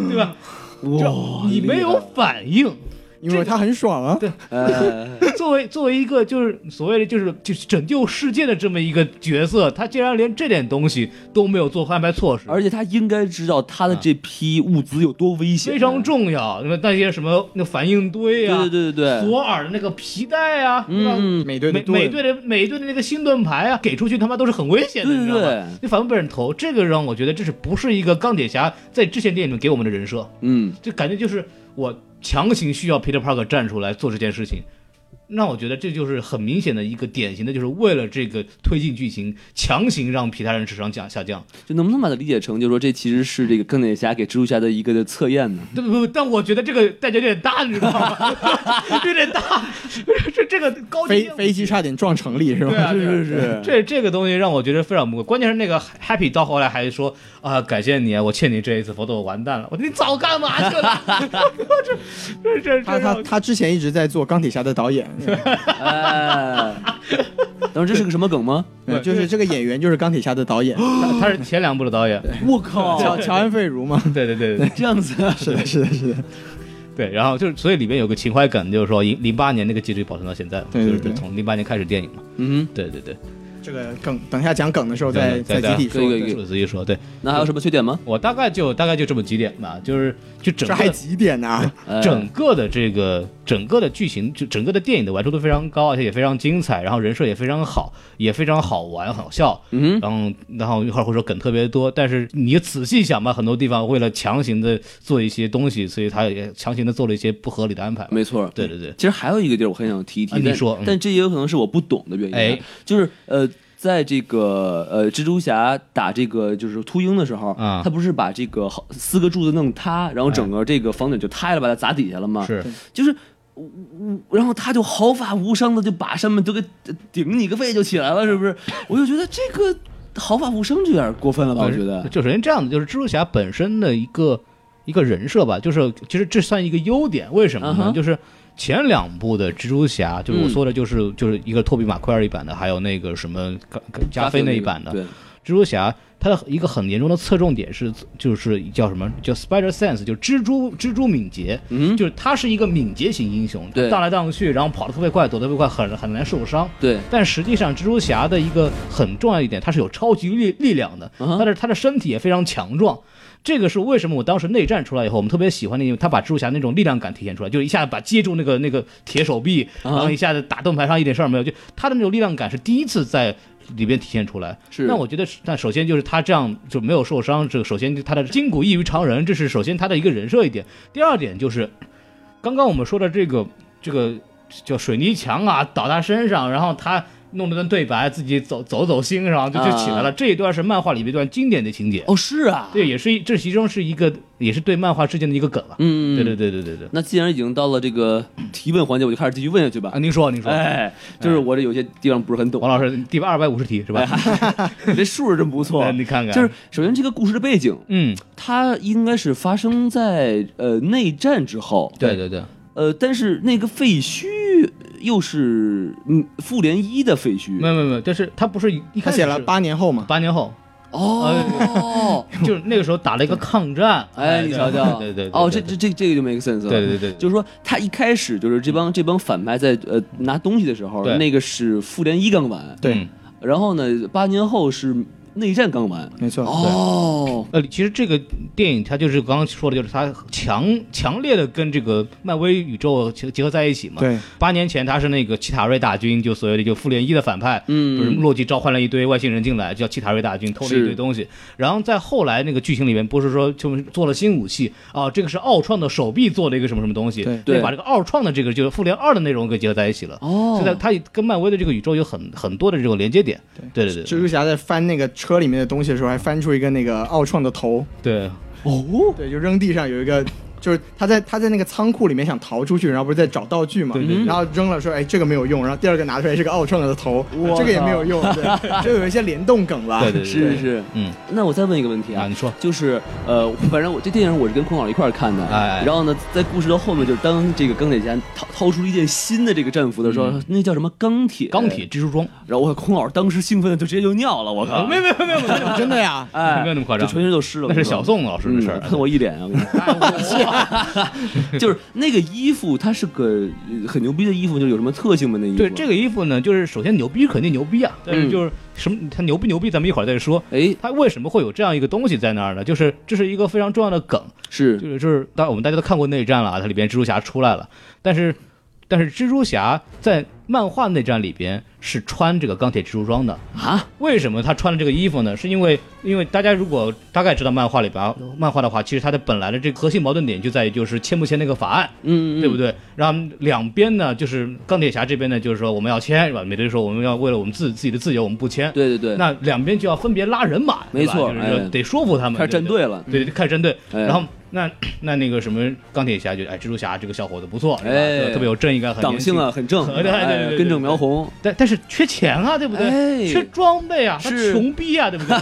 [SPEAKER 3] 对吧？
[SPEAKER 4] 哇
[SPEAKER 3] 你没有反应，
[SPEAKER 2] 因为他很爽啊！
[SPEAKER 3] 对，
[SPEAKER 4] 哎，
[SPEAKER 3] 作为作为一个就是所谓的就是就是拯救世界的这么一个角色，他竟然连这点东西都没有做安排措施，
[SPEAKER 4] 而且他应该知道他的这批物资有多危险，
[SPEAKER 3] 非常重要。那么那些什么那反应堆啊，
[SPEAKER 4] 对对对对对，
[SPEAKER 3] 索尔的那个皮带啊，对吧
[SPEAKER 4] 嗯，
[SPEAKER 2] 美队的
[SPEAKER 3] 美
[SPEAKER 2] 盾
[SPEAKER 3] 美队的美队的那个星盾牌啊，给出去他妈都是很危险的，
[SPEAKER 4] 对
[SPEAKER 3] 你知道
[SPEAKER 4] 对
[SPEAKER 3] 吗？你反复被人投，这个让我觉得这是不是一个钢铁侠在之前电影里面给我们的人设？
[SPEAKER 4] 嗯，
[SPEAKER 3] 就感觉就是我强行需要 Peter Parker 站出来做这件事情。那我觉得这就是很明显的一个典型的，就是为了这个推进剧情，强行让其他人智商降下降。
[SPEAKER 4] 就能不能把它理解成，就是说这其实是这个钢铁侠给蜘蛛侠的一个的测验 呢？
[SPEAKER 3] 对不不，但我觉得这个代价有点大，你知道吗？有点大，这这个高级
[SPEAKER 2] 飞飞机差点撞城里是吧？
[SPEAKER 3] 对啊对啊
[SPEAKER 2] 是是是。
[SPEAKER 3] 这这个东西让我觉得非常不过，关键是那个 Happy 到后来还说啊、感谢你，我欠你这一次，否则我完蛋了。我说你早干嘛去了？这这这
[SPEAKER 2] 他
[SPEAKER 3] 这让
[SPEAKER 2] 他
[SPEAKER 3] 我，
[SPEAKER 2] 他之前一直在做钢铁侠的导演，
[SPEAKER 4] 哎，当时这是个什么梗吗？
[SPEAKER 2] 对就是这个演员就是钢铁侠的导演，
[SPEAKER 3] 他他是前两部的导演，
[SPEAKER 4] 我靠
[SPEAKER 2] 乔乔恩·费如嘛。
[SPEAKER 3] 对对对对
[SPEAKER 4] 这样子，
[SPEAKER 2] 是的，是的，是的，
[SPEAKER 3] 对，然后就是所以里面有个情怀梗，就是说零零八年那个记忆保存到现在嘛，
[SPEAKER 2] 对对
[SPEAKER 3] 就是
[SPEAKER 2] 对
[SPEAKER 3] 从零八年开始电影嘛，
[SPEAKER 4] 嗯
[SPEAKER 3] 对对对，
[SPEAKER 2] 这个梗，等一下讲梗的时候
[SPEAKER 3] 对
[SPEAKER 2] 再
[SPEAKER 3] 对
[SPEAKER 2] 再
[SPEAKER 3] 对
[SPEAKER 2] 集体说。
[SPEAKER 4] 对对
[SPEAKER 2] 对
[SPEAKER 4] 对
[SPEAKER 3] 我仔细说，对
[SPEAKER 4] 哼，那还有什么缺点吗？
[SPEAKER 3] 我大概就大概就这么几点吧，就是就整
[SPEAKER 2] 这还
[SPEAKER 3] 个
[SPEAKER 2] 几点呢？
[SPEAKER 4] 哎
[SPEAKER 3] 整个的这个整个的剧情，就整个的电影的完成度非常高，而且也非常精彩，然后人设也非常好，也非常好玩，好笑。
[SPEAKER 4] 嗯哼
[SPEAKER 3] 然后，然后一会儿会说梗特别多，但是你仔细想吧，很多地方为了强行的做一些东西，所以他也强行的做了一些不合理的安排。
[SPEAKER 4] 没错，
[SPEAKER 3] 对对对，
[SPEAKER 4] 其实还有一个地儿我很想提一提，
[SPEAKER 3] 啊你
[SPEAKER 4] 但
[SPEAKER 3] 说嗯
[SPEAKER 4] 但这也有可能是我不懂的原因啊，
[SPEAKER 3] 哎
[SPEAKER 4] 就是呃。在这个呃，蜘蛛侠打这个就是秃鹰的时候，
[SPEAKER 3] 啊
[SPEAKER 4] 他不是把这个好四个柱子弄塌，然后整个这个房顶就塌了，把它砸底下了吗？，
[SPEAKER 3] 是
[SPEAKER 4] 就是我我，然后他就毫发无伤的就把上面都给顶你个肺就起来了，是不是？我就觉得这个毫发无伤就有点过分了吧？我觉得，
[SPEAKER 3] 就首先这样的，就是蜘蛛侠本身的一个一个人设吧，就是其实这算一个优点，为什么呢
[SPEAKER 4] 嗯哼
[SPEAKER 3] 就是前两部的蜘蛛侠，就是我
[SPEAKER 4] 嗯
[SPEAKER 3] 说的，就是、就是一个托比马奎尔一版的，还有那个什么加加菲那一版的
[SPEAKER 4] 对，
[SPEAKER 3] 蜘蛛侠，它的一个很严重的侧重点是，就是叫什么叫 Spider Sense，就是蜘蛛蜘蛛敏捷，
[SPEAKER 4] 嗯
[SPEAKER 3] 就是他是一个敏捷型英雄，
[SPEAKER 4] 对
[SPEAKER 3] 荡来荡去，然后跑得特别快，躲得特别快，很很难受伤。
[SPEAKER 4] 对，
[SPEAKER 3] 但实际上，蜘蛛侠的一个很重要一点，他是有超级力力量的，
[SPEAKER 4] 嗯哼
[SPEAKER 3] 但是他的身体也非常强壮。这个是为什么我当时内战出来以后，我们特别喜欢的，因为他把蜘蛛侠那种力量感体现出来，就是一下子把接住那个那个铁手臂，
[SPEAKER 4] 啊
[SPEAKER 3] 然后一下子打盾牌上一点事儿没有，就他的那种力量感是第一次在里边体现出来。
[SPEAKER 4] 是
[SPEAKER 3] 那我觉得是，那首先就是他这样就没有受伤，这个首先就他的筋骨异于常人，这是首先他的一个人设一点。第二点就是，刚刚我们说的这个这个叫水泥墙啊，倒他身上，然后他弄了段对白，自己走走走心，然后就就起来了。这一段是漫画里面一段经典的情节，
[SPEAKER 4] 哦，是啊，
[SPEAKER 3] 对，也是一这其中是一个也是对漫画致敬的一个梗了。
[SPEAKER 4] 嗯，
[SPEAKER 3] 对对对对对对。
[SPEAKER 4] 那既然已经到了这个提问环节，我就开始继续问下去吧
[SPEAKER 3] 啊，。您说您说，
[SPEAKER 4] 哎，就是我这有些地方不是很 懂
[SPEAKER 3] 王，老师第二百五十题是吧？
[SPEAKER 4] 你这数儿真不错
[SPEAKER 3] 哎。你看看，
[SPEAKER 4] 就是首先这个故事的背景，
[SPEAKER 3] 嗯，
[SPEAKER 4] 它应该是发生在呃内战之后，
[SPEAKER 3] 对对对，
[SPEAKER 4] 呃，但是那个废墟又是嗯复联一的废墟
[SPEAKER 3] 没有没有没有，就是他不是一
[SPEAKER 2] 他
[SPEAKER 3] 开始
[SPEAKER 2] 写了
[SPEAKER 3] 是嗯
[SPEAKER 2] 八年后嘛，
[SPEAKER 3] 八年后，
[SPEAKER 4] 哦，
[SPEAKER 3] 就是那个时候打了一个抗战，
[SPEAKER 4] 哎，你瞧瞧，
[SPEAKER 3] 对对对，
[SPEAKER 4] 哦，这
[SPEAKER 3] 对
[SPEAKER 4] 这这这个就 make sense 了，
[SPEAKER 3] 对对对对
[SPEAKER 4] 就是说他一开始就是这帮这帮反派在呃拿东西的时候
[SPEAKER 3] 对，
[SPEAKER 4] 那个是复联一刚完，
[SPEAKER 2] 对
[SPEAKER 3] 嗯
[SPEAKER 4] 然后呢，八年后是内战刚完，
[SPEAKER 2] 没错。
[SPEAKER 4] 哦，
[SPEAKER 3] 呃，其实这个电影它就是刚刚说的，就是它强强烈的跟这个漫威宇宙结结合在一起嘛。
[SPEAKER 2] 对，
[SPEAKER 3] 八年前他是那个奇塔瑞大军，就所谓的就复联一的反派，
[SPEAKER 4] 嗯
[SPEAKER 3] 就是洛基召唤了一堆外星人进来，叫奇塔瑞大军，偷了一
[SPEAKER 4] 是
[SPEAKER 3] 堆东西。然后在后来那个剧情里面，不是说就是做了新武器啊，这个是奥创的手臂做的一个什么什么东
[SPEAKER 2] 对
[SPEAKER 3] 西，所以
[SPEAKER 4] 对
[SPEAKER 3] 把这个奥创的这个就是复联二的内容给结合在一起了。
[SPEAKER 4] 哦
[SPEAKER 3] 现在它跟漫威的这个宇宙有很很多的这种连接点。对对对
[SPEAKER 2] 蜘
[SPEAKER 3] 对
[SPEAKER 2] 蛛侠在翻那个车里面的东西的时候，还翻出一个那个奥创的头，
[SPEAKER 3] 对，
[SPEAKER 4] 哦，
[SPEAKER 2] 对，就扔地上有一个，就是他在他在那个仓库里面想逃出去，然后不是在找道具嘛，
[SPEAKER 3] 对对对
[SPEAKER 2] 然后扔了说，哎，这个没有用，然后第二个拿出来是个奥创的头，哎这个也没有用， 对，就有一些联动梗吧，
[SPEAKER 3] 对对对
[SPEAKER 4] 是是是，
[SPEAKER 3] 嗯
[SPEAKER 4] 那我再问一个问题
[SPEAKER 3] 啊，
[SPEAKER 4] 啊
[SPEAKER 3] 你，说
[SPEAKER 4] 就是呃，反正我这电影我是跟空老一块儿看的，
[SPEAKER 3] 哎哎
[SPEAKER 4] 然后呢，在故事的后面，就是当这个钢铁侠掏掏出一件新的这个战服的时候，那叫什么钢铁？
[SPEAKER 3] 嗯钢铁。蜘蛛装。
[SPEAKER 4] 然后我空老当时兴奋的就直接就尿了，我靠！
[SPEAKER 3] 没有没有没有没有，
[SPEAKER 2] 真的呀，
[SPEAKER 4] 哎，
[SPEAKER 3] 没有那么夸张
[SPEAKER 4] 就全身都湿了。
[SPEAKER 3] 那是小宋老师
[SPEAKER 4] 嗯
[SPEAKER 3] 的事儿。
[SPEAKER 4] 喷我一脸啊！我跟你说
[SPEAKER 3] 哎我
[SPEAKER 4] 就是那个衣服，它是个呃很牛逼的衣服，就是有什么特性吗？那衣服？
[SPEAKER 3] 对这个衣服呢，就是首先牛逼肯定牛逼
[SPEAKER 4] 嗯
[SPEAKER 3] 啊，但是就是什么它牛不牛逼，咱们一会儿再说。
[SPEAKER 4] 哎
[SPEAKER 3] 它为什么会有这样一个东西在那儿呢？就是这是一个非常重要的梗，
[SPEAKER 4] 是
[SPEAKER 3] 就是就是当然我们大家都看过内战了啊，它里边蜘蛛侠出来了，但是但是蜘蛛侠在漫画内战里边是穿这个钢铁蜘蛛装的，
[SPEAKER 4] 啊，
[SPEAKER 3] 为什么他穿了这个衣服呢？是因为，因为大家如果大概知道漫画里边啊，漫画的话，其实它的本来的这个核心矛盾点就在于就是签不签那个法案，
[SPEAKER 4] 嗯，
[SPEAKER 3] 对不对？然后两边呢，就是钢铁侠这边呢，就是说我们要签，是吧？美队说我们要为了我们自自己的自由，我们不签。
[SPEAKER 4] 对对对，
[SPEAKER 3] 那两边就要分别拉人马，
[SPEAKER 4] 没
[SPEAKER 3] 对吧
[SPEAKER 4] 错
[SPEAKER 3] 就是说
[SPEAKER 4] 哎
[SPEAKER 3] 得说服他们，
[SPEAKER 4] 开始
[SPEAKER 3] 对
[SPEAKER 4] 站
[SPEAKER 3] 不
[SPEAKER 4] 队了，
[SPEAKER 3] 对，开始针对。
[SPEAKER 4] 哎
[SPEAKER 3] 然后那那那个什么钢铁侠就哎，蜘蛛侠这个小伙子不错，是吧
[SPEAKER 4] 哎
[SPEAKER 3] 特别有正义感，很
[SPEAKER 4] 党
[SPEAKER 3] 年轻
[SPEAKER 4] 性啊，很正，
[SPEAKER 3] 对对对对
[SPEAKER 4] 哎
[SPEAKER 3] 对
[SPEAKER 4] 根正苗红，
[SPEAKER 3] 但但是缺钱啊，对不对？
[SPEAKER 4] 哎
[SPEAKER 3] 缺装备啊，他
[SPEAKER 4] 是
[SPEAKER 3] 穷逼啊，对不对？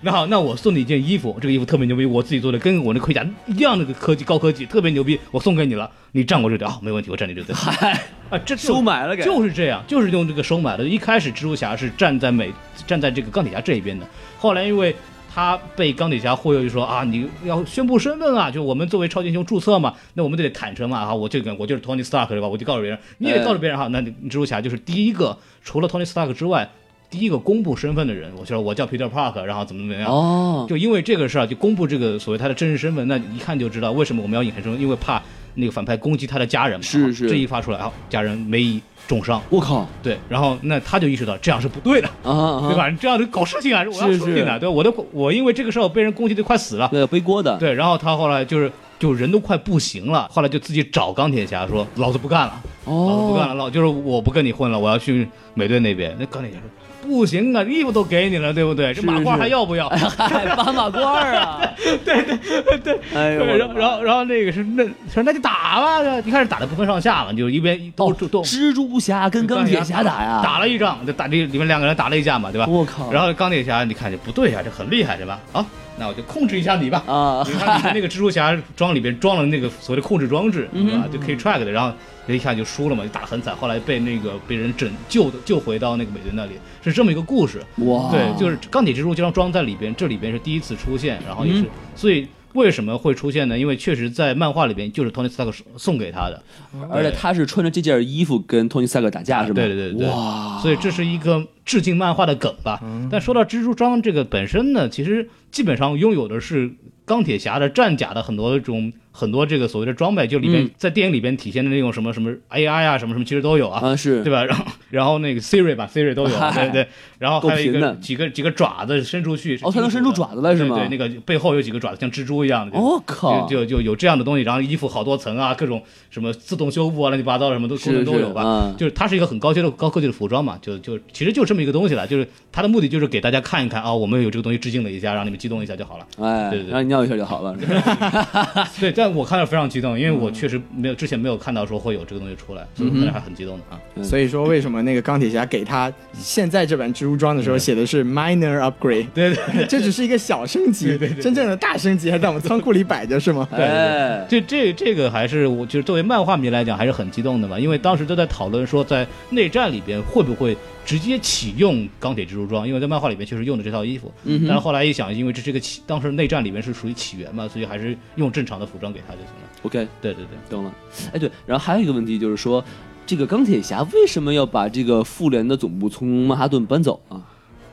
[SPEAKER 3] 那好，那我送你一件衣服，这个衣服特别牛逼，我自己做的，跟我那盔甲一样的科技高科技，特别牛逼，我送给你了，你站我这里啊，没问题，我站你这里。
[SPEAKER 4] 嗨，
[SPEAKER 3] 啊，这就
[SPEAKER 4] 收买了给，
[SPEAKER 3] 就是这样，就是用这个收买的。一开始蜘蛛侠是站在美站在这个钢铁侠这一边的，后来因为他被钢铁侠忽悠，就说啊，你要宣布身份啊，就我们作为超级英雄注册嘛，那我们得得坦诚嘛啊，我这个我就是 Tony Stark 对吧？我就告诉别人，你
[SPEAKER 4] 哎
[SPEAKER 3] 也告诉别人哈、那你蜘蛛侠就是第一个除了 Tony Stark 之外，第一个公布身份的人。我说我叫 Peter Park，然后怎么怎么样。
[SPEAKER 4] 哦，
[SPEAKER 3] 就因为这个事儿，就公布这个所谓他的真实身份，那一看就知道为什么我们要隐含身份，因为怕那个反派攻击他的家人嘛。
[SPEAKER 4] 是是
[SPEAKER 3] 这一发出来，啊，家人没一重伤，
[SPEAKER 4] 我靠
[SPEAKER 3] 对，然后那他就意识到这样是不对的，
[SPEAKER 4] 啊啊，
[SPEAKER 3] 对？吧？你这样搞事情啊，我要
[SPEAKER 4] 是
[SPEAKER 3] 出去
[SPEAKER 4] 是
[SPEAKER 3] 呢，对吧我都我因为这个事儿我被人攻击的快死了，
[SPEAKER 4] 对，背锅的，
[SPEAKER 3] 对，然后他后来就是就人都快不行了，后来就自己找钢铁侠说：“老子不干了，老子不干了，
[SPEAKER 4] 哦，
[SPEAKER 3] 老就是我不跟你混了，我要去美队那边。”那钢铁侠说。不行啊，衣服都给你了，对不对？这
[SPEAKER 4] 是
[SPEAKER 3] 马褂
[SPEAKER 4] 是
[SPEAKER 3] 还要不要？
[SPEAKER 4] 嗨，哎斑马褂儿啊， 对对对，哎呦，
[SPEAKER 3] 对，
[SPEAKER 4] 我的
[SPEAKER 3] 然后
[SPEAKER 4] 妈
[SPEAKER 3] 然后然后那个是那说那就打吧，一开始打的不分上下嘛，就一边都
[SPEAKER 4] 哦，啊
[SPEAKER 3] 都都
[SPEAKER 4] 蜘蛛侠跟钢铁侠打呀，
[SPEAKER 3] 打了一仗，就打这里面两个人打了一架嘛，对吧？
[SPEAKER 4] 我靠，
[SPEAKER 3] 然后钢铁侠，你看这不对啊，这很厉害是吧？啊，那我就控制一下 你吧。
[SPEAKER 4] 啊，
[SPEAKER 3] 你看你的那个蜘蛛侠装里边装了那个所谓的控制装置，
[SPEAKER 4] 嗯
[SPEAKER 3] 对吧？就可以 track 的，然后一看就输了嘛，就打得很惨。后来被那个被人拯救的，救回到那个美队那里，是这么一个故事。
[SPEAKER 4] 哇，
[SPEAKER 3] 对，就是钢铁蜘蛛将装在里边，这里边是第一次出现，然后也是、所以。为什么会出现呢？因为确实在漫画里边就是 Tony Stark 送给他的，
[SPEAKER 4] 而且他是穿着这件衣服跟托尼·塞克打架是吗？
[SPEAKER 3] 对对对对
[SPEAKER 4] 哇，
[SPEAKER 3] 所以这是一个致敬漫画的梗吧。但说到蜘蛛装这个本身呢，其实基本上拥有的是钢铁侠的战甲的很多种很多这个所谓的装备，就里面、
[SPEAKER 4] 嗯
[SPEAKER 3] 在电影里边体现的那种什么什么 AI 啊，什么什么其实都有啊。
[SPEAKER 4] 啊是，
[SPEAKER 3] 对吧？然后，然后那个 Siri 吧，Siri 都有，对对。然后还有一
[SPEAKER 4] 够贫的
[SPEAKER 3] 个几个几个爪子伸出去，
[SPEAKER 4] 哦它能伸出爪子来是吗
[SPEAKER 3] 对对，那个背后有几个爪子，像蜘蛛一样的。
[SPEAKER 4] 我哦靠，
[SPEAKER 3] 就就就有这样的东西，然后衣服好多层啊，各种什么自动修复啊，乱七八糟什么都功能都有吧。
[SPEAKER 4] 是是嗯
[SPEAKER 3] 就是它是一个很高阶的高科技的服装嘛，就就其实就这么一个东西了，就是它的目的就是给大家看一看啊，我们有这个东西致敬了一下，让你们激动一下就好了。
[SPEAKER 4] 哎
[SPEAKER 3] 对对，对
[SPEAKER 4] 让你尿一下就好了。是吧
[SPEAKER 3] 对，但我看到非常激动，因为
[SPEAKER 4] 嗯
[SPEAKER 3] 我确实没有之前没有看到说会有这个东西出来，所以我当时还很激动的啊。
[SPEAKER 4] 嗯
[SPEAKER 2] 所以说，为什么那个钢铁侠给他现在这版蜘蛛装的时候写的是 minor upgrade？
[SPEAKER 3] 对对对。
[SPEAKER 2] 这只是一个小升级，真正的大升级还在我们仓库里摆着是 吗？
[SPEAKER 3] 对
[SPEAKER 4] 哎，
[SPEAKER 3] 这这这个还是我就是作为漫画迷来讲还是很激动的嘛，因为当时都在讨论说在内战里边会不会直接启用钢铁蜘蛛装，因为在漫画里面确实用的这套衣服，
[SPEAKER 4] 嗯
[SPEAKER 3] 但是
[SPEAKER 4] 哼，
[SPEAKER 3] 后来一想，因为这是个起，当时内战里面是属于起源嘛，所以还是用正常的服装给他就行了。
[SPEAKER 4] ，OK，
[SPEAKER 3] 对对对，
[SPEAKER 4] 懂了。哎，对，然后还有一个问题就是说，这个钢铁侠为什么要把这个复联的总部从曼哈顿搬走啊？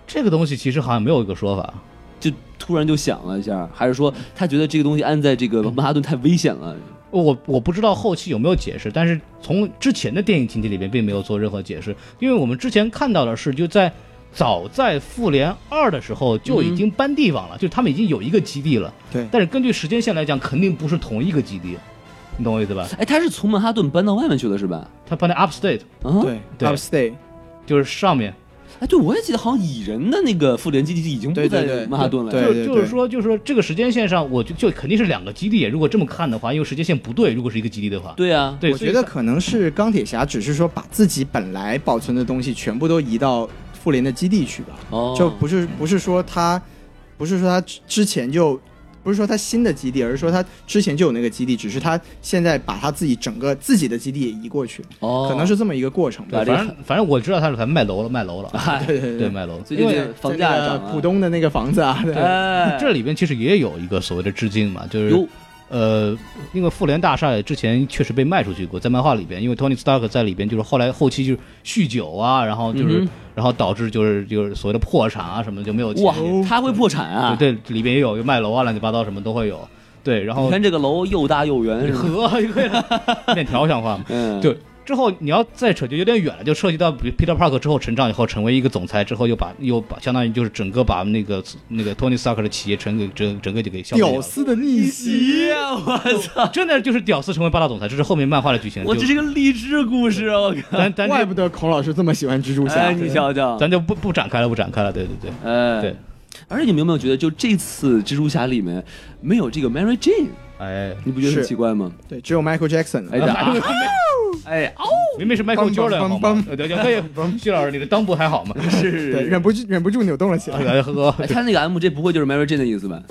[SPEAKER 3] 这个东西其实好像没有一个说法，
[SPEAKER 4] 就突然就想了一下，还是说他觉得这个东西安在这个
[SPEAKER 2] 嗯
[SPEAKER 4] 曼哈顿太危险了？
[SPEAKER 3] 我我不知道后期有没有解释，但是从之前的电影情节里边并没有做任何解释，因为我们之前看到的是就在。早在复联二的时候就已经搬地方了，就他们已经有一个基地了。
[SPEAKER 2] 对
[SPEAKER 3] 但是根据时间线来讲，肯定不是同一个基地，你懂我意思吧？
[SPEAKER 4] 哎，他是从曼哈顿搬到外面去的是吧？
[SPEAKER 3] 他搬在 Upstate，
[SPEAKER 4] 啊，。
[SPEAKER 2] 对
[SPEAKER 3] 对
[SPEAKER 2] ，Upstate，
[SPEAKER 3] 就是上面，
[SPEAKER 4] 哎，对，我也记得好像蚁人的那个复联基地已经不
[SPEAKER 2] 对对
[SPEAKER 4] 在
[SPEAKER 2] 对
[SPEAKER 4] 曼哈顿了。
[SPEAKER 2] 对
[SPEAKER 3] 就就是说，就是说这个时间线上，我就就肯定是两个基地。如果这么看的话，因为时间线不对，如果是一个基地的话，
[SPEAKER 4] 对啊，
[SPEAKER 3] 对，
[SPEAKER 2] 我
[SPEAKER 3] 所以
[SPEAKER 2] 觉得可能是钢铁侠只是说把自己本来保存的东西全部都移到复联的基地去吧，
[SPEAKER 4] 哦，
[SPEAKER 2] 就不是不是说他，不是说他之之前就。不是说他新的基地，而是说他之前就有那个基地，只是他现在把他自己整个自己的基地也移过去，
[SPEAKER 4] 哦，
[SPEAKER 2] 可能是这么一个过程吧
[SPEAKER 4] 把
[SPEAKER 3] 对，
[SPEAKER 4] 这个
[SPEAKER 3] 反正反正我知道他是反正卖楼了，卖楼了，
[SPEAKER 2] 对对
[SPEAKER 3] 对，，卖楼了。
[SPEAKER 4] 最近
[SPEAKER 2] 因为
[SPEAKER 4] 这房价
[SPEAKER 2] 在那
[SPEAKER 4] 涨
[SPEAKER 2] 个
[SPEAKER 4] 了，
[SPEAKER 2] 浦东的那个房子啊，对
[SPEAKER 4] 哎，
[SPEAKER 3] 这里边其实也有一个所谓的致敬嘛，就是
[SPEAKER 4] 哟
[SPEAKER 3] 呃，因为复联大厦也之前确实被卖出去过，在漫画里边，因为 Tony Stark 在里边就是后来后期就是酗酒啊，然后
[SPEAKER 4] 嗯
[SPEAKER 3] 就是、然后导致就是就是所谓的破产啊什么的就没有钱。
[SPEAKER 4] 哇，他会破产啊！
[SPEAKER 3] 对对，里边也有有卖楼啊，乱七八糟什么都会有。对，然后
[SPEAKER 4] 你看这个楼又大又圆，是吧
[SPEAKER 3] 和 对了面条像话吗？
[SPEAKER 4] 嗯，
[SPEAKER 3] 对，之后你要再扯就有点远了，就涉及到比 Peter Park 之后成长以后，成为一个总裁之后，又把又把相当于就是整个把那个那个 Tony Stark 的企业整个整整个就给消灭掉
[SPEAKER 2] 屌
[SPEAKER 3] 了。
[SPEAKER 2] 丝的逆袭，
[SPEAKER 4] 哎我操！
[SPEAKER 3] 真的就是屌丝成为霸道总裁，这是后面漫画的剧情。
[SPEAKER 4] 我
[SPEAKER 3] 就
[SPEAKER 4] 这是个励志故事啊！我靠！
[SPEAKER 3] 咱咱
[SPEAKER 2] 怪
[SPEAKER 3] 就
[SPEAKER 2] 不得孔老师这么喜欢蜘蛛侠。
[SPEAKER 4] 哎，你瞧瞧，
[SPEAKER 3] 咱就不不展开了，不展开了。对对对，
[SPEAKER 4] 哎，
[SPEAKER 3] 对。
[SPEAKER 4] 而且你们有没有觉得，就这次蜘蛛侠里面没有这个 Mary Jane，
[SPEAKER 3] 哎，
[SPEAKER 4] 你不觉得很
[SPEAKER 2] 是
[SPEAKER 4] 奇怪吗？
[SPEAKER 2] 对，只有 Michael Jackson
[SPEAKER 4] 哎
[SPEAKER 2] 了。
[SPEAKER 4] 呀， 哎，哦，
[SPEAKER 3] 明明是 Michael
[SPEAKER 2] 梆梆
[SPEAKER 3] Jordan 好吗
[SPEAKER 2] 梆？
[SPEAKER 3] 对对，可以，徐老师你的裆部还好吗？
[SPEAKER 2] 对，
[SPEAKER 4] 是。
[SPEAKER 2] 忍不住忍不住扭动了起来。
[SPEAKER 3] 哎呵，
[SPEAKER 4] 哎他那个 MJ 不会就是 Mary Jane 的意思吧？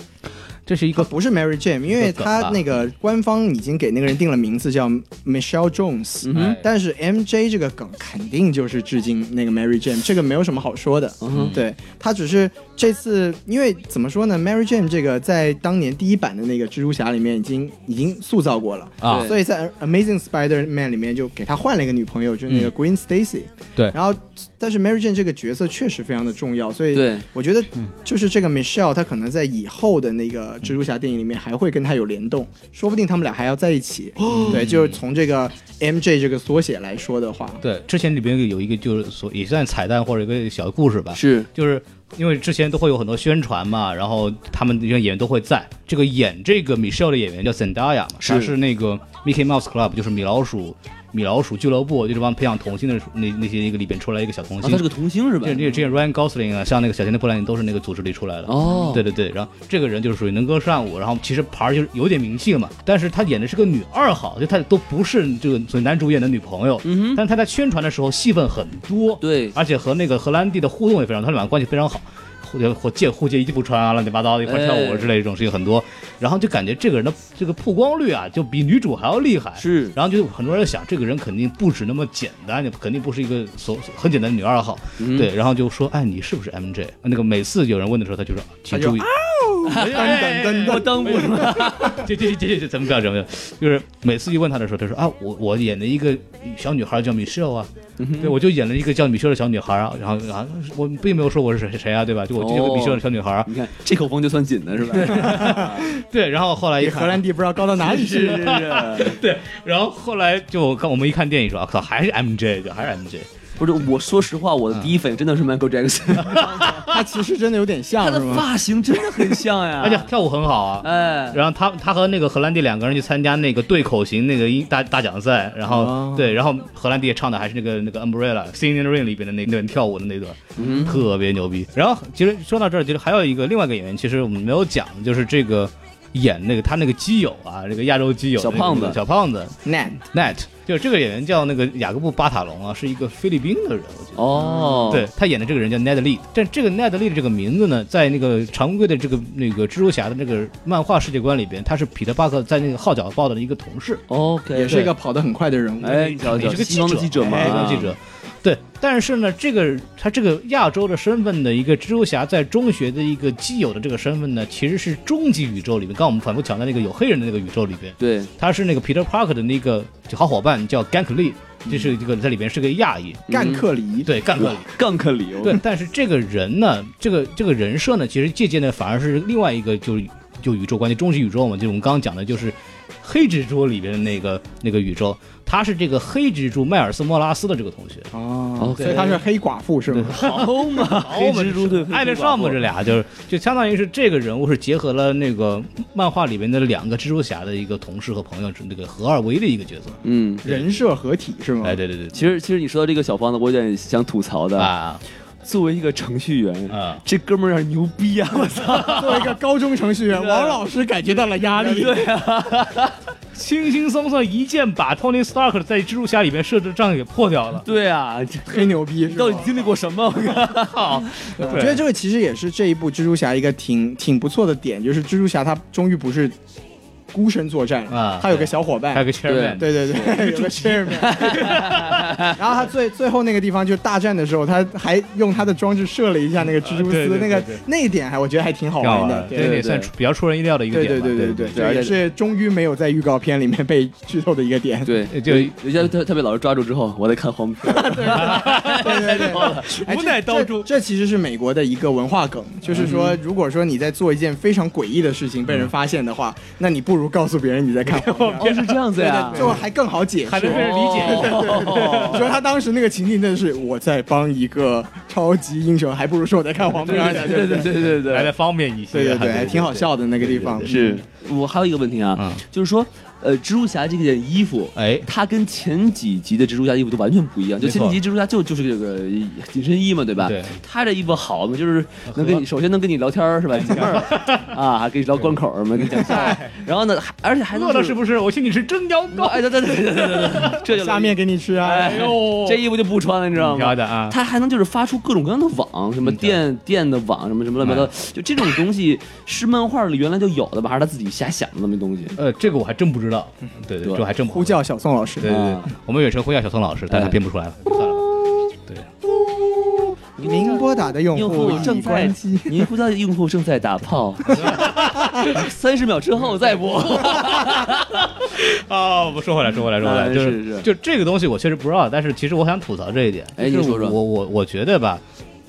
[SPEAKER 3] 这是一
[SPEAKER 2] 他
[SPEAKER 3] 个
[SPEAKER 2] 不是 Mary Jane，因为他那个官方已经给那个人定了名字叫 Michelle Jones，、
[SPEAKER 4] 嗯哼
[SPEAKER 2] 但是 MJ 这个梗肯定就是致敬那个 Mary Jane，这个没有什么好说的。
[SPEAKER 3] 嗯
[SPEAKER 4] 哼
[SPEAKER 2] 对他只是这次，因为怎么说呢，Mary Jane 这个在当年第一版的那个蜘蛛侠里面已经已经塑造过了，
[SPEAKER 3] 啊
[SPEAKER 2] 所以在 Amazing Spider-Man 里面就给他换了一个女朋友，就是那个 Gwen Stacy、
[SPEAKER 3] 嗯对
[SPEAKER 2] 然后但是 Mary Jane 这个角色确实非常的重要，所以
[SPEAKER 4] 对
[SPEAKER 2] 我觉得
[SPEAKER 4] 嗯
[SPEAKER 2] 就是这个 Michelle 她可能在以后的那个蜘蛛侠电影里面还会跟她有联动，说不定他们俩还要在一起。
[SPEAKER 4] 哦
[SPEAKER 2] 对，就是从这个 MJ 这个缩写来说的话，
[SPEAKER 3] 对，之前里边有一个就是所也算彩蛋或者一个小故事吧，
[SPEAKER 4] 是，
[SPEAKER 3] 就是因为之前都会有很多宣传嘛，然后他们这些演员都会在。这个演这个 Michelle 的演员叫 Zendaya 嘛，
[SPEAKER 4] 是
[SPEAKER 3] 她是那个 Mickey Mouse Club，就是米老鼠米老鼠俱乐部，就这帮培养童星的那那些一个里边出来一个小童
[SPEAKER 4] 啊，
[SPEAKER 3] 星。
[SPEAKER 4] 他是个童星是吧
[SPEAKER 3] 这？这这 Ryan Gosling 啊，像那个小甜甜布兰妮都是那个组织里出来的。
[SPEAKER 4] 哦，
[SPEAKER 3] 对对对，然后这个人就是属于能歌善舞，然后其实牌儿就是有点名气了嘛，但是他演的是个女二号，就他都不是这个所谓男主演的女朋友，
[SPEAKER 4] 嗯哼
[SPEAKER 3] 但是他在宣传的时候戏份很多，
[SPEAKER 4] 对
[SPEAKER 3] 而且和那个荷兰弟的互动也非常，他们俩关系非常好，互互借互借衣服穿啊，乱七八糟一块跳舞之类的这种事情很多，然后就感觉这个人的这个曝光率啊，就比女主还要厉害，
[SPEAKER 4] 是
[SPEAKER 3] 然后就很多人想，这个人肯定不止那么简单，就肯定不是一个所所很简单的女二号，对，然后就说，哎，你是不是 MJ？那个每次有人问的时候，他就说，请注意，哎哎哎
[SPEAKER 4] 我当不了。
[SPEAKER 3] 这这这这这咱们不要什么呀？就是每次一问他的时候，他说啊，我我演了一个小女孩叫米秀啊，对，我就演了一个叫米秀的小女孩啊，然后然后我并没有说我是谁谁啊，对吧？就我就有个米秀的小女孩啊，
[SPEAKER 4] 你看这口风就算紧的是吧？
[SPEAKER 3] 对，然后后来一
[SPEAKER 2] 比
[SPEAKER 3] 看
[SPEAKER 2] 哎荷兰弟不知道高到哪里去。
[SPEAKER 4] 哎是是，
[SPEAKER 3] 对，然后后来就我看我们一看电影说，啊靠，还是 MJ，就还是 MJ，
[SPEAKER 4] 不是我说实话，我的第一反应真的是 Michael Jackson，
[SPEAKER 2] 他其实真的有点
[SPEAKER 4] 他
[SPEAKER 2] 像，是
[SPEAKER 4] 的
[SPEAKER 2] 吗？
[SPEAKER 4] 发型真的很像呀，
[SPEAKER 3] 而且跳舞很好啊，
[SPEAKER 4] 哎，
[SPEAKER 3] 哎然后他他和那个荷兰弟两个人去参加那个对口型那个音大大奖赛，然后、
[SPEAKER 4] 哦
[SPEAKER 3] 对，然后荷兰弟唱的还是那个那个 Umbrella《Singing in the Rain》里边的那那段跳舞的那段，
[SPEAKER 4] 嗯
[SPEAKER 3] 特别牛逼。然后其实说到这儿，其实还有一个另外一个演员，其实我们没有讲，就是这个演那个他那个基友啊，这个亚洲基友
[SPEAKER 4] 小胖子
[SPEAKER 3] 那个小胖子
[SPEAKER 2] Nat
[SPEAKER 3] Nat，就是这个演员叫那个雅各布巴塔隆啊，是一个菲律宾的人，我觉得。
[SPEAKER 4] 哦，
[SPEAKER 3] 对，他演的这个人叫 Ned Lee，但这个 Ned Lee 这个名字呢，在那个常规的这个那个蜘蛛侠的那个漫画世界观里边，他是彼得·巴克在那个号角报的一个同事，
[SPEAKER 4] ，OK，
[SPEAKER 2] 也是一个跑得很快的人物。
[SPEAKER 4] 哎，你瞧
[SPEAKER 3] 也
[SPEAKER 4] 瞧，
[SPEAKER 3] 是个
[SPEAKER 4] 西方的记者嘛，
[SPEAKER 3] 哎，个记者。对，但是呢，这个他这个亚洲的身份的一个蜘蛛侠在中学的一个基友的这个身份呢，其实是终极宇宙里面，刚刚我们反复强调那个有黑人的那个宇宙里边，
[SPEAKER 4] 对，
[SPEAKER 3] 他是那个 Peter Parker 的那个好伙伴叫 Gank Lee，就是这个在里边是个亚裔，
[SPEAKER 2] 干克里，
[SPEAKER 4] 嗯
[SPEAKER 3] 对，干克里。
[SPEAKER 4] 杠克里，
[SPEAKER 3] 对，但是这个人呢，这个这个人设呢，其实借鉴的反而是另外一个就，是就宇宙观，就终极宇宙嘛，就我们刚刚讲的，就是黑蜘蛛里边的那个那个宇宙，他是这个黑蜘蛛迈尔斯莫拉斯的这个同学，
[SPEAKER 2] 哦，
[SPEAKER 4] OK
[SPEAKER 2] 所以他是黑寡妇是吗？
[SPEAKER 4] 好嘛，黑蜘蛛对
[SPEAKER 3] 爱德尚姆这
[SPEAKER 4] 俩，
[SPEAKER 3] 俩就是就相当于是这个人物是结合了那个漫画里边的两个蜘蛛侠的一个同事和朋友，是那个合二为一的一个角色。
[SPEAKER 4] 嗯。
[SPEAKER 2] 人设合体是吗？
[SPEAKER 3] 哎，对对对，
[SPEAKER 4] 其实，其实你说到这个小胖子，我有点想吐槽的。
[SPEAKER 3] 啊
[SPEAKER 4] 作为一个程序员，
[SPEAKER 3] 啊，
[SPEAKER 4] 这哥们儿有点牛逼啊！我操，
[SPEAKER 2] 作为一个高中程序员，王老师感觉到了压力。
[SPEAKER 4] 对啊，
[SPEAKER 3] 轻轻松松一剑把 Tony Stark 在蜘蛛侠里面设置的障给破掉了。
[SPEAKER 4] 对啊，这
[SPEAKER 2] 黑牛逼是
[SPEAKER 4] 到
[SPEAKER 2] 吗
[SPEAKER 4] 底？经历过什么？我靠！
[SPEAKER 2] 我觉得这个其实也是这一部蜘蛛侠一个挺挺不错的点，就是蜘蛛侠他终于不是孤身作战
[SPEAKER 3] 啊
[SPEAKER 2] 他有个小伙伴
[SPEAKER 3] 还有，个 chairman，
[SPEAKER 2] 对对 对，有个 chairman。然 后他最最后那个地方就大战的时候，他还用他的装置射了一下那个蜘蛛
[SPEAKER 3] 啊对
[SPEAKER 2] 丝
[SPEAKER 3] 对，
[SPEAKER 2] 那个
[SPEAKER 3] 对对
[SPEAKER 2] 那一点还我觉得还挺好
[SPEAKER 3] 挺好
[SPEAKER 2] 玩
[SPEAKER 3] 玩
[SPEAKER 2] 的
[SPEAKER 3] 的，，
[SPEAKER 2] 对
[SPEAKER 3] 这也算比较出人意料的一个
[SPEAKER 2] 对对
[SPEAKER 3] 点吧。
[SPEAKER 2] 对对对，这也是终于没有在预告片里面被剧透的一个点。
[SPEAKER 4] 对，
[SPEAKER 3] 就
[SPEAKER 4] 人家他他被老师抓住之后，我在看黄片，
[SPEAKER 2] 对对对，哎
[SPEAKER 3] 无奈刀诛
[SPEAKER 2] 这这。这其实是美国的一个文化梗，就是说，如果说你在做一件非常诡异的事情被人发现的话，那你不如告诉别人你在 看黄片。
[SPEAKER 4] 哦，是这样
[SPEAKER 2] 嗯
[SPEAKER 4] 子
[SPEAKER 2] 对
[SPEAKER 4] 呀
[SPEAKER 2] 对，，就还更好解释，
[SPEAKER 3] 还能被人理解，
[SPEAKER 2] 你说他当时那个情境真的是我在帮一个超级英雄，还不如说我在看黄片呢，对 不对
[SPEAKER 4] 对对
[SPEAKER 3] 来
[SPEAKER 4] 对
[SPEAKER 3] 的方便一些。
[SPEAKER 2] 对对
[SPEAKER 3] 还
[SPEAKER 2] 对，还挺好笑的那个地方。
[SPEAKER 4] 对，是我还有一个问题啊，
[SPEAKER 3] 嗯
[SPEAKER 4] 就是说，呃，蜘蛛侠这件衣服，
[SPEAKER 3] 哎，
[SPEAKER 4] 它跟前几集的蜘蛛侠衣服都完全不一样，就
[SPEAKER 3] 没错
[SPEAKER 4] 前几集蜘蛛侠就就是这个紧身衣嘛，对吧？
[SPEAKER 3] 对
[SPEAKER 4] 他这衣服好嘛，就是能跟你首先能跟你聊天儿是吧？解闷儿啊，还给你聊关口儿嘛，跟你讲笑话，然后呢，还而且还能
[SPEAKER 3] 饿了是不是？我请你吃蒸羊羔。
[SPEAKER 4] 哎，对对对对对对对，这就
[SPEAKER 2] 下面给你吃啊
[SPEAKER 4] 哎，
[SPEAKER 3] 呦
[SPEAKER 4] 这衣服就不穿了，你知道
[SPEAKER 3] 哦挺好
[SPEAKER 4] 吗？
[SPEAKER 3] 的啊，
[SPEAKER 4] 它还能就是发出各种各样的网，什么
[SPEAKER 3] 嗯对
[SPEAKER 4] 电电的网，什么什么乱七八糟，就这种东西是漫画里原来就有的吧，还是他自己瞎想的那么东西？
[SPEAKER 3] 呃，这个我还真不知道。对对，
[SPEAKER 4] 对
[SPEAKER 3] 这我还真不知道
[SPEAKER 2] 呼叫嗯哎小宋老师，
[SPEAKER 3] 对对对
[SPEAKER 4] 啊，
[SPEAKER 3] 我们远程呼叫小宋老师，但他编不出来了，算了吧。对，
[SPEAKER 2] 您拨打的用
[SPEAKER 4] 用
[SPEAKER 2] 户
[SPEAKER 4] 户
[SPEAKER 2] 已
[SPEAKER 4] 正在
[SPEAKER 2] 关机。，
[SPEAKER 4] 您呼叫用户正在打炮，三十秒之后再播。
[SPEAKER 3] 哦，不说回来，说回来，说回来，
[SPEAKER 4] 哎
[SPEAKER 3] 就是
[SPEAKER 4] 是
[SPEAKER 3] 就这个东西我确实不知道，但是其实我想吐槽这一点。
[SPEAKER 4] 哎
[SPEAKER 3] 就是
[SPEAKER 4] 你说说
[SPEAKER 3] 我我我觉得吧，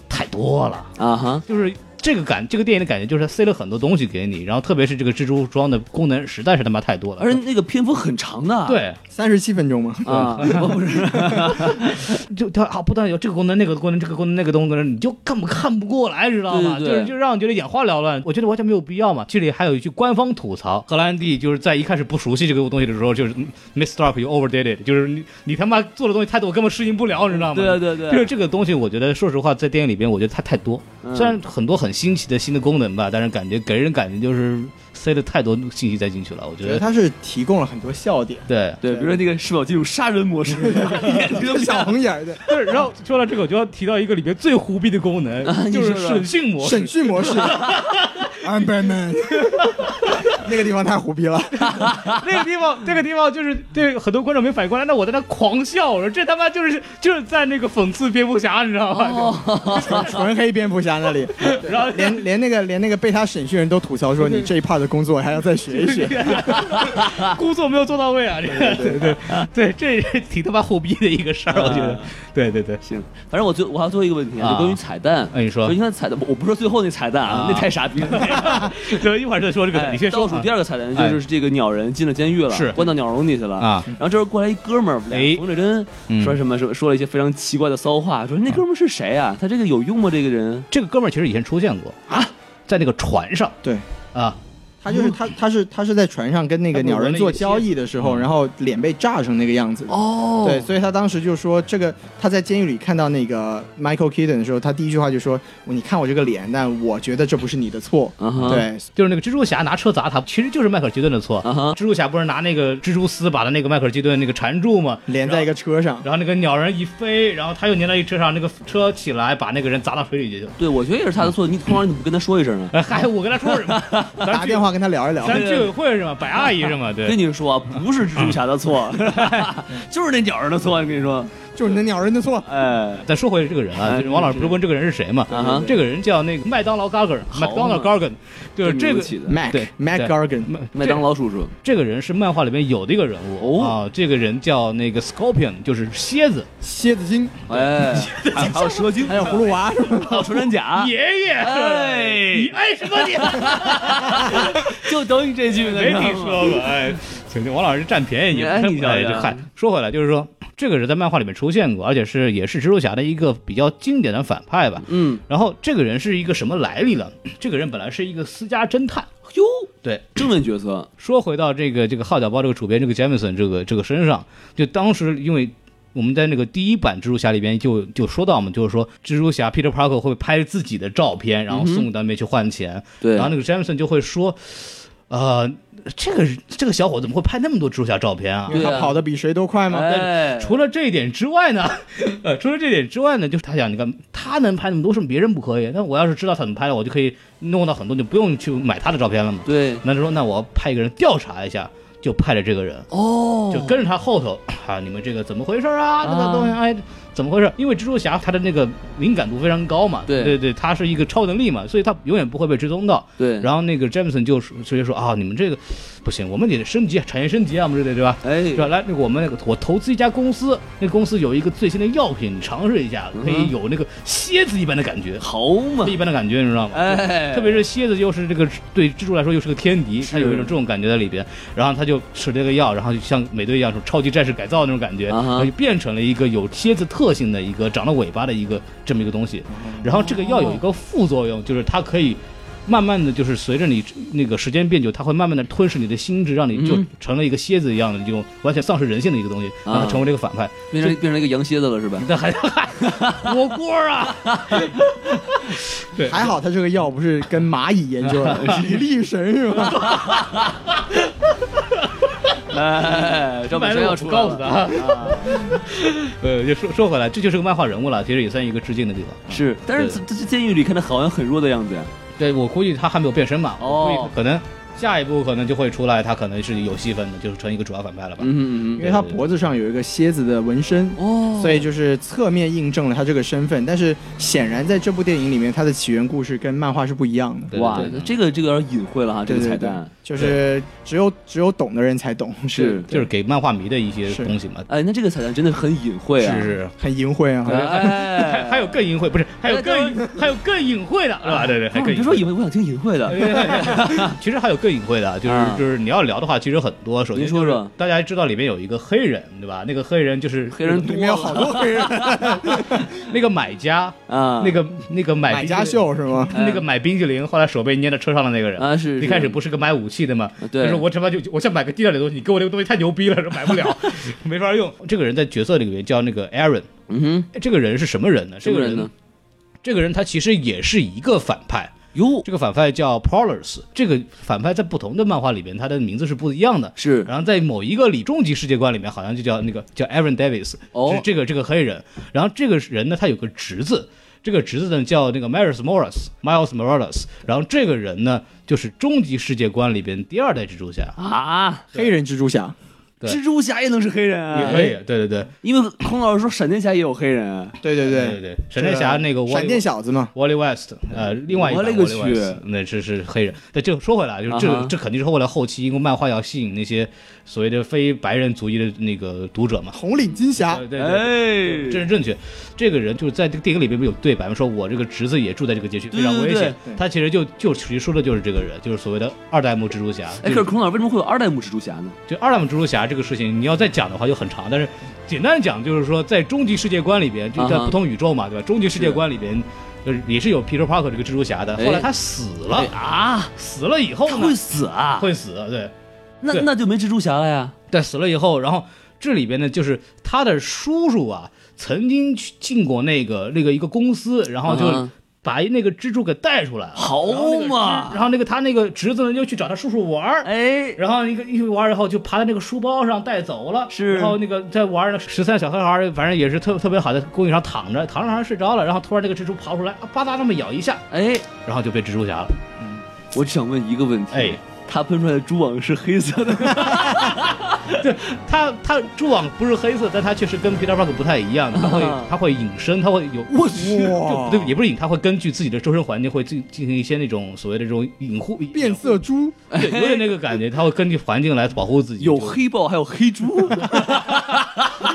[SPEAKER 3] 太多了，
[SPEAKER 4] 啊哈，
[SPEAKER 3] 就是。这个感，这个电影的感觉就是它塞了很多东西给你，然后特别是这个蜘蛛装的功能实在是他妈太多了。
[SPEAKER 4] 而且那个篇幅很长的，
[SPEAKER 3] 对，
[SPEAKER 2] 三十七分钟吗？
[SPEAKER 4] 啊，我不是，
[SPEAKER 3] 就它好不断有这个功能、那个功能、这个功能、那个功能，你就根本看不过来，知道吗？
[SPEAKER 4] 对对对
[SPEAKER 3] 就是就让你觉得眼花缭乱，我觉得完全没有必要嘛。这里还有一句官方吐槽，荷兰弟就是在一开始不熟悉这个东西的时候，就是 messed up you overdid it，就是你你他妈做的东西太多，我根本适应不了，你知道吗？
[SPEAKER 4] 对啊对啊对啊
[SPEAKER 3] 就是这个东西，我觉得说实话，在电影里边，我觉得它太多，
[SPEAKER 4] 嗯
[SPEAKER 3] 虽然很多很新奇的新的功能吧，但是感觉给人感觉就是塞了太多信息在进去了，我觉
[SPEAKER 2] 觉得
[SPEAKER 3] 得。
[SPEAKER 2] 他是提供了很多笑点，
[SPEAKER 3] 对，
[SPEAKER 4] 对，比如说那个是否进入杀人模式，眼睛都
[SPEAKER 2] 就
[SPEAKER 4] 不
[SPEAKER 2] 小
[SPEAKER 4] 眨
[SPEAKER 2] 红眼儿的
[SPEAKER 3] 对，然后说到这个，我就要提到一个里边最胡逼的功能，就
[SPEAKER 4] 啊你
[SPEAKER 3] 是
[SPEAKER 4] 说说
[SPEAKER 3] 审讯模式
[SPEAKER 2] 审。讯 模式。I'm Batman，那个地方太胡逼了。
[SPEAKER 3] 那个地方，这个地方就是对很多观众没反应过来，那我在那狂笑，我说这他妈就是就是在那个讽刺蝙蝠侠，你知道吗？
[SPEAKER 4] 哦
[SPEAKER 2] 纯黑蝙蝠侠那里，
[SPEAKER 3] 然后
[SPEAKER 2] 连连那个连那个被他审讯人都吐槽 说你这一 part 的工作还要再学一学。
[SPEAKER 3] 工作没有做到位啊，这个对对对，这是挺他妈后逼的一个事儿，我觉
[SPEAKER 4] 嗯
[SPEAKER 3] 得。对对对，
[SPEAKER 4] 行，反正我最我还有最后一个问题啊，
[SPEAKER 3] 啊
[SPEAKER 4] 就关于彩蛋。
[SPEAKER 3] 哎你说
[SPEAKER 4] 就你看彩蛋，我不是说最后那彩蛋啊
[SPEAKER 3] 啊，
[SPEAKER 4] 那太傻逼了。
[SPEAKER 3] 对，一会儿再说这个，
[SPEAKER 4] 哎
[SPEAKER 3] 你先说
[SPEAKER 4] 倒数
[SPEAKER 3] 啊
[SPEAKER 4] 第二个彩蛋
[SPEAKER 3] 哎
[SPEAKER 4] 就是这个鸟人进了监狱了，
[SPEAKER 3] 是
[SPEAKER 4] 关到鸟笼里去了
[SPEAKER 3] 啊
[SPEAKER 4] 然后这时候过来一哥们儿，
[SPEAKER 3] 哎
[SPEAKER 4] 冯志珍
[SPEAKER 3] 嗯
[SPEAKER 4] 说什么说说了一些非常奇怪的骚话，说那哥们儿是谁啊？他这个有用吗？这个人
[SPEAKER 3] 这个哥们儿其实以前出现过啊，在那个船上
[SPEAKER 2] 对
[SPEAKER 3] 啊，
[SPEAKER 2] 他就是他，他是他是在船上跟那个鸟人做交易的时候，然后脸被炸成那个样子。
[SPEAKER 4] 哦
[SPEAKER 2] 对，所以他当时就说，这个他在监狱里看到那个 Michael Keaton 的时候，他第一句话就说：“你看我这个脸，但我觉得这不是你的错。
[SPEAKER 4] 啊哈
[SPEAKER 2] 对，
[SPEAKER 3] 就是那个蜘蛛侠拿车砸他，其实就是迈克尔基顿的错。
[SPEAKER 4] 啊哈
[SPEAKER 3] 蜘蛛侠不是拿那个蜘蛛丝把他那个迈克尔基顿那个缠住吗？
[SPEAKER 2] 连在一个车上，
[SPEAKER 3] 然后那个鸟人一飞，然后他又粘到一车上，那个车起来把那个人砸到水里去就。
[SPEAKER 4] 对，我觉得也是他的错。你通常你怎么不跟他说一声呢？啊
[SPEAKER 3] 哎，嗨，我跟他说什么？咱
[SPEAKER 2] 打
[SPEAKER 3] 居
[SPEAKER 2] 电，话跟他聊一聊。
[SPEAKER 3] 咱居委会是吗？白阿姨是吗？
[SPEAKER 4] 跟
[SPEAKER 3] 对，嗯
[SPEAKER 4] 你说啊，不是蜘蛛侠的错， 就是那鸟人的错。我跟你说，
[SPEAKER 2] 就是你的鸟人的错。
[SPEAKER 4] 哎，
[SPEAKER 3] 咱说回这个人啊，
[SPEAKER 4] 哎
[SPEAKER 3] 就是王老师不是问这个人是谁嘛
[SPEAKER 4] 啊哈？
[SPEAKER 3] 这个人叫那个麦当劳 Gargan，麦当劳 Gargan，就是这
[SPEAKER 4] 名
[SPEAKER 3] 个
[SPEAKER 4] 字起的
[SPEAKER 2] Mac
[SPEAKER 3] 对
[SPEAKER 2] Mac
[SPEAKER 3] 对
[SPEAKER 2] Gargan，
[SPEAKER 3] 麦
[SPEAKER 4] 麦当。劳叔 叔
[SPEAKER 3] 这这个人是漫画里面有的一个人物
[SPEAKER 4] 哦
[SPEAKER 3] 啊，这个人叫那个 Scorpion，就是蝎子
[SPEAKER 2] 蝎子精，
[SPEAKER 4] 哎，还有还有蛇精，
[SPEAKER 2] 还有葫芦娃，是吧？
[SPEAKER 4] 还有穿山 甲，
[SPEAKER 3] 爷爷。
[SPEAKER 4] 啊哎
[SPEAKER 3] 你爱什么你？
[SPEAKER 4] 就等你这句呢。
[SPEAKER 3] 没
[SPEAKER 4] 知道吗
[SPEAKER 3] 听说 过，哎，请王老师占便宜你。
[SPEAKER 4] 哎你瞧瞧
[SPEAKER 3] 哎这嗨，说回来就是说，这个人在漫画里面出现过，而且是也是蜘蛛侠的一个比较经典的反派吧。
[SPEAKER 4] 嗯，
[SPEAKER 3] 然后这个人是一个什么来历呢？这个人本来是一个私家侦探。
[SPEAKER 4] 哟，
[SPEAKER 3] 对，
[SPEAKER 4] 正面角色，
[SPEAKER 3] 说回到这个这个号角报这个主编这个 Jameson 这个这个身上，就当时因为。我们在那个第一版蜘蛛侠里边就就说到嘛，就是说蜘蛛侠 Peter Parker 会拍自己的照片，然后送到那边去换钱。
[SPEAKER 4] 对
[SPEAKER 3] 然后那个 Jameson 就会说，呃，这个这个小伙怎么会拍那么多蜘蛛侠照片啊
[SPEAKER 2] 因？为
[SPEAKER 4] 对
[SPEAKER 2] 他
[SPEAKER 4] 啊
[SPEAKER 2] 跑得比谁都快吗？
[SPEAKER 4] 哎，
[SPEAKER 3] 除了这一点之外呢， 呃，除了这一点之外呢，就是他想，你看他能拍那么多，为什么别人不可以？那我要是知道他怎么拍了，我就可以弄到很多，就不用去买他的照片了嘛。
[SPEAKER 4] 对，
[SPEAKER 3] 那就说，那我要派一个人调查一下，就派了这个人，
[SPEAKER 4] 哦
[SPEAKER 3] 就跟着他后头 啊，你们这个怎么回事啊？这个东西哎，怎么回事？因为蜘蛛侠他的那个敏感度非常高嘛，
[SPEAKER 4] 对
[SPEAKER 3] 对对，他是一个超能力嘛，所以他永远不会被追踪到。
[SPEAKER 4] 对，
[SPEAKER 3] 然后那个 Jameson 就说直接说啊，你们这个不行，我们得升级，产业升级啊，我们这得对吧？
[SPEAKER 4] 哎，
[SPEAKER 3] 对吧？来，那个我们那个我投资一家公司，那公司有一个最新的药品，你尝试一下，可以有那个蝎子一般的感觉，
[SPEAKER 4] 好嘛，
[SPEAKER 3] 一般的感觉，你知道吗？
[SPEAKER 4] 哎，
[SPEAKER 3] 特别是蝎子又是这个对蜘蛛来说又是个天敌，它有一种这种感觉在里边。然后他就吃这个药，然后就像美队一样，什么超级战士改造那种感觉，
[SPEAKER 4] 啊哈
[SPEAKER 3] 然后就变成了一个有蝎子特性的一个长了尾巴的一个这么一个东西。
[SPEAKER 4] 哦
[SPEAKER 3] 然后这个药有一个副作用，就是它可以。慢慢的就是随着你那个时间变久，它会慢慢的吞噬你的心智，让你就
[SPEAKER 4] 嗯
[SPEAKER 3] 成了一个蝎子一样的这种完全丧失人性的一个东西，
[SPEAKER 4] 啊
[SPEAKER 3] 让它成为这个反派。
[SPEAKER 4] 变成变成一个羊蝎子了是吧？
[SPEAKER 3] 那还 火锅啊，
[SPEAKER 2] 还好他这个药不是跟蚂蚁研究 的，是力神是吧？
[SPEAKER 4] 哎，赵本山要出来
[SPEAKER 3] 告诉
[SPEAKER 4] 了，
[SPEAKER 3] 他。 呃，就说说回来，这就是个漫画人物了，其实也算一个致敬的地方。
[SPEAKER 4] 是，但是
[SPEAKER 3] 对
[SPEAKER 4] 这这监狱里看他好像很弱的样子呀。
[SPEAKER 3] 对我估计他还没有变身嘛，
[SPEAKER 4] 哦
[SPEAKER 3] 我估计可能下一步可能就会出来，他可能是有戏份的，就是成一个主要反派了吧。
[SPEAKER 4] 嗯嗯
[SPEAKER 2] 因为他脖子上有一个蝎子的纹身，
[SPEAKER 4] 哦
[SPEAKER 2] 所以就是侧面印证了他这个身份。但是显然在这部电影里面，他的起源故事跟漫画是不一样的。
[SPEAKER 3] 对
[SPEAKER 4] 哇
[SPEAKER 3] 对对，
[SPEAKER 4] 这个这个有点隐晦了哈，这
[SPEAKER 2] 对
[SPEAKER 4] 个
[SPEAKER 2] 对
[SPEAKER 4] 彩
[SPEAKER 2] 对
[SPEAKER 4] 蛋，
[SPEAKER 2] 就是只有只有懂的人才懂，
[SPEAKER 4] 是
[SPEAKER 3] 就是给漫画迷的一些
[SPEAKER 2] 是
[SPEAKER 3] 东西嘛。
[SPEAKER 4] 哎，那这个彩蛋真的很隐晦啊。
[SPEAKER 3] 是是，
[SPEAKER 2] 很淫秽啊。
[SPEAKER 4] 哎，
[SPEAKER 3] 还还有更隐晦，不是还有更隐还有更隐晦的，是吧？对对，还
[SPEAKER 4] 不
[SPEAKER 3] 更
[SPEAKER 4] 是
[SPEAKER 3] 隐
[SPEAKER 4] 哦别说
[SPEAKER 3] 晦。
[SPEAKER 4] 隐晦，我想听隐晦
[SPEAKER 3] 哎
[SPEAKER 4] 的。
[SPEAKER 3] 其实还有更隐晦的，就是
[SPEAKER 4] 啊
[SPEAKER 3] 就是你要聊的话，其实有很多。首先
[SPEAKER 4] 您说
[SPEAKER 3] 就是
[SPEAKER 4] 说
[SPEAKER 3] 大家知道里面有一个黑人，对吧？那个黑人就是
[SPEAKER 4] 黑人
[SPEAKER 2] 里
[SPEAKER 4] 多
[SPEAKER 2] 面有好多黑 人，
[SPEAKER 3] 那个买家，
[SPEAKER 4] 啊，哎
[SPEAKER 3] 那个那个买
[SPEAKER 2] 买
[SPEAKER 3] 冰
[SPEAKER 2] 家
[SPEAKER 3] 淇淋
[SPEAKER 2] 秀是吗？
[SPEAKER 3] 那个买冰淇淋，后来手被捏在车上的那个人
[SPEAKER 4] 啊是
[SPEAKER 3] 一
[SPEAKER 4] 嗯是
[SPEAKER 3] 开始不是个买武器的吗？
[SPEAKER 4] 对
[SPEAKER 3] 他说我他妈就我想买个地上的东西，你给我这个东西太牛逼了，说买不 了，没法用。这个人在角色里面叫那个 Aaron，
[SPEAKER 4] 嗯哼，
[SPEAKER 3] 哎这个人是什么人呢？
[SPEAKER 4] 这
[SPEAKER 3] 这
[SPEAKER 4] 个
[SPEAKER 3] 个
[SPEAKER 4] 人呢？？
[SPEAKER 3] 这个人他其实也是一个反派，
[SPEAKER 4] 哟，
[SPEAKER 3] 这个反派叫 Prowlers，这个反派在不同的漫画里边，他的名字是不一样的。
[SPEAKER 4] 是
[SPEAKER 3] 然后在某一个里终极世界观里面，好像就叫那个叫 Aaron Davis，、
[SPEAKER 4] 哦
[SPEAKER 3] 就是这个这个黑人。然后这个人呢，他有个侄子，这个侄子呢叫那个 Miles Morales Miles Morales。然后这个人呢，就是终极世界观里边第二代蜘蛛侠，
[SPEAKER 4] 啊，
[SPEAKER 2] 黑人蜘蛛侠，
[SPEAKER 3] 对
[SPEAKER 4] 蜘蛛侠也能是黑人
[SPEAKER 3] 也
[SPEAKER 4] 啊？
[SPEAKER 3] 可以，对对对
[SPEAKER 4] 因为孔老师说闪电侠也有黑人啊。
[SPEAKER 2] 对对
[SPEAKER 3] 对对对，闪电侠那个我
[SPEAKER 2] 闪电小子嘛，
[SPEAKER 3] Wally West，呃，另外一
[SPEAKER 4] 我
[SPEAKER 3] 版
[SPEAKER 4] 勒个
[SPEAKER 3] Wally
[SPEAKER 4] 去
[SPEAKER 3] West，那这是黑人。对，就说回来，就是这个
[SPEAKER 4] 啊哈
[SPEAKER 3] 这肯定是为了后期，因为漫画要吸引那些所谓的非白人族裔的那个读者嘛。
[SPEAKER 2] 红领巾
[SPEAKER 4] 啊
[SPEAKER 2] 侠
[SPEAKER 3] 对，对对，
[SPEAKER 4] 哎，
[SPEAKER 3] 这是正确。这个人就是在这个电影里面不是有对白吗？说我这个侄子也住在这个街区，
[SPEAKER 4] 对
[SPEAKER 3] 非常危
[SPEAKER 4] 对
[SPEAKER 3] 险。他其实就就其实说的就是这个人，就是所谓的二代目蜘蛛侠。
[SPEAKER 4] 哎，可是孔老师为什么会有二代目蜘蛛侠呢？
[SPEAKER 3] 就二代目蜘蛛侠这个事情，你要再讲的话就很长，但是简单讲就是说，在终极世界观里边，就在
[SPEAKER 4] 啊哈
[SPEAKER 3] 不同宇宙嘛，对吧？终极世界观里边，就是也是有 Peter Parker 这个蜘蛛侠的。
[SPEAKER 4] 哎
[SPEAKER 3] 后来他死了，
[SPEAKER 4] 啊，
[SPEAKER 3] 死了以后
[SPEAKER 4] 他
[SPEAKER 3] 呢
[SPEAKER 4] 会，死啊？
[SPEAKER 3] 哦会死，对，
[SPEAKER 4] 那
[SPEAKER 3] 对
[SPEAKER 4] 那就没蜘蛛侠了呀？
[SPEAKER 3] 但死了以后，然后这里边呢，就是他的叔叔啊，曾经去进过那个那个一个公司，然后就
[SPEAKER 4] 嗯
[SPEAKER 3] 把那个蜘蛛给带出来了。
[SPEAKER 4] 好
[SPEAKER 3] 然后那个
[SPEAKER 4] 嘛
[SPEAKER 3] 蜘然后那个他那个侄子呢，又去找他叔叔玩儿，
[SPEAKER 4] 哎，
[SPEAKER 3] 然后一个一玩儿以后就爬到那个书包上带走了，
[SPEAKER 4] 是
[SPEAKER 3] 然后那个在玩儿那十三小黑孩儿，反正也是特特别好，在公寓上躺着，躺着躺着睡着了，然后突然那个蜘蛛刨出来，啊吧嗒那么咬一下，
[SPEAKER 4] 哎，
[SPEAKER 3] 然后就被蜘蛛侠了。
[SPEAKER 4] 我只想问一个问题，
[SPEAKER 3] 哎，
[SPEAKER 4] 他喷出来的蛛网是黑色的吗？
[SPEAKER 3] 它它蛛网不是黑色，但它确实跟 Peter Parker 不太一样，它会
[SPEAKER 4] 嗯
[SPEAKER 3] 它会隐身，它会有
[SPEAKER 4] 我去，
[SPEAKER 3] 就
[SPEAKER 2] 哇
[SPEAKER 3] 对，也不是隐，它会根据自己的周身环境会进进行一些那种所谓的这种隐护
[SPEAKER 2] 变色，猪，
[SPEAKER 3] 对，有点那个感觉，它会根据环境来保护自己。
[SPEAKER 4] 有
[SPEAKER 3] 就
[SPEAKER 4] 黑豹，还有黑 猪，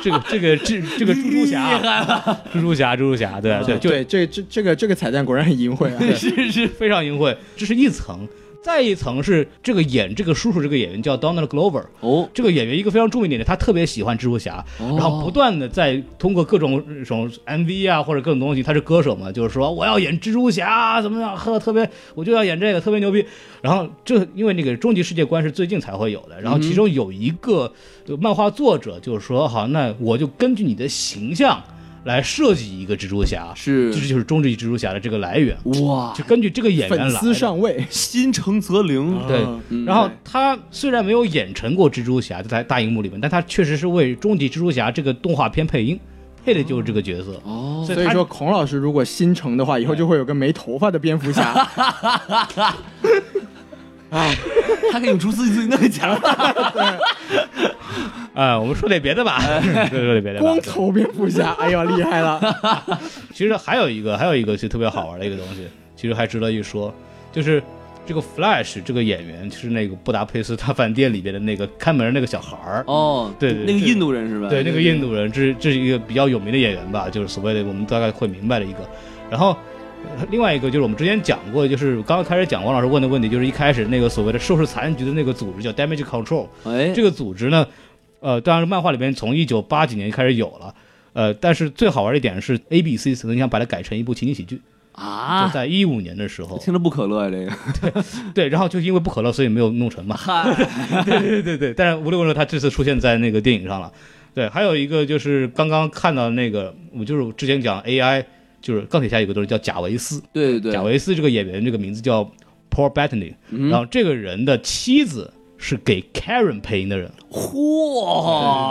[SPEAKER 3] 这个这个这这个蜘蛛 侠，蜘蛛侠，蜘蛛侠，对对，就
[SPEAKER 2] 对，这这这个这个彩蛋果然很淫 秽啊。
[SPEAKER 4] 是是，
[SPEAKER 3] 非常淫秽。这是一层，再一层是这个演这个叔叔这个演员叫 Donald Glover，
[SPEAKER 4] 哦，
[SPEAKER 3] 这个演员一个非常著名的演员，他特别喜欢蜘蛛侠，
[SPEAKER 2] 哦
[SPEAKER 3] 然后不断的在通过各种这种 MV 啊或者各种东西，他是歌手嘛，就是说我要演蜘蛛侠啊怎么样，呵，特别我就要演这个特别牛逼。然后这因为那个终极世界观是最近才会有
[SPEAKER 2] 嗯
[SPEAKER 3] 的，然后其中有一个呃漫画作者就是说，好，那我就根据你的形象。来设计一个蜘蛛侠，
[SPEAKER 4] 是
[SPEAKER 3] 这就是终极蜘蛛侠的这个来源，
[SPEAKER 4] 哇，
[SPEAKER 3] 就根据这个演员来
[SPEAKER 2] 粉
[SPEAKER 3] 的
[SPEAKER 2] 丝上位，
[SPEAKER 4] 心诚则灵，
[SPEAKER 3] 对
[SPEAKER 4] 嗯
[SPEAKER 3] 然后他虽然没有演成过蜘蛛侠在大荧幕里面，但他确实是为《终极蜘蛛侠》这个动画片配音，配的就是这个角色。
[SPEAKER 4] 哦，
[SPEAKER 3] 所
[SPEAKER 2] 所
[SPEAKER 3] 以
[SPEAKER 2] 以
[SPEAKER 3] 他
[SPEAKER 2] 说孔老师如果心诚的话，以后就会有个没头发的蝙蝠侠。
[SPEAKER 4] 他可以用蛛丝 自己弄一夹了，
[SPEAKER 3] 啊、我们说点别的吧，说点别的吧。
[SPEAKER 2] 光头蝙蝠侠，哎呀，厉害 了！
[SPEAKER 3] 其实还有一个，还有一个其实特别好玩的一个东西，其实还值得一说，就是这个 Flash 这个演员，就是那个布达佩斯大饭店里边的那个看门那个小孩儿。
[SPEAKER 4] 哦，
[SPEAKER 3] 对对
[SPEAKER 4] 那个
[SPEAKER 3] 对
[SPEAKER 4] 印度人是吧？
[SPEAKER 3] 对，那个印度人，这是这是一个比较有名的演员吧，就是所谓的我们大概会明白的一个。然后，呃另外一个就是我们之前讲过，就是刚刚开始讲王老师问的问题，就是一开始那个所谓的收拾残局的那个组织叫 Damage Control，
[SPEAKER 4] 哎，
[SPEAKER 3] 这个组织呢，呃，当然漫画里面从一九八几年开始有了。呃，但是最好玩的一点是，A B C 曾经想把它改成一部情景喜剧，就
[SPEAKER 4] 啊，
[SPEAKER 3] 在一五年的时候，
[SPEAKER 4] 听着不可乐呀，啊这个，
[SPEAKER 3] 对，然后就因为不可乐，所以没有弄成嘛。对对对对，但是无论如何，他这次出现在那个电影上了。对，还有一个就是刚刚看到那个，我就是之前讲 AI，就是钢铁侠有个东西叫贾维斯，
[SPEAKER 4] 对对
[SPEAKER 3] 贾
[SPEAKER 4] 对，
[SPEAKER 3] 维斯这个演员这个名字叫 Paul Bettany，、然后这个人的妻子是给 Karen 配音的人。
[SPEAKER 4] 嚯，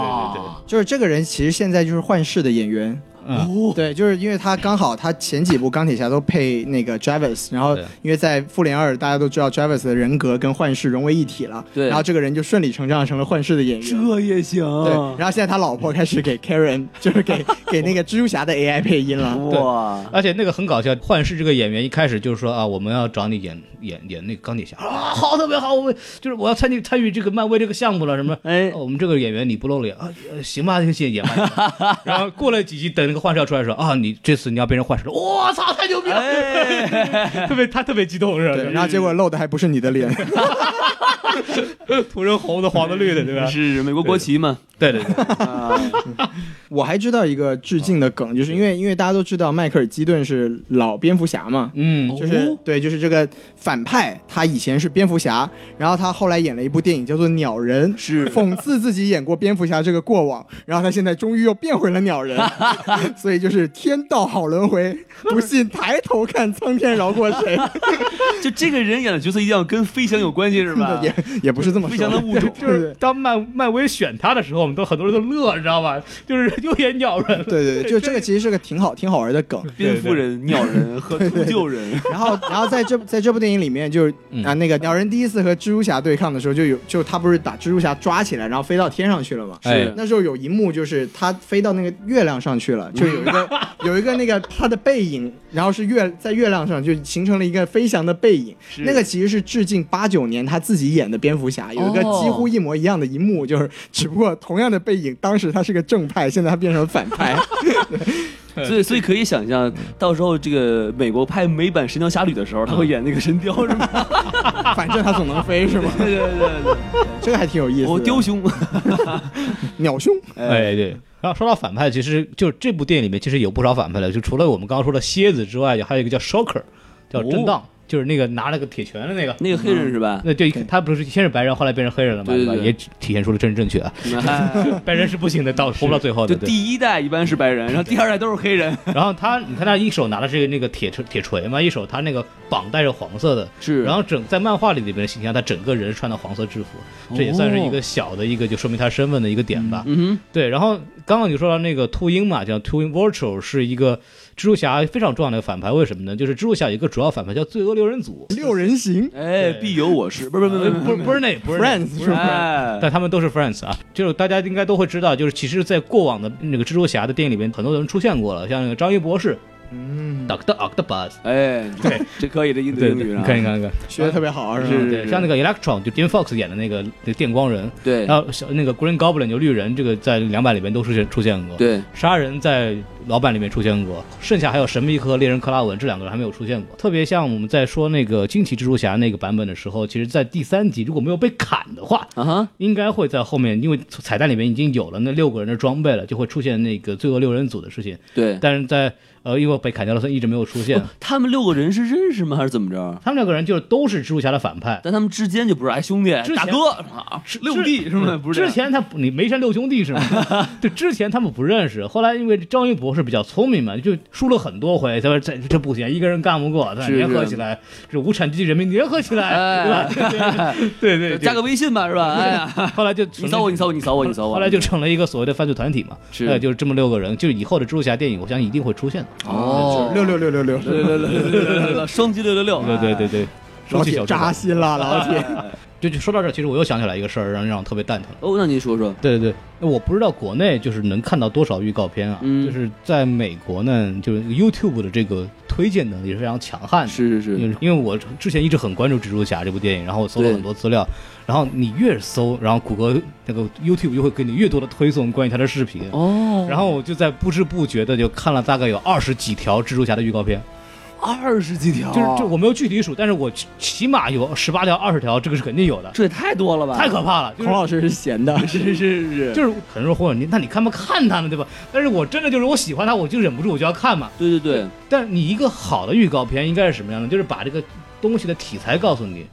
[SPEAKER 3] 对对对对
[SPEAKER 2] 就是这个人，其实现在就是幻视的演员。
[SPEAKER 3] 嗯
[SPEAKER 2] 对，就是因为他刚好他前几部钢铁侠都配那个 Jarvis，然后
[SPEAKER 3] 对
[SPEAKER 2] 因为在复联二大家都知道 Jarvis 的人格跟幻视融为一体了，
[SPEAKER 4] 对
[SPEAKER 2] 然后这个人就顺理成章地成了幻视的演员。
[SPEAKER 4] 这也行，
[SPEAKER 2] 对，然后现在他老婆开始给 Karen，就是 给给那个蜘蛛侠的 AI 配音了。
[SPEAKER 4] 哇，
[SPEAKER 3] 而且那个很搞笑，幻视这个演员一开始就是说啊，我们要找你演演演那个钢铁侠啊，好特别好，我就是我要参与参与这个漫威这个项目了什么。
[SPEAKER 4] 哎
[SPEAKER 3] 哦，我们这个演员你不露脸啊，呃行吧，就演演吧。然后过了几集，等那个幻视要出来说啊，你这次你要变成幻视了，我操，太牛逼了， 特别他特别激动是吧？
[SPEAKER 2] 哎对，然后结果露的还不是你的脸，
[SPEAKER 3] 涂成红的、黄的、绿的，对吧？
[SPEAKER 4] 是美国国旗嘛？
[SPEAKER 3] 对对对，
[SPEAKER 2] 我还知道一个致敬的梗，就是因为因为大家都知道迈克尔基顿是老蝙蝠侠嘛，
[SPEAKER 3] 嗯，
[SPEAKER 2] 就是、对，就是这个反派，他以前是蝙蝠侠，然后他后来演了一部电影叫做《鸟人》，是讽刺自己演过蝙蝠侠这个过往，然后他现在终于又变回了鸟人，所以就是天道好轮回，不信抬头看苍天饶过谁，？
[SPEAKER 4] 就这个人演的角色一定要跟飞翔有关系是吧
[SPEAKER 2] 也也不是这么
[SPEAKER 4] 飞
[SPEAKER 2] 说
[SPEAKER 4] 翔的物种
[SPEAKER 2] 对对
[SPEAKER 3] 当漫漫威选他的时候，我们都很多人都乐，你知道吧？就是又演鸟人，
[SPEAKER 2] 对 对对，就这个其实是个挺好挺好玩的 梗。
[SPEAKER 4] 蝙蝠人、鸟人和秃 鹫人，
[SPEAKER 2] 然后，然后在这在这部电影里面就，
[SPEAKER 3] 嗯
[SPEAKER 2] 啊，那个鸟人第一次和蜘蛛侠对抗的时候，就有就他不是把蜘蛛侠抓起来，然后飞到天上去了嘛？
[SPEAKER 3] 哎
[SPEAKER 2] 那时候有一幕就是他飞到那个月亮上去了，就有一 个有一个那个他的背影，然后是月在月亮上就形成了一个飞翔的背影。那个其实是致敬八九年他自己演的蝙蝠侠，有一个
[SPEAKER 4] 哦
[SPEAKER 2] 几乎一模一样的一幕，就是只不过同样的背影，当时他是个正派，现在他变成了反派。
[SPEAKER 4] 所以所以可以想象，到时候这个美国拍美版《神雕侠侣》的时候，他会演那个神雕 是吗？
[SPEAKER 2] 反正他总能飞是吗？
[SPEAKER 4] 对对对对
[SPEAKER 2] 这个还挺有意思
[SPEAKER 4] 对，
[SPEAKER 2] 的。
[SPEAKER 4] 我雕兄，
[SPEAKER 2] 鸟兄。
[SPEAKER 3] 哎，对。然后说到反派，其实就这部电影里面其实有不少反派的，就除了我们刚刚说的蝎子之外，还有一个叫 Shocker，叫震荡，就是那个拿了个铁拳的那个。
[SPEAKER 4] 那个黑人 是吧？
[SPEAKER 3] 那就一他不是先是白人，后来变成黑人了嘛，
[SPEAKER 4] 对对
[SPEAKER 3] 吧？
[SPEAKER 4] 对
[SPEAKER 3] 也体现出了政治正确啊，
[SPEAKER 4] 哎
[SPEAKER 3] 白人是不行的，到活不到最后
[SPEAKER 4] 就
[SPEAKER 3] 的。对。
[SPEAKER 4] 第一代一般是白人，然后第二代都是 黑人，
[SPEAKER 3] 然后他，你看他一手拿的是那个铁锤铁锤嘛，一手他那个绑带是黄色的，
[SPEAKER 4] 是
[SPEAKER 3] 然后整在漫画里里面的形象，他整个人穿的黄色制服，这也算是一个小的一个就说明他身份的一个点吧。
[SPEAKER 4] 嗯哼，
[SPEAKER 3] 对，然后刚刚你说到那个秃鹰嘛，叫秃鹰 Vulture 是一个蜘蛛侠非常重要的反派，为什么呢？就是蜘蛛侠有一个主要反派叫罪恶六人组，
[SPEAKER 2] 六人行
[SPEAKER 4] 哎，
[SPEAKER 3] 对
[SPEAKER 4] 必有我师，不是不是不是
[SPEAKER 3] 不是不是那不是那
[SPEAKER 2] ，Friends 是吧？
[SPEAKER 4] 哎，
[SPEAKER 3] 但他们都是 Friends 啊，就是大家应该都会知道，就是其实，在过往的那个蜘蛛侠的电影里面，很多人出现过了，像那个章鱼博士
[SPEAKER 2] 嗯，
[SPEAKER 3] ，Doctor Octopus，
[SPEAKER 4] 哎，
[SPEAKER 3] 对，
[SPEAKER 4] 这可以，这英
[SPEAKER 3] 对
[SPEAKER 4] 英
[SPEAKER 3] 对，
[SPEAKER 4] 语
[SPEAKER 3] 你
[SPEAKER 4] 啊，
[SPEAKER 3] 看一看一看，
[SPEAKER 2] 学的特别好，是吧？
[SPEAKER 4] 是
[SPEAKER 3] 对，像那个 Electron 就 Jim Fox 演的那个那个电光人，
[SPEAKER 4] 对
[SPEAKER 3] 然后小那个 Green Goblin 就绿人，这个在两版里面都出现出现过，，
[SPEAKER 4] 对，
[SPEAKER 3] 杀人在老版里面出现过，剩下还有神秘客猎人克拉文这两个人还没有出现过。特别像我们在说那个惊奇蜘蛛侠那个版本的时候，其实，在第三集如果没有被砍的话，
[SPEAKER 4] 啊哈，
[SPEAKER 3] 应该会在后面，因为彩蛋里面已经有了那六个人的装备了，就会出现那个罪恶六人组的事情。
[SPEAKER 4] 对，
[SPEAKER 3] 但是在呃，因为北凯迪拉森一直没有出现。
[SPEAKER 4] 他们六个人是认识吗？还是怎么着？
[SPEAKER 3] 他们两个人就是都是蜘蛛侠的反派，
[SPEAKER 4] 但他们之间就不是哎兄弟
[SPEAKER 3] 之前
[SPEAKER 4] 大哥啊
[SPEAKER 3] 之
[SPEAKER 4] 六弟是吗？ 不是这
[SPEAKER 3] 之前
[SPEAKER 4] 样
[SPEAKER 3] 他不你梅山六兄弟是吗？ 对，之前他们不认识，后来因为张云博士比较聪明嘛，就输了很多回，他说这这不行，一个人干不过，对吧
[SPEAKER 4] 是是哎
[SPEAKER 3] 联合起来，这无产阶级人民联合起来，对吧？对对，对
[SPEAKER 4] 加个微信吧是吧？哎呀，
[SPEAKER 3] 后来就
[SPEAKER 4] 你扫我，你扫我，你扫我，你扫我。
[SPEAKER 3] 后来就成了一个所谓的犯罪团体嘛，
[SPEAKER 4] 是
[SPEAKER 3] 呃就是这么六个人，就是以后的蜘蛛侠电影，我相信一定会出现的。
[SPEAKER 4] 哦，
[SPEAKER 2] 六六六六六，
[SPEAKER 4] 六六六六六六六，双击六六六，
[SPEAKER 3] 对对对对，
[SPEAKER 2] 老
[SPEAKER 3] 说起
[SPEAKER 2] 铁
[SPEAKER 3] 小
[SPEAKER 2] 扎心了，老铁。
[SPEAKER 3] 就就说到这儿，其实我又想起来一个事儿，让让我特别蛋疼。
[SPEAKER 4] 哦，那您说说，
[SPEAKER 3] 对对对，那我不知道国内就是能看到多少预告片啊，
[SPEAKER 4] 嗯
[SPEAKER 3] 就是在美国呢，就是 YouTube 的这个推荐能力是非常强悍的。
[SPEAKER 4] 是是
[SPEAKER 3] 因
[SPEAKER 4] 是，
[SPEAKER 3] 为因为我之前一直很关注蜘蛛侠这部电影，然后我搜了
[SPEAKER 4] 对
[SPEAKER 3] 很多资料，然后你越搜，然后谷歌那个 YouTube 就会给你越多的推送关于它的视频，
[SPEAKER 4] 哦，
[SPEAKER 3] 然后我就在不知不觉的就看了大概有二十几
[SPEAKER 4] 哦
[SPEAKER 3] 条蜘蛛侠的预告片，
[SPEAKER 4] 二十几条，
[SPEAKER 3] 就是就我没有具体数，但是我起起码有十八条、二十条，这个是肯定有的，
[SPEAKER 4] 这也太多了吧？
[SPEAKER 3] 太可怕了，就是
[SPEAKER 2] 孔老师是闲的，
[SPEAKER 4] 是是 是，
[SPEAKER 3] 就是很多人会问你，那你看不看他呢，对吧？但是我真的就是我喜欢他，我就忍不住我就要看嘛。
[SPEAKER 4] 对对对，
[SPEAKER 3] 但你一个好的预告片应该是什么样的？就是把这个东西的题材告诉你，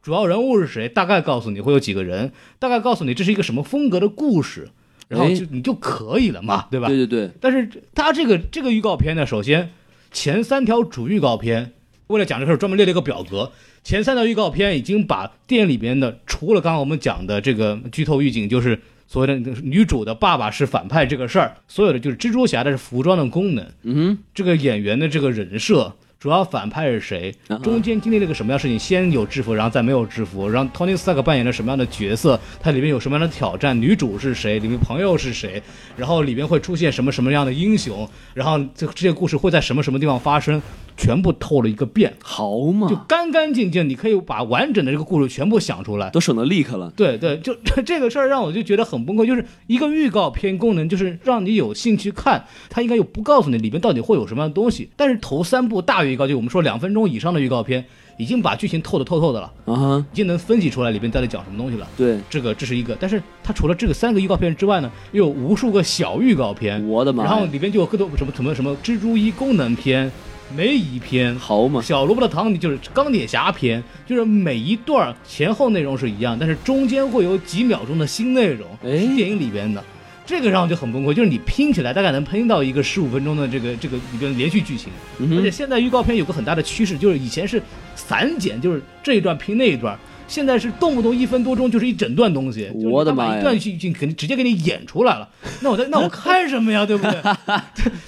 [SPEAKER 3] 主要人物是谁，大概告诉你会有几个人，大概告诉你这是一个什么风格的故事，然后就你就可以了嘛，对吧？
[SPEAKER 4] 对对对，
[SPEAKER 3] 但是他这个这个预告片呢，首先前三条主预告片，为了讲这事儿专门列了一个表格。前三条预告片已经把电影里边的，除了刚刚我们讲的这个剧透预警，就是所谓的女主的爸爸是反派这个事儿，所有的就是蜘蛛侠的服装的功能，
[SPEAKER 4] 嗯
[SPEAKER 3] 这个演员的这个人设。主要反派是谁
[SPEAKER 4] 嗯？
[SPEAKER 3] 中间经历了个什么样的事情？先有制服，然后再没有制服。然后 Tony Stark 扮演了什么样的角色？它里面有什么样的挑战？女主是谁？里面朋友是谁？然后里面会出现什么什么样的英雄？然后这这些故事会在什么什么地方发生？全部透了一个遍，
[SPEAKER 4] 哼，好
[SPEAKER 3] 就
[SPEAKER 4] 嘛，
[SPEAKER 3] 干干净净。你可以把完整的这个故事全部想出来。
[SPEAKER 4] 都省得 leak 了，
[SPEAKER 3] 对对，就 这个事儿让我就觉得很崩溃，就是一个预告片功能，就是让你有兴趣看，它应该又不告诉你里面到底会有什么样的东西。但是头三部大预告，就我们说两分钟以上的预告片，已经把剧情透的透透的了，
[SPEAKER 4] 啊哈，
[SPEAKER 3] 已经能分析出来里面到底讲什么东西了。
[SPEAKER 4] 对，
[SPEAKER 3] 这个这是一个，但是它除了这个三个预告片之外呢，又有无数个小预告片，
[SPEAKER 4] 我的妈呀
[SPEAKER 3] 然后里边就有各种什么什么什么蜘蛛衣功能片、梅姨篇，
[SPEAKER 4] 好嘛，
[SPEAKER 3] 小萝卜的糖，你就是钢铁侠篇，就是每一段儿前后内容是一样，但是中间会有几秒钟的新内容，
[SPEAKER 4] 哎
[SPEAKER 3] 是电影里边的。这个让我就很崩溃，就是你拼起来大概能拼到一个十五分钟的这个这个里边连续剧情，
[SPEAKER 4] 嗯哼
[SPEAKER 3] 而且现在预告片有个很大的趋势，就是以前是散剪，就是这一段拼那一段，现在是动不动一分多钟就是一整段东西，就是
[SPEAKER 4] 我的
[SPEAKER 3] 他把
[SPEAKER 4] 妈呀
[SPEAKER 3] 一段剧情肯定直接给你演出来了，那我在那我看什么呀，对不对？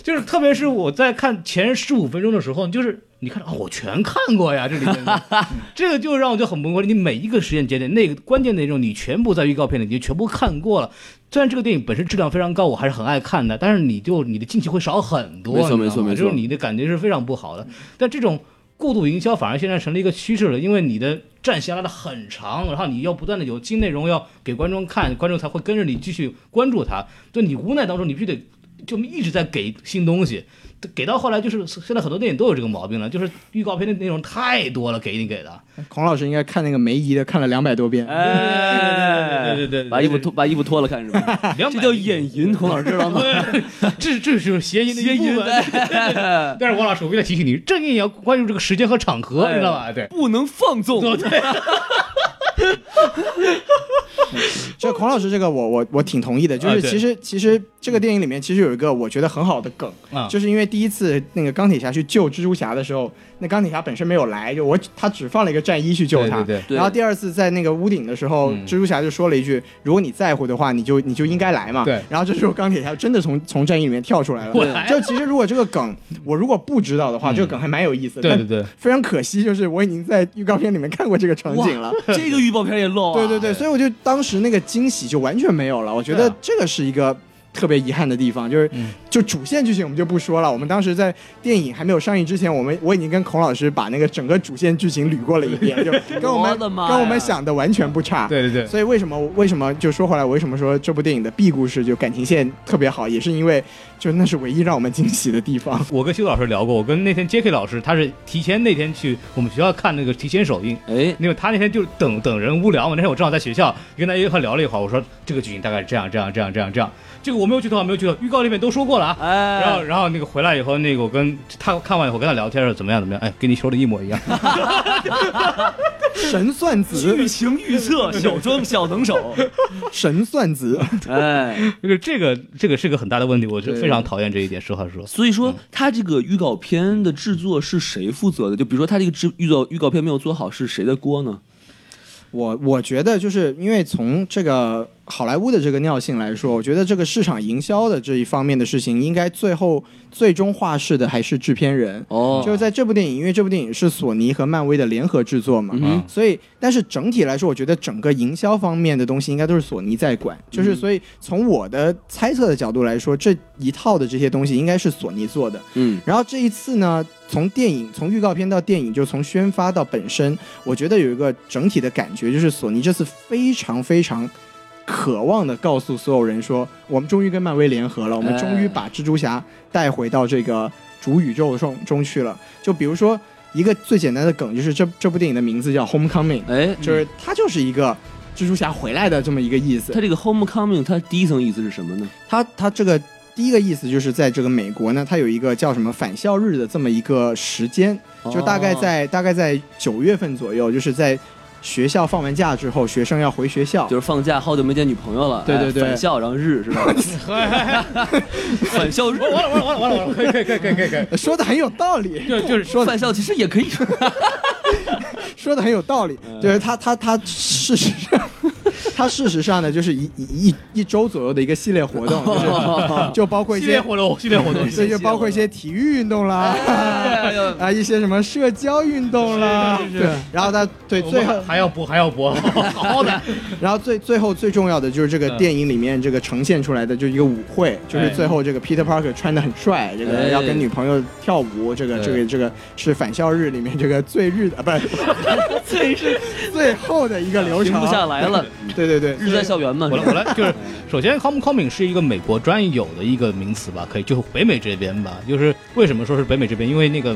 [SPEAKER 3] 就是特别是我在看前十五分钟的时候，就是你看啊、我全看过呀，这里面的，嗯这个就让我就很崩溃。你每一个时间节点，那个关键内容，你全部在预告片里你就全部看过了。虽然这个电影本身质量非常高，我还是很爱看的，但是你就你的进气会少很多，
[SPEAKER 4] 没
[SPEAKER 3] 你知
[SPEAKER 4] 错
[SPEAKER 3] 道吗
[SPEAKER 4] 没错没错
[SPEAKER 3] 就是你的感觉是非常不好的。但这种过度营销反而现在成了一个趋势了，因为你的战线拉的很长，然后你要不断的有新内容要给观众看，观众才会跟着你继续关注它。就你无奈当中，你必须得就一直在给新东西，给到后来就是现在很多电影都有这个毛病了，就是预告片的内容太多了，给你给的。
[SPEAKER 2] 孔老师应该看那个梅姨的看了两百多遍。
[SPEAKER 4] 哎，
[SPEAKER 3] 对对对对对对对对
[SPEAKER 4] 把衣服脱，把衣服脱了看是吧？
[SPEAKER 3] 两
[SPEAKER 4] 这
[SPEAKER 3] 百
[SPEAKER 4] 叫眼淫，孔老师知道吗？
[SPEAKER 3] 这这是谐音的一部分。
[SPEAKER 4] 哎
[SPEAKER 3] 但是王老师，我为了提醒你，正音也要关注这个时间和场合，
[SPEAKER 4] 哎
[SPEAKER 3] 你知道吧？对。
[SPEAKER 4] 不能放纵，
[SPEAKER 2] 这孔老师这个我我我挺同意的，就
[SPEAKER 3] 啊
[SPEAKER 2] 是
[SPEAKER 3] 对
[SPEAKER 2] 其实、其实这个电影里面其实有一个我觉得很好的梗，
[SPEAKER 3] 啊
[SPEAKER 2] 就是因为第一次那个钢铁侠去救蜘蛛侠的时候，那钢铁侠本身没有来，就我他只放了一个战衣去救他。
[SPEAKER 3] 对对嗯
[SPEAKER 4] 对
[SPEAKER 2] 然后第二次在那个屋顶的时候，蜘蛛侠就说了一句：“如果你在乎的话，你就你就应该来嘛。”
[SPEAKER 3] 对
[SPEAKER 2] 然后这时候钢铁侠真的从从战衣里面跳出来了。
[SPEAKER 3] 我来了
[SPEAKER 2] 就其实如果这个梗我如果不知道的话，
[SPEAKER 3] 嗯
[SPEAKER 2] 这个梗还蛮有意思的。
[SPEAKER 3] 对
[SPEAKER 2] 但
[SPEAKER 3] 对对，
[SPEAKER 2] 非常可惜，就是我已经在预告片里面看过这个场
[SPEAKER 4] 哇
[SPEAKER 2] 景了。
[SPEAKER 4] 这个预报片也漏啊，
[SPEAKER 2] 对对对，所以我就当时那个惊喜就完全没有了。我觉
[SPEAKER 3] 对
[SPEAKER 2] 得
[SPEAKER 3] 啊
[SPEAKER 2] 这个是一个特别遗憾的地方，就是、就主线剧情我们就不说了。我们当时在电影还没有上映之前，我们我已经跟孔老师把那个整个主线剧情捋过了一遍，就跟我
[SPEAKER 4] 我
[SPEAKER 2] 们
[SPEAKER 4] 的妈呀
[SPEAKER 2] 跟我们想的完全不差。
[SPEAKER 3] 对对对
[SPEAKER 2] 所以为什么为什么就说回来，为什么说这部电影的 B 故事就感情线特别好，也是因为就那是唯一让我们惊喜的地方。
[SPEAKER 3] 我跟修老师聊过，我跟那天 J.K. 老师，他是提前那天去我们学校看那个提前首映，
[SPEAKER 4] 哎，
[SPEAKER 3] 因为他那天就是等等人无聊嘛，那天我正好在学校跟大家一块聊了一会儿，我说这个剧情大概是这样这样这样这样这样，这个我没有剧透啊，没有剧透，预告里面都说过了啊。
[SPEAKER 4] 哎，
[SPEAKER 3] 然后，然后那个回来以后，那个我跟他看完以后跟他聊天说怎么样怎么样，哎，跟你说的一模一样。
[SPEAKER 2] 神算子，
[SPEAKER 6] 剧情预测，小庄小能手，
[SPEAKER 2] 神算子，
[SPEAKER 4] 哎，
[SPEAKER 3] 就是这个这个是个很大的问题，我就
[SPEAKER 4] 对
[SPEAKER 3] 非常讨厌这一点。实话说，
[SPEAKER 4] 所以说他这个预告片的制作是谁负责的？就比如说他这个制预告预告片没有做好是谁的锅呢？
[SPEAKER 2] 我我觉得就是因为从这个好莱坞的这个尿性来说，我觉得这个市场营销的这一方面的事情，应该最后最终化事的还是制片人。
[SPEAKER 4] 哦
[SPEAKER 2] 就是在这部电影，因为这部电影是索尼和漫威的联合制作嘛，
[SPEAKER 4] 嗯
[SPEAKER 2] 所以但是整体来说，我觉得整个营销方面的东西应该都是索尼在管。
[SPEAKER 4] 嗯
[SPEAKER 2] 就是所以从我的猜测的角度来说，这一套的这些东西应该是索尼做的。
[SPEAKER 4] 嗯，
[SPEAKER 2] 然后这一次呢，从电影从预告片到电影，就从宣发到本身，我觉得有一个整体的感觉，就是索尼这次非常非常。渴望的告诉所有人说，我们终于跟漫威联合了，我们终于把蜘蛛侠带回到这个主宇宙中中去了。就比如说一个最简单的梗，就是这这部电影的名字叫《Homecoming》，
[SPEAKER 4] 哎，
[SPEAKER 2] 就是它就是一个蜘蛛侠回来的这么一个意思
[SPEAKER 4] 他。这个 homecoming 它第一层意思是什么呢？
[SPEAKER 2] 它它这个第一个意思就是在这个美国呢，它有一个叫什么返校日的这么一个时间，
[SPEAKER 3] 哦
[SPEAKER 2] 就大
[SPEAKER 4] 哦
[SPEAKER 2] 概在、大概在九月份左右，就是在学校放完假之后，学生要回学校。
[SPEAKER 4] 就是放假好久没见女朋友了，
[SPEAKER 2] 对
[SPEAKER 4] 哎
[SPEAKER 2] 对对
[SPEAKER 4] 返校然后日是吧？ 返校日，
[SPEAKER 3] 完了完了完了完了完了，可以可以可以可以可 以可以，
[SPEAKER 2] 呃说的很有道理，
[SPEAKER 3] 就就是说
[SPEAKER 4] 返校其实也可以，
[SPEAKER 2] 说的很有道理。就是他他他事实上，他事实上呢，就是一一一一周左右的一个系列活动，就是就包括一
[SPEAKER 3] 系列
[SPEAKER 2] 些
[SPEAKER 3] 活动系列活动，
[SPEAKER 2] 所以就包括一些体育运动 啦，
[SPEAKER 3] 哎
[SPEAKER 2] 啊，一些什么社交运动啦，对，然后他对
[SPEAKER 3] 我
[SPEAKER 2] 最后
[SPEAKER 3] 们，还要播还要播，好好的。
[SPEAKER 2] 然后最最后最重要的就是这个
[SPEAKER 3] 嗯
[SPEAKER 2] 电影里面这个呈现出来的就是一个舞会，就是最后这个 Peter Parker 穿的很帅，这个
[SPEAKER 4] 嗯哎
[SPEAKER 2] 要跟女朋友跳舞，这个
[SPEAKER 3] 对
[SPEAKER 2] 这个这个是返校日里面这个最日的啊，不 是最日最后的一个流
[SPEAKER 4] 停
[SPEAKER 2] 程，
[SPEAKER 4] 不下来
[SPEAKER 3] 哎
[SPEAKER 4] 了，
[SPEAKER 2] 对对对，
[SPEAKER 4] 日在校园嘛。
[SPEAKER 3] 我来我来就是，首先 homecoming 是一个美国专有的一个名词吧，可以就是北美这边吧，就是为什么说是北美这边？因为那个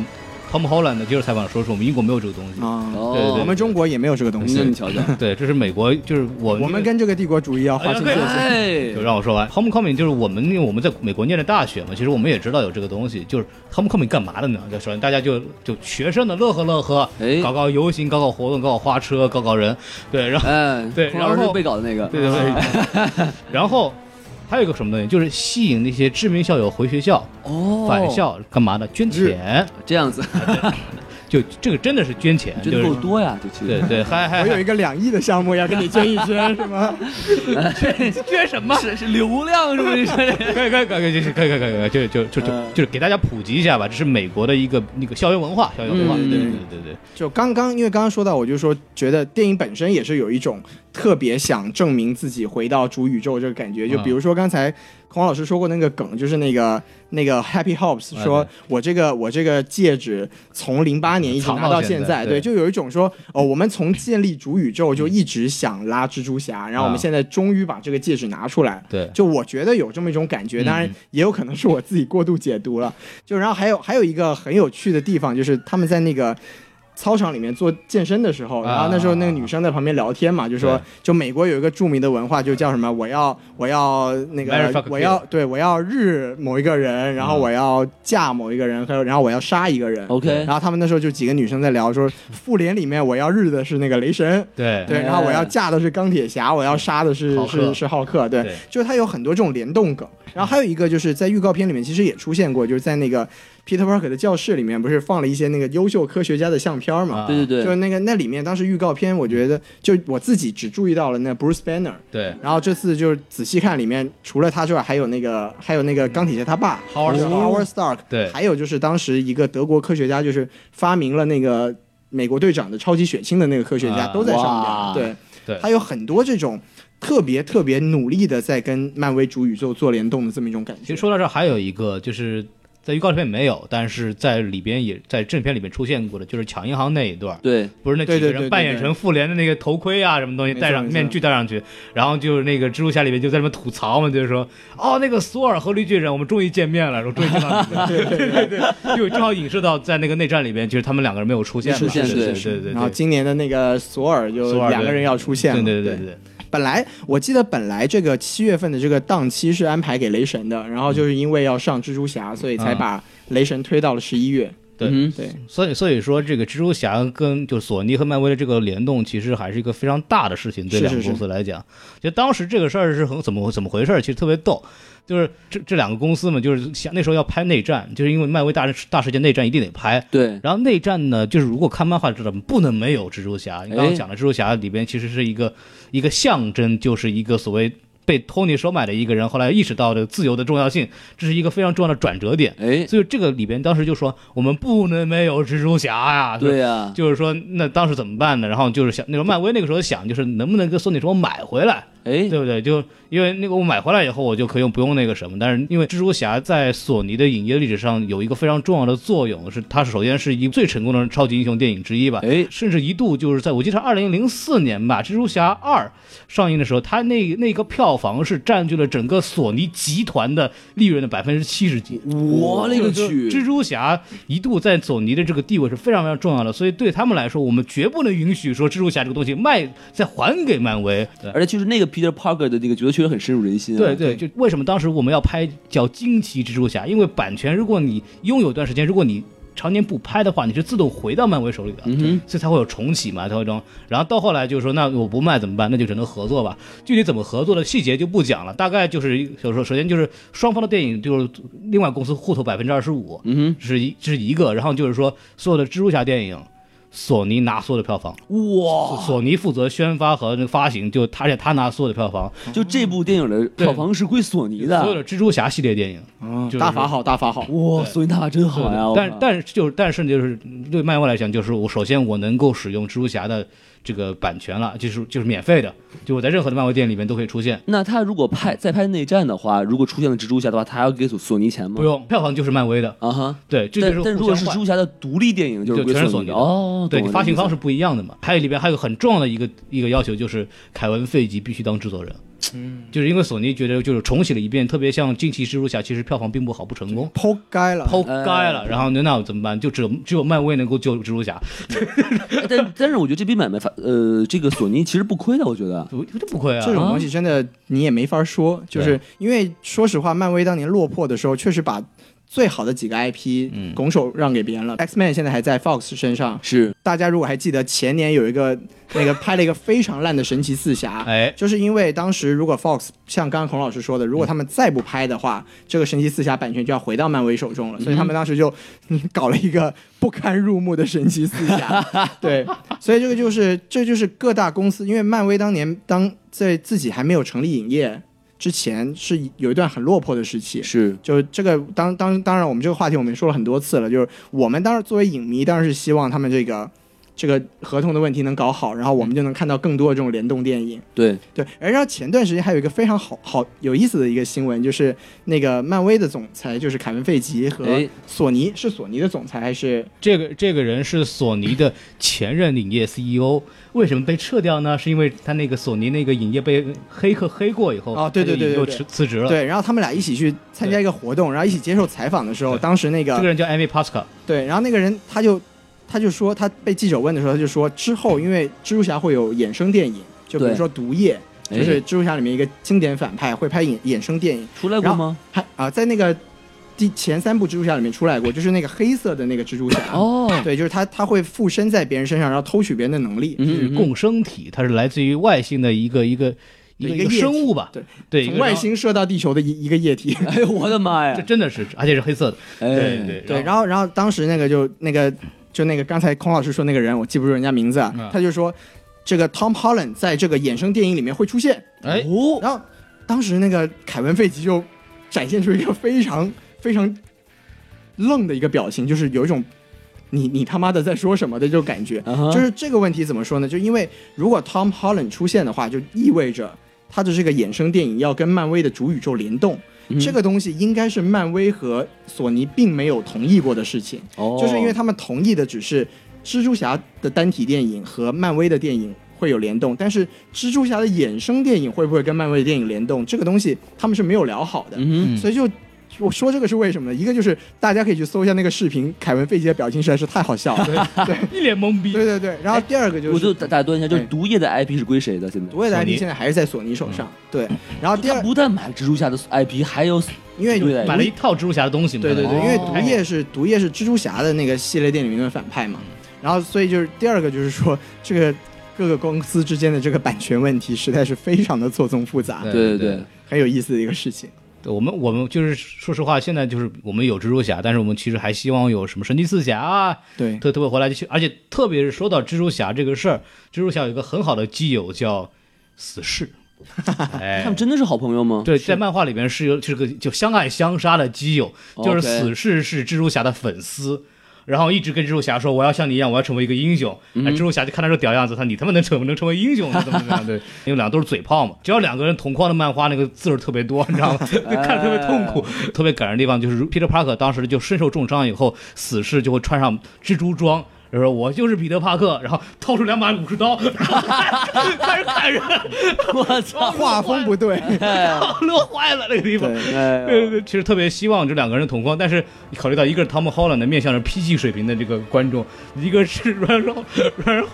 [SPEAKER 3] Tom Holland 的接受采访说是我们英国没有这个东西，
[SPEAKER 2] 啊，
[SPEAKER 3] 对
[SPEAKER 4] 哦，
[SPEAKER 3] 对
[SPEAKER 2] 我们中国也没有这个
[SPEAKER 3] 哎
[SPEAKER 2] 东
[SPEAKER 4] 那
[SPEAKER 2] 西，
[SPEAKER 4] 你瞧瞧，
[SPEAKER 3] 对，这是美国就是我
[SPEAKER 2] 我们跟这个帝国主义要划清界限。
[SPEAKER 4] 哎
[SPEAKER 3] 就让我说完，homecoming 就是我们因为我们在美国念的大学嘛，其实我们也知道有这个东西，就是 homecoming 干嘛的呢？就首先大家就就学生的乐呵乐呵，
[SPEAKER 4] 哎
[SPEAKER 3] 搞搞游行，搞搞活动，搞搞花车，搞搞人，对，然后
[SPEAKER 4] 哎，
[SPEAKER 3] 对
[SPEAKER 4] 孔老
[SPEAKER 3] 然
[SPEAKER 4] 师
[SPEAKER 3] 后
[SPEAKER 4] 被搞的那个，
[SPEAKER 3] 对对对，然后还有一个什么东西，就是吸引那些知名校友回学校
[SPEAKER 4] 哦，
[SPEAKER 3] 返校干嘛呢？捐钱，
[SPEAKER 4] 这样子，
[SPEAKER 3] 就这个真的是捐钱，
[SPEAKER 4] 觉
[SPEAKER 3] 就
[SPEAKER 4] 得
[SPEAKER 3] 是
[SPEAKER 4] 够多呀，这其
[SPEAKER 3] 对
[SPEAKER 4] 实
[SPEAKER 3] 对，还还
[SPEAKER 2] 我有一
[SPEAKER 3] 还
[SPEAKER 2] 个两亿的项目要跟你捐一捐，是吗？
[SPEAKER 3] 捐什么？
[SPEAKER 4] 是是流量是不是？
[SPEAKER 3] 可以可以可以可以可以可以可以，就就就就就是给大家普及一下吧，这是美国的一个那个校园文化，校园文化，对对对对
[SPEAKER 2] 就刚刚，因为刚刚说到，我就说觉得电影本身也是有一种特别想证明自己回到主宇宙这个感
[SPEAKER 3] 嗯
[SPEAKER 2] 觉。就比如说刚才孔老师说过那个梗，就是那个那个 Happy Hops
[SPEAKER 3] 嗯
[SPEAKER 2] 说，我这个我这个戒指从零八年一直
[SPEAKER 3] 藏
[SPEAKER 2] 拿
[SPEAKER 3] 到
[SPEAKER 2] 到
[SPEAKER 3] 现
[SPEAKER 2] 现
[SPEAKER 3] 在
[SPEAKER 2] 在，
[SPEAKER 3] 对嗯
[SPEAKER 2] 对，就有一种说，哦，我们从建立主宇宙就一直想拉蜘蛛侠，然后我们
[SPEAKER 3] 啊
[SPEAKER 2] 现在终于把这个戒指拿出来，
[SPEAKER 3] 对对，嗯
[SPEAKER 2] 就我觉得有这么一种感觉，当然也有可能是我自己过度解读了。就然后还有还有一个很有趣的地方，就是他们在那个。操场里面做健身的时候，
[SPEAKER 3] 啊
[SPEAKER 2] 然后那时候那个女生在旁边聊天嘛，就说
[SPEAKER 3] 对
[SPEAKER 2] 就美国有一个著名的文化，就叫什么我要我要那
[SPEAKER 3] Marry,
[SPEAKER 2] 个
[SPEAKER 3] fuck, 嗯
[SPEAKER 2] 我要对我要日某一个人，然后我要嫁某一个人，还有然后我要杀一个人。
[SPEAKER 4] OK，
[SPEAKER 2] 然后他们那时候就几个女生在聊说，复联里面我要日的是那个雷神，
[SPEAKER 3] 对
[SPEAKER 2] 对，然后我要嫁的是钢铁侠，我要杀的是
[SPEAKER 3] 浩克
[SPEAKER 2] 是是浩克，对
[SPEAKER 3] 对，
[SPEAKER 2] 就是它有很多这种联动梗。然后还有一个就是在预告片里面其实也出现过，就是在那个 Peter Parker 的教室里面不是放了一些那个优秀科学家的相片嘛？
[SPEAKER 4] 对
[SPEAKER 2] 就
[SPEAKER 4] 对
[SPEAKER 2] 是
[SPEAKER 4] 对，
[SPEAKER 2] 那个那里面当时预告片，我觉得就我自己只注意到了那 Bruce Banner，
[SPEAKER 3] 对
[SPEAKER 2] 然后这次就是仔细看里面除了他之外，还有那个还有那个钢铁侠他爸
[SPEAKER 3] Howard
[SPEAKER 2] 就是
[SPEAKER 3] Stark
[SPEAKER 2] Howard Stark，
[SPEAKER 3] 对
[SPEAKER 2] 还有就是当时一个德国科学家就是发明了那个美国队长的超级血清的那个科学家
[SPEAKER 3] 啊
[SPEAKER 2] 都在上
[SPEAKER 4] 哇
[SPEAKER 2] 面，对。
[SPEAKER 3] 对，
[SPEAKER 2] 他有很多这种特别特别努力的在跟漫威主宇宙做联动的这么一种感
[SPEAKER 3] 其
[SPEAKER 2] 觉
[SPEAKER 3] 实。说到这儿，还有一个就是在预告片里没有，但是在里边也在正片里面出现过的，就是抢银行那一段。
[SPEAKER 4] 对，
[SPEAKER 3] 不是那几
[SPEAKER 2] 对
[SPEAKER 3] 个
[SPEAKER 2] 对对
[SPEAKER 3] 人
[SPEAKER 2] 对
[SPEAKER 3] 扮演成复联的那个头盔啊，什么东西
[SPEAKER 2] 没错
[SPEAKER 3] 戴上
[SPEAKER 2] 没错
[SPEAKER 3] 面具戴上去，然后就是那个蜘蛛侠里面就在那边吐槽嘛，就是说哦，那个索尔和绿巨人，我们终于见面了，说终于见到你了，对对对，就正好影射到在那个内战里边，其实他们两个人没有出现嘛，
[SPEAKER 4] 没出现
[SPEAKER 3] 对对
[SPEAKER 4] 对
[SPEAKER 3] 对对对，
[SPEAKER 2] 然后今年的那个索尔就
[SPEAKER 3] 索尔对
[SPEAKER 2] 两个人要出现了，
[SPEAKER 3] 对对
[SPEAKER 2] 对
[SPEAKER 3] 对对，
[SPEAKER 2] 本来我记得本来这个七月份的这个档期是安排给雷神的，然后就是因为要上蜘蛛侠，所以才把雷神推到了十一月。
[SPEAKER 3] 对
[SPEAKER 4] 嗯
[SPEAKER 2] 对，
[SPEAKER 3] 所以所以说，这个蜘蛛侠跟就索尼和漫威的这个联动，其实还是一个非常大的事情，对
[SPEAKER 2] 是
[SPEAKER 3] 两个
[SPEAKER 2] 是
[SPEAKER 3] 公司来讲。就当时这个事儿是很怎么怎么回事儿，其实特别逗。就是这这两个公司嘛，就是想那时候要拍内战，就是因为漫威大事大事件内战一定得拍。
[SPEAKER 4] 对，
[SPEAKER 3] 然后内战呢，就是如果看漫画知道，不能没有蜘蛛侠。你
[SPEAKER 2] 哎
[SPEAKER 3] 刚刚讲的蜘蛛侠里边其实是一个一个象征，就是一个所谓被托尼收买的一个人，后来意识到的自由的重要性，这是一个非常重要的转折点。
[SPEAKER 4] 哎，
[SPEAKER 3] 所以这个里边当时就说，我们不能没有蜘蛛侠呀、
[SPEAKER 4] 对呀、
[SPEAKER 3] 就是说那当时怎么办呢？然后就是想，那时候漫威那个时候想，就是能不能跟索尼说我买回来，
[SPEAKER 4] 哎，
[SPEAKER 3] 对不对？就因为那个我买回来以后，我就可以用不用那个什么。但是因为蜘蛛侠在索尼的影业历史上有一个非常重要的作用，是它首先是一最成功的超级英雄电影之一吧。
[SPEAKER 4] 哎
[SPEAKER 3] 甚至一度就是在我记得二零零四年吧，《蜘蛛侠二》上映的时候，它那那个票房是占据了整个索尼集团的利润的百分之七十几。
[SPEAKER 4] 我勒个
[SPEAKER 3] 就是
[SPEAKER 4] 去！
[SPEAKER 3] 蜘蛛侠一度在索尼的这个地位是非常非常重要的，所以对他们来说，我们绝不能允许说蜘蛛侠这个东西卖再还给漫威。对
[SPEAKER 4] 而且就是那个 Peter Parker 的那个角色确实很深入人心、啊。
[SPEAKER 3] 对对，就为什么当时我们要拍叫《惊奇蜘蛛侠》？因为版权，如果你拥有一段时间，如果你常年不拍的话，你是自动回到漫威手里的，
[SPEAKER 4] 嗯
[SPEAKER 3] 所以才会有重启嘛，才会这种。然后到后来就是说，那我不卖怎么办？那就只能合作吧。具体怎么合作的细节就不讲了，大概就是就是说，首先就是双方的电影就是另外公司互投百分之二十五，
[SPEAKER 4] 嗯
[SPEAKER 3] 是一是一个，然后就是说所有的蜘蛛侠电影。索尼拿所有的票房，
[SPEAKER 4] 哼，哇，
[SPEAKER 3] 索尼负责宣发和那个发行，就他而且他拿所有的票房，
[SPEAKER 4] 就这部电影的票房是归索尼的
[SPEAKER 3] 所有。的蜘蛛侠系列电影，
[SPEAKER 2] 嗯
[SPEAKER 3] 就是
[SPEAKER 2] 大法好，大法好。
[SPEAKER 4] 哇，索尼大法真好哎呀！我
[SPEAKER 3] 但
[SPEAKER 4] 靠
[SPEAKER 3] 但是就是但是就是对漫威来讲，就是我首先我能够使用蜘蛛侠的这个版权了，就是就是免费的，就我在任何的漫威店里面都可以出现，
[SPEAKER 4] 那他如果拍再拍内战的话，如果出现了蜘蛛侠的话，他还要给索索尼钱吗？
[SPEAKER 3] 不用票房就是漫威的，
[SPEAKER 4] 啊哈。
[SPEAKER 3] 对，这就是
[SPEAKER 4] 但但如果
[SPEAKER 3] 互
[SPEAKER 4] 是
[SPEAKER 3] 相
[SPEAKER 4] 蜘
[SPEAKER 3] 换
[SPEAKER 4] 蛛侠的独立电影，就是
[SPEAKER 3] 就
[SPEAKER 4] 归
[SPEAKER 3] 全是索
[SPEAKER 4] 尼
[SPEAKER 3] 尼
[SPEAKER 4] 的
[SPEAKER 3] 的
[SPEAKER 4] 哦。
[SPEAKER 3] 对
[SPEAKER 4] 懂了
[SPEAKER 3] 发行方
[SPEAKER 4] 这
[SPEAKER 3] 式
[SPEAKER 4] 个意
[SPEAKER 3] 不一样的嘛。还有里边还有很重要的一个一个要求，就是凯文·费吉必须当制作人。嗯，就是因为索尼觉得就是重启了一遍，特别像《惊奇蜘蛛侠》，其实票房并不好，不成功，
[SPEAKER 2] 抛开了，
[SPEAKER 3] 抛开了。然后那那怎么办？就只有只有漫威能够救蜘蛛侠，
[SPEAKER 4] 思哎但但是我觉得这笔买卖，反呃，这个索尼其实不亏的，我觉得。
[SPEAKER 3] 不这不亏啊。
[SPEAKER 2] 这种东西真的你也没法说，就是因为说实话，漫威当年落魄的时候，确实把最好的几个 IP 拱手让给别人了。X Man 现在还在 Fox 身上，
[SPEAKER 4] 是
[SPEAKER 2] 大家如果还记得前年有一个那个拍了一个非常烂的神奇四侠，
[SPEAKER 3] 哎
[SPEAKER 2] 就是因为当时如果 Fox 像刚刚孔老师说的，如果他们再不拍的话，这个神奇四侠版权就要回到漫威手中了，所以他们当时就、嗯、搞了一个不堪入目的神奇四侠。对，所以这个就是这就是各大公司，因为漫威当年当在自己还没有成立影业之前，是有一段很落魄的时期。
[SPEAKER 4] 是，
[SPEAKER 2] 就是这个当当当然，我们这个话题我们也说了很多次了，就是我们当然作为影迷，当然是希望他们这个这个合同的问题能搞好，然后我们就能看到更多的这种联动电影。
[SPEAKER 4] 对，
[SPEAKER 2] 对，而然后前段时间还有一个非常好好有意思的一个新闻，就是那个漫威的总裁就是凯文费吉和
[SPEAKER 4] 哎
[SPEAKER 2] 索尼、是索尼的总裁还是
[SPEAKER 3] 这个这个人是索尼的前任影业 CEO，为什么被撤掉呢？是因为他那个索尼那个影业被黑客黑过以后，
[SPEAKER 2] 哦对对对对
[SPEAKER 3] 他就
[SPEAKER 2] 对
[SPEAKER 3] 辞辞职了。
[SPEAKER 2] 对，然后他们俩一起去参加一个活动，然后一起接受采访的时候，
[SPEAKER 3] 对
[SPEAKER 2] 当时那个
[SPEAKER 3] 这个人叫 Amy Pascal，
[SPEAKER 2] 对，然后那个人他就他就说他被记者问的时候，他就说之后因为蜘蛛侠会有衍生电影，就比如
[SPEAKER 4] 对
[SPEAKER 2] 说毒液，
[SPEAKER 4] 哎
[SPEAKER 2] 就是蜘蛛侠里面一个经典反派会拍衍衍生电影，
[SPEAKER 4] 出来过
[SPEAKER 2] 然后
[SPEAKER 4] 吗？
[SPEAKER 2] 还啊、在那个第前三部蜘蛛侠里面出来过，就是那个黑色的那个蜘蛛侠。
[SPEAKER 4] 哦，
[SPEAKER 3] 嗯啊
[SPEAKER 2] 对，就是他，他会附身在别人身上，然后偷取别人的能力，
[SPEAKER 3] 是
[SPEAKER 4] 嗯，嗯嗯
[SPEAKER 3] 共生体，它是来自于外星的一个一个一个
[SPEAKER 2] 一个液
[SPEAKER 3] 生物吧？
[SPEAKER 2] 体
[SPEAKER 3] 对，一
[SPEAKER 2] 从
[SPEAKER 3] 个
[SPEAKER 2] 外。星射到地球的一一个液体。
[SPEAKER 4] 哎呦我的妈
[SPEAKER 3] 然后这
[SPEAKER 4] 呀！
[SPEAKER 3] 真的是，而且是黑色的。
[SPEAKER 4] 哎，
[SPEAKER 3] 对对
[SPEAKER 2] 对，然后然后当时那个就那个就那个刚才孔老师说那个人，我记不住人家名字啊，
[SPEAKER 3] 嗯
[SPEAKER 2] 他就说这个 Tom Holland 在这个衍生电影里面会出现，
[SPEAKER 3] 哎，
[SPEAKER 4] 哦，
[SPEAKER 2] 然后当时那个凯文费吉就展现出一个非常非常愣的一个表情，就是有一种你你他妈的在说什么的这种感觉。
[SPEAKER 4] 啊哈
[SPEAKER 2] 就是这个问题怎么说呢？就因为如果 Tom Holland 出现的话，就意味着他的这个衍生电影要跟漫威的主宇宙联动。
[SPEAKER 4] 嗯
[SPEAKER 2] 这个东西应该是漫威和索尼并没有同意过的事情，
[SPEAKER 4] 哦
[SPEAKER 2] 就是因为他们同意的只是蜘蛛侠的单体电影和漫威的电影会有联动，但是蜘蛛侠的衍生电影会不会跟漫威的电影联动，这个东西他们是没有聊好的，
[SPEAKER 4] 嗯哼
[SPEAKER 2] 所以就我说这个是为什么呢？一个就是大家可以去搜一下那个视频，凯文·费奇的表情实在是太好笑了。对
[SPEAKER 3] 一脸懵逼。
[SPEAKER 2] 对对对。然后第二个就是，哎
[SPEAKER 4] 我就打打断一下，就是
[SPEAKER 2] 对
[SPEAKER 4] 毒液的 IP 是归谁的？现在
[SPEAKER 2] 独卫的
[SPEAKER 3] 索尼
[SPEAKER 2] IP 现在还是在索尼手上。对。然后第
[SPEAKER 4] 他
[SPEAKER 2] 二，
[SPEAKER 4] 不但买蜘蛛侠的 IP，还有
[SPEAKER 2] 因为
[SPEAKER 4] 对的
[SPEAKER 3] 买了一套蜘蛛侠的东西嘛，
[SPEAKER 2] 对对对，因为毒
[SPEAKER 3] 哦
[SPEAKER 2] 液是毒液是蜘蛛侠的那个系列电影里面的反派嘛，然后所以就是第二个就是说这个各个公司之间的这个版权问题实在是非常的错综复杂，
[SPEAKER 4] 对对
[SPEAKER 3] 对
[SPEAKER 4] 对
[SPEAKER 3] 对
[SPEAKER 2] 很有意思的一个事情。
[SPEAKER 3] 对我们我们就是说实话，现在就是我们有蜘蛛侠，但是我们其实还希望有什么神奇四侠啊，
[SPEAKER 2] 对
[SPEAKER 3] 特特别回来就去，而且特别是说到蜘蛛侠这个事儿，蜘蛛侠有一个很好的基友叫死侍，
[SPEAKER 4] 他
[SPEAKER 3] 哎
[SPEAKER 4] 们，真的是好朋友吗？
[SPEAKER 3] 对，在漫画里面是有是个就相爱相杀的基友，就是
[SPEAKER 4] OK
[SPEAKER 3] 死侍是蜘蛛侠的粉丝。然后一直跟蜘蛛侠说：“我要像你一样，我要成为一个英雄。
[SPEAKER 4] 嗯
[SPEAKER 3] 哎蜘蛛侠就看他这屌样子，他你他妈能成能成为英雄呢？怎么怎么样？ 对，因为两个都是嘴炮嘛。只要两个人同框的漫画，那个字儿特别多，你知 道吗？就看着特别痛苦。
[SPEAKER 4] 哎
[SPEAKER 3] 特别感人的地方就是 Peter Parker 当时就身受重伤以后，死侍就会穿上蜘蛛装。然后说我就是彼得·帕克，然后掏出两把武士刀， 然后开始砍人，
[SPEAKER 4] 我操！
[SPEAKER 2] 画风不对，
[SPEAKER 3] 乐坏了那个地方。
[SPEAKER 4] 哎
[SPEAKER 3] 对对
[SPEAKER 4] 呦
[SPEAKER 3] 对，其实特别希望这两个人同框，但是你考虑到一个是 Tom Holland 的面向着 PG 水平的这个观众，一个是 Ryan Reynolds- Ryan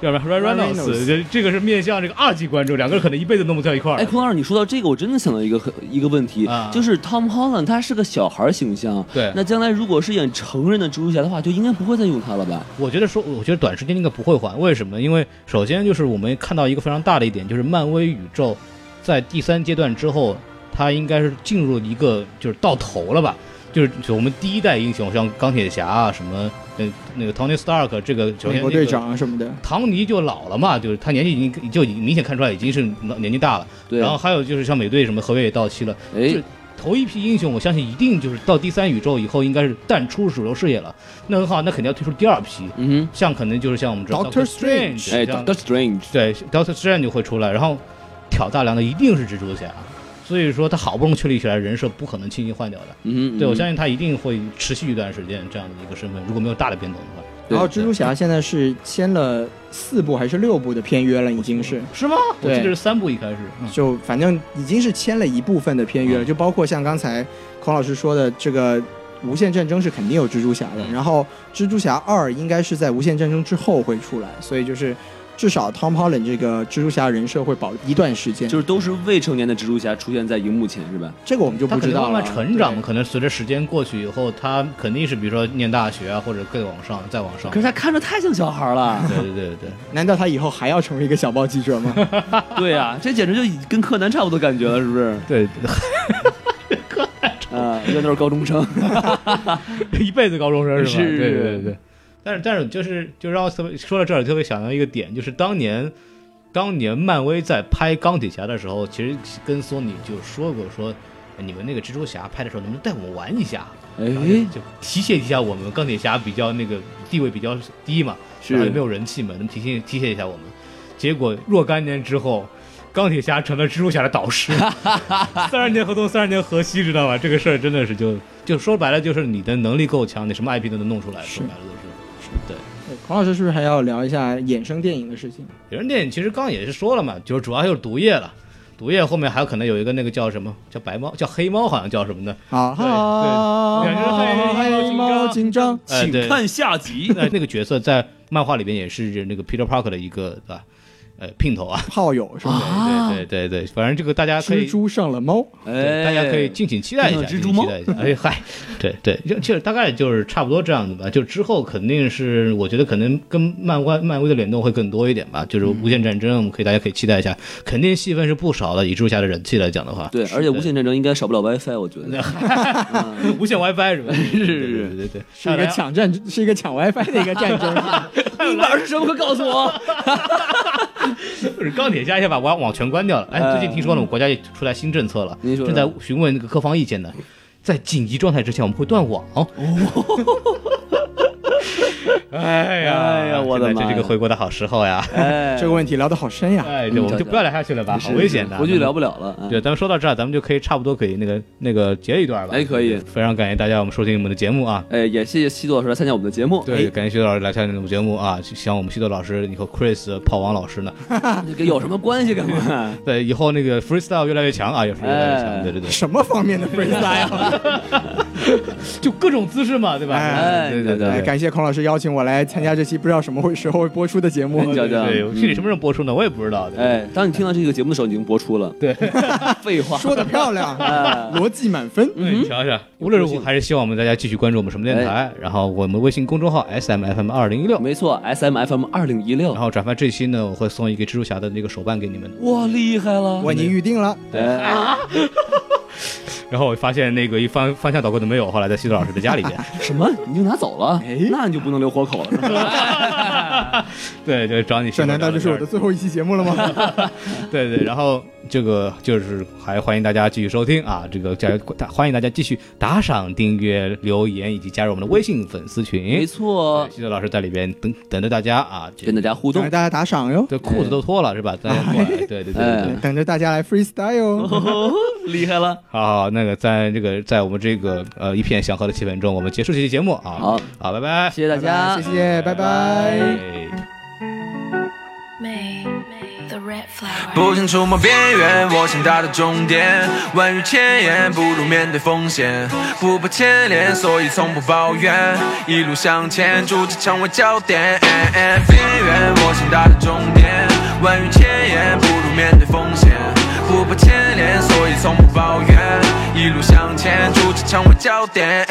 [SPEAKER 3] 叫什么 Ryan
[SPEAKER 2] Ryan
[SPEAKER 3] Reynolds，这这个是面向这个二级观众，两个人可能一辈子弄不到一块儿
[SPEAKER 4] 哎，。坤二，你说到这个，我真的想到一个很一个问题，
[SPEAKER 3] 啊
[SPEAKER 4] 就是 Tom Holland 他是个小孩儿形象，
[SPEAKER 3] 对
[SPEAKER 4] 那将来如果是演成人的蜘蛛侠的话，就应该不会再用他了吧？
[SPEAKER 3] 我觉得说，我觉得短时间应该不会还，为什么？因为首先就是我们看到一个非常大的一点，就是漫威宇宙在第三阶段之后，它应该是进入一个就是到头了吧。就是就我们第一代英雄，像钢铁侠啊，什么呃那个 Tony Stark 这个，首
[SPEAKER 2] 美
[SPEAKER 3] 先那
[SPEAKER 2] 国
[SPEAKER 3] 个
[SPEAKER 2] 队长啊什么的，
[SPEAKER 3] 唐尼就老了嘛，就是他年纪已经就已经明显看出来已经是老年纪大了。
[SPEAKER 4] 对
[SPEAKER 3] 然后还有就是像美队什么合约也到期了，
[SPEAKER 4] 哎
[SPEAKER 3] 就，头一批英雄我相信一定就是到第三宇宙以后应该是淡出主流视野了。那很好，那肯定要推出第二批，
[SPEAKER 4] 嗯
[SPEAKER 3] 像可能就是像我们知道
[SPEAKER 2] Doctor
[SPEAKER 3] Strange，
[SPEAKER 4] 哼，哎
[SPEAKER 3] 这样
[SPEAKER 4] ，Doctor Strange，
[SPEAKER 3] 对 Doctor Strange 就会出来，然后挑大梁的一定是蜘蛛侠。所以说他好不容易确立起来人设，不可能轻易换掉的。
[SPEAKER 4] 嗯哼，
[SPEAKER 3] 对，我
[SPEAKER 4] 嗯哼
[SPEAKER 3] 相信他一定会持续一段时间这样的一个身份，如果没有大的变动的话，
[SPEAKER 4] 对
[SPEAKER 2] 然后蜘蛛侠现在是签了四部还是六部的片约了，已经是。
[SPEAKER 3] 是吗？我
[SPEAKER 2] 对
[SPEAKER 3] 记得是三部一开始，嗯
[SPEAKER 2] 就反正已经是签了一部分的片约了，就包括像刚才孔老师说的这个《无限战争》是肯定有蜘蛛侠
[SPEAKER 3] 嗯
[SPEAKER 2] 的，然后《蜘蛛侠二》应该是在《无限战争》之后会出来，所以就是至少 Tom Holland 这个蜘蛛侠人设会保一段时间，
[SPEAKER 4] 就是都是未成年的蜘蛛侠出现在荧幕前是吧？
[SPEAKER 2] 这个我们就
[SPEAKER 3] 他
[SPEAKER 2] 不
[SPEAKER 3] 肯
[SPEAKER 2] 知
[SPEAKER 3] 定
[SPEAKER 2] 道
[SPEAKER 3] 慢
[SPEAKER 2] 了。
[SPEAKER 3] 慢成长嘛，
[SPEAKER 2] 对
[SPEAKER 3] 可能随着时间过去以后，他肯定是比如说念大学啊，或者更往上，再往上。
[SPEAKER 4] 可是他看着太像小孩儿了，
[SPEAKER 3] 对对对对，
[SPEAKER 2] 难道他以后还要成为一个小报记者 吗？
[SPEAKER 4] 对呀、这简直就已跟柯南差不多感觉了，是不是？
[SPEAKER 3] 对
[SPEAKER 4] 啊，一般都是高中生，
[SPEAKER 3] 一辈子高中生是吧？
[SPEAKER 4] 是
[SPEAKER 3] 对对对对。但是但是就是就让我特别说到这儿，特别想到一个点，就是当年当年漫威在拍钢铁侠的时候，其实跟索尼就说过说。哎你们那个蜘蛛侠拍的时候，能不能带我们玩一下？然后就
[SPEAKER 4] 哎，
[SPEAKER 3] 就提携一下我们钢铁侠比较那个地位比较低嘛，
[SPEAKER 4] 是
[SPEAKER 3] 然后也没有人气嘛，能提携提携一下我们。结果若干年之后，钢铁侠成了蜘蛛侠的导师，三十年河东，三十年河西，知道吧？这个事儿真的是就就说白了，就是你的能力够强，你什么 IP 都能弄出来，说白了就是。对，
[SPEAKER 2] 对孔老师是不是还要聊一下衍生电影的事情？
[SPEAKER 3] 有人电影其实刚刚也是说了嘛，就是主要就是毒液了。毒液后面还有可能有一个那个叫什么叫白猫叫黑猫好像叫什么的，
[SPEAKER 2] 好，
[SPEAKER 3] 对对两只黑
[SPEAKER 2] 啊黑猫警长，
[SPEAKER 3] 呃对哎
[SPEAKER 6] 请看下集。
[SPEAKER 3] 那那个角色在漫画里边也是那个 Peter Parker 的一个对吧？呃，姘头啊，
[SPEAKER 2] 炮友是吧？
[SPEAKER 3] 对对对对，反正这个大家可以
[SPEAKER 2] 蜘蛛上了猫，
[SPEAKER 3] 对，
[SPEAKER 4] 哎，
[SPEAKER 3] 大家可以敬请期待一下，
[SPEAKER 4] 哎
[SPEAKER 3] 敬请
[SPEAKER 4] 蜘蛛猫
[SPEAKER 3] 期待一下。哎嗨，对对，就就是大概就是差不多这样子吧。就之后肯定是，我觉得可能跟漫威漫威的联动会更多一点吧。就是无限战争，我们可以大家可以期待一下，肯定戏份是不少的。以蜘蛛侠的人气来讲的话，
[SPEAKER 4] 对，而且无限战争应该少不了 WiFi，我觉得。
[SPEAKER 3] 无限 WiFi 是吧？是是对对对，
[SPEAKER 2] 是一个抢占，是一个抢 WiFi 的一个战 争。
[SPEAKER 4] 哎密码是什么？快告 诉我！
[SPEAKER 3] 就是钢铁侠先把网网全关掉了。哎，最近听说了，我们国家也出来新政策了，
[SPEAKER 4] 嗯您说
[SPEAKER 3] 正在询问那个各方意见
[SPEAKER 4] 哦
[SPEAKER 3] 呢。在紧急状态之前，我们会断网。 哎呀，
[SPEAKER 4] 哎呀我的
[SPEAKER 3] 现在
[SPEAKER 4] 妈
[SPEAKER 3] 这
[SPEAKER 4] 呀
[SPEAKER 3] 是个回国的好时候呀！
[SPEAKER 4] 哎，
[SPEAKER 5] 这个问题聊得好深呀。
[SPEAKER 3] 哎，就我们就不要聊下去了吧，好危险的，
[SPEAKER 4] 回去聊不了了。哎
[SPEAKER 3] 对，咱们说到这儿，咱们就可以差不多可以那个那个截一段吧。
[SPEAKER 4] 哎可以
[SPEAKER 3] 非常感谢大家我们收听我们的节目啊。
[SPEAKER 4] 哎，也谢谢西多老师来参加我们的节目，
[SPEAKER 3] 对，感谢徐豆老师来参加我们节目啊！希望我们徐豆老师以后 Chris 炮王老师呢，
[SPEAKER 4] 哎，这个有什么关系 干嘛？
[SPEAKER 3] 对，以后那个 freestyle 越来越强啊，也是越来越强，
[SPEAKER 4] 哎
[SPEAKER 3] 对对对，
[SPEAKER 5] 什么方面 的 freestyle？
[SPEAKER 3] 就各种姿势嘛，对吧？
[SPEAKER 4] 哎
[SPEAKER 3] 对对
[SPEAKER 4] 对
[SPEAKER 5] 哎，感谢孔老师邀请我来参加这期不知道什么会时候会播出的节目。
[SPEAKER 4] 你瞧瞧，
[SPEAKER 3] 对，具体什么时候播出呢？我也不知道。对
[SPEAKER 4] 哎，当你听到这个节目的时候，已经播出了。对， 废话，
[SPEAKER 5] 说的漂亮，
[SPEAKER 4] 哎
[SPEAKER 5] 逻辑满分。
[SPEAKER 3] 嗯你瞧瞧，无论如何还是希望我们大家继续关注我们什么电台，然后我们微信公众号 S M F M 二零一六，
[SPEAKER 4] 没错，S M F M 二零一六
[SPEAKER 3] 然，后转发这期呢，我会送一个蜘蛛侠的那个手办给你们的。
[SPEAKER 4] 哇，厉害了！
[SPEAKER 5] 我已经预定了，
[SPEAKER 4] 哎，
[SPEAKER 3] 然后我发现那个一翻翻箱倒柜的没有，后来在西多老师的家里边。
[SPEAKER 4] 什么？你就拿走了？
[SPEAKER 3] 哎
[SPEAKER 4] 那你就不能留活口了 是吧？
[SPEAKER 3] 对，就找你。
[SPEAKER 5] 这难道就是我的？最后一期节目了 吗？
[SPEAKER 3] 对对，然后这个就是还欢迎大家继续收听啊，这个加大欢迎大家继续打赏、订阅、留言以及加入我们的微信粉丝
[SPEAKER 4] 没
[SPEAKER 3] 群。
[SPEAKER 4] 错
[SPEAKER 3] 对，西多老师在里边等等着大家啊，这
[SPEAKER 4] 跟大家互
[SPEAKER 5] 等
[SPEAKER 4] 动
[SPEAKER 5] 着。大哎家打赏哟，
[SPEAKER 3] 这裤子都脱了是吧？大家过来，对对对对对
[SPEAKER 4] 哎。
[SPEAKER 5] 等着大家来 freestyle 哟。
[SPEAKER 4] 哦，厉害了！
[SPEAKER 3] 好好，那个在这个在我们这个呃一片祥和的气氛中，我们结束这期节目啊。
[SPEAKER 4] 好，
[SPEAKER 3] 好，拜拜，
[SPEAKER 4] 谢谢 大家，
[SPEAKER 5] 谢谢，拜拜。
[SPEAKER 3] 哎
[SPEAKER 7] May, the red flower.
[SPEAKER 8] 不想触摸边缘，我想达到终点。万语千言，不如面对风险。不怕牵连，所以从不抱怨。一路向前，逐渐成为焦点。哎边缘，我想达到终点。万语千言，不如面对风险。不怕牵连，所以从不抱怨。一路向前，逐渐成为焦点。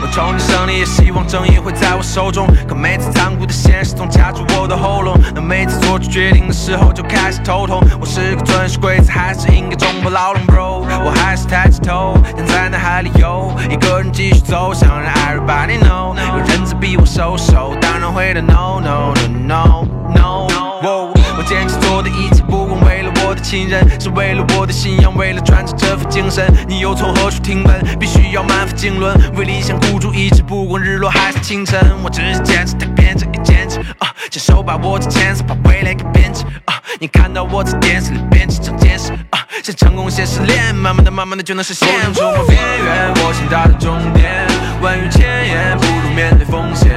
[SPEAKER 8] 我憧憬胜利，也希望正义会在我手中。可每次残酷的现实总卡住我的喉咙。那每次做出决定的时候就开始头痛。我是个遵守规则，还是应该中国牢笼？Bro，我还是抬起头，想在那海里游，一个人继续走，想让 everybody know，有人在逼我收手，当然会的 no no no no no。Whoa，我坚持做的一切，不管为了我的亲人，是为了我的信仰，为了传承这份精神。你又从何处听闻？必须要满腹经纶，为理想孤注一掷，不管日落还是清晨。我只是坚持，但变成一坚持。啊，坚手把握着坚持，把未来给编织。啊，你看到我在电视里变成坚持。啊，先成功，先失恋，慢慢的、慢慢的就能实现。触摸边缘，我先达到终点。万语千言，不如面对风险。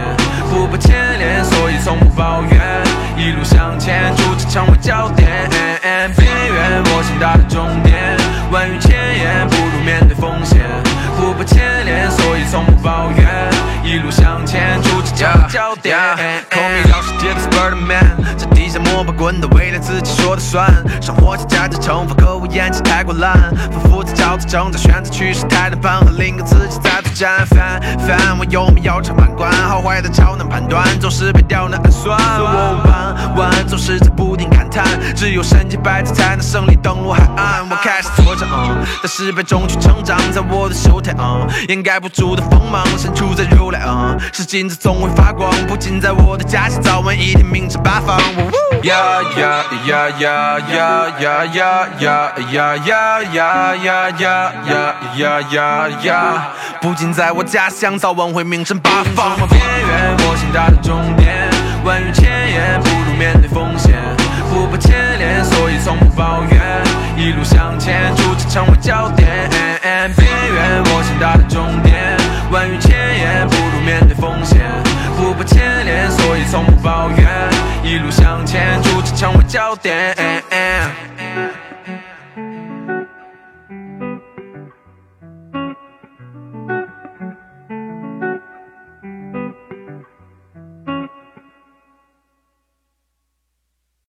[SPEAKER 8] 不怕牵连，所以从不抱怨。一路向前，逐渐成为焦点。哎边缘，我先达到终点。万语千言，不如面对风险。不怕牵连，所以从不抱怨。一路向前，逐渐成为焦点。空明老师杰克斯 Birdman，在地下摸爬滚打，未来自己说的算。生活像夹着惩罚，可我演技太过烂，反复在找自挣扎，选择趋势太难判，和另一个自己在作战。翻翻，我有没有成判官？好坏的超难判断，总是被刁难暗算。我弯弯，总是在不停感叹，只有身经百战才能胜利登陆海岸。我开始作战，嗯在失败中去成长，在我的手态，嗯掩盖不住的锋芒，伸出在如来，嗯是金子总会发光，不仅在我的家乡，早晚一定名震八方。我呀呀呀呀呀呀呀呀呀呀呀呀呀呀呀呀！不仅在我家乡，早晚会名震八方。边缘，我先达到终点。万语千言，不如面对风险。不怕牵连，所以从不抱怨。一路向前，逐渐成为焦点。边缘，我先达到终点。万语千言，不如面对风险。不怕牵连，所以从不抱怨。一路向前，逐渐成为焦点。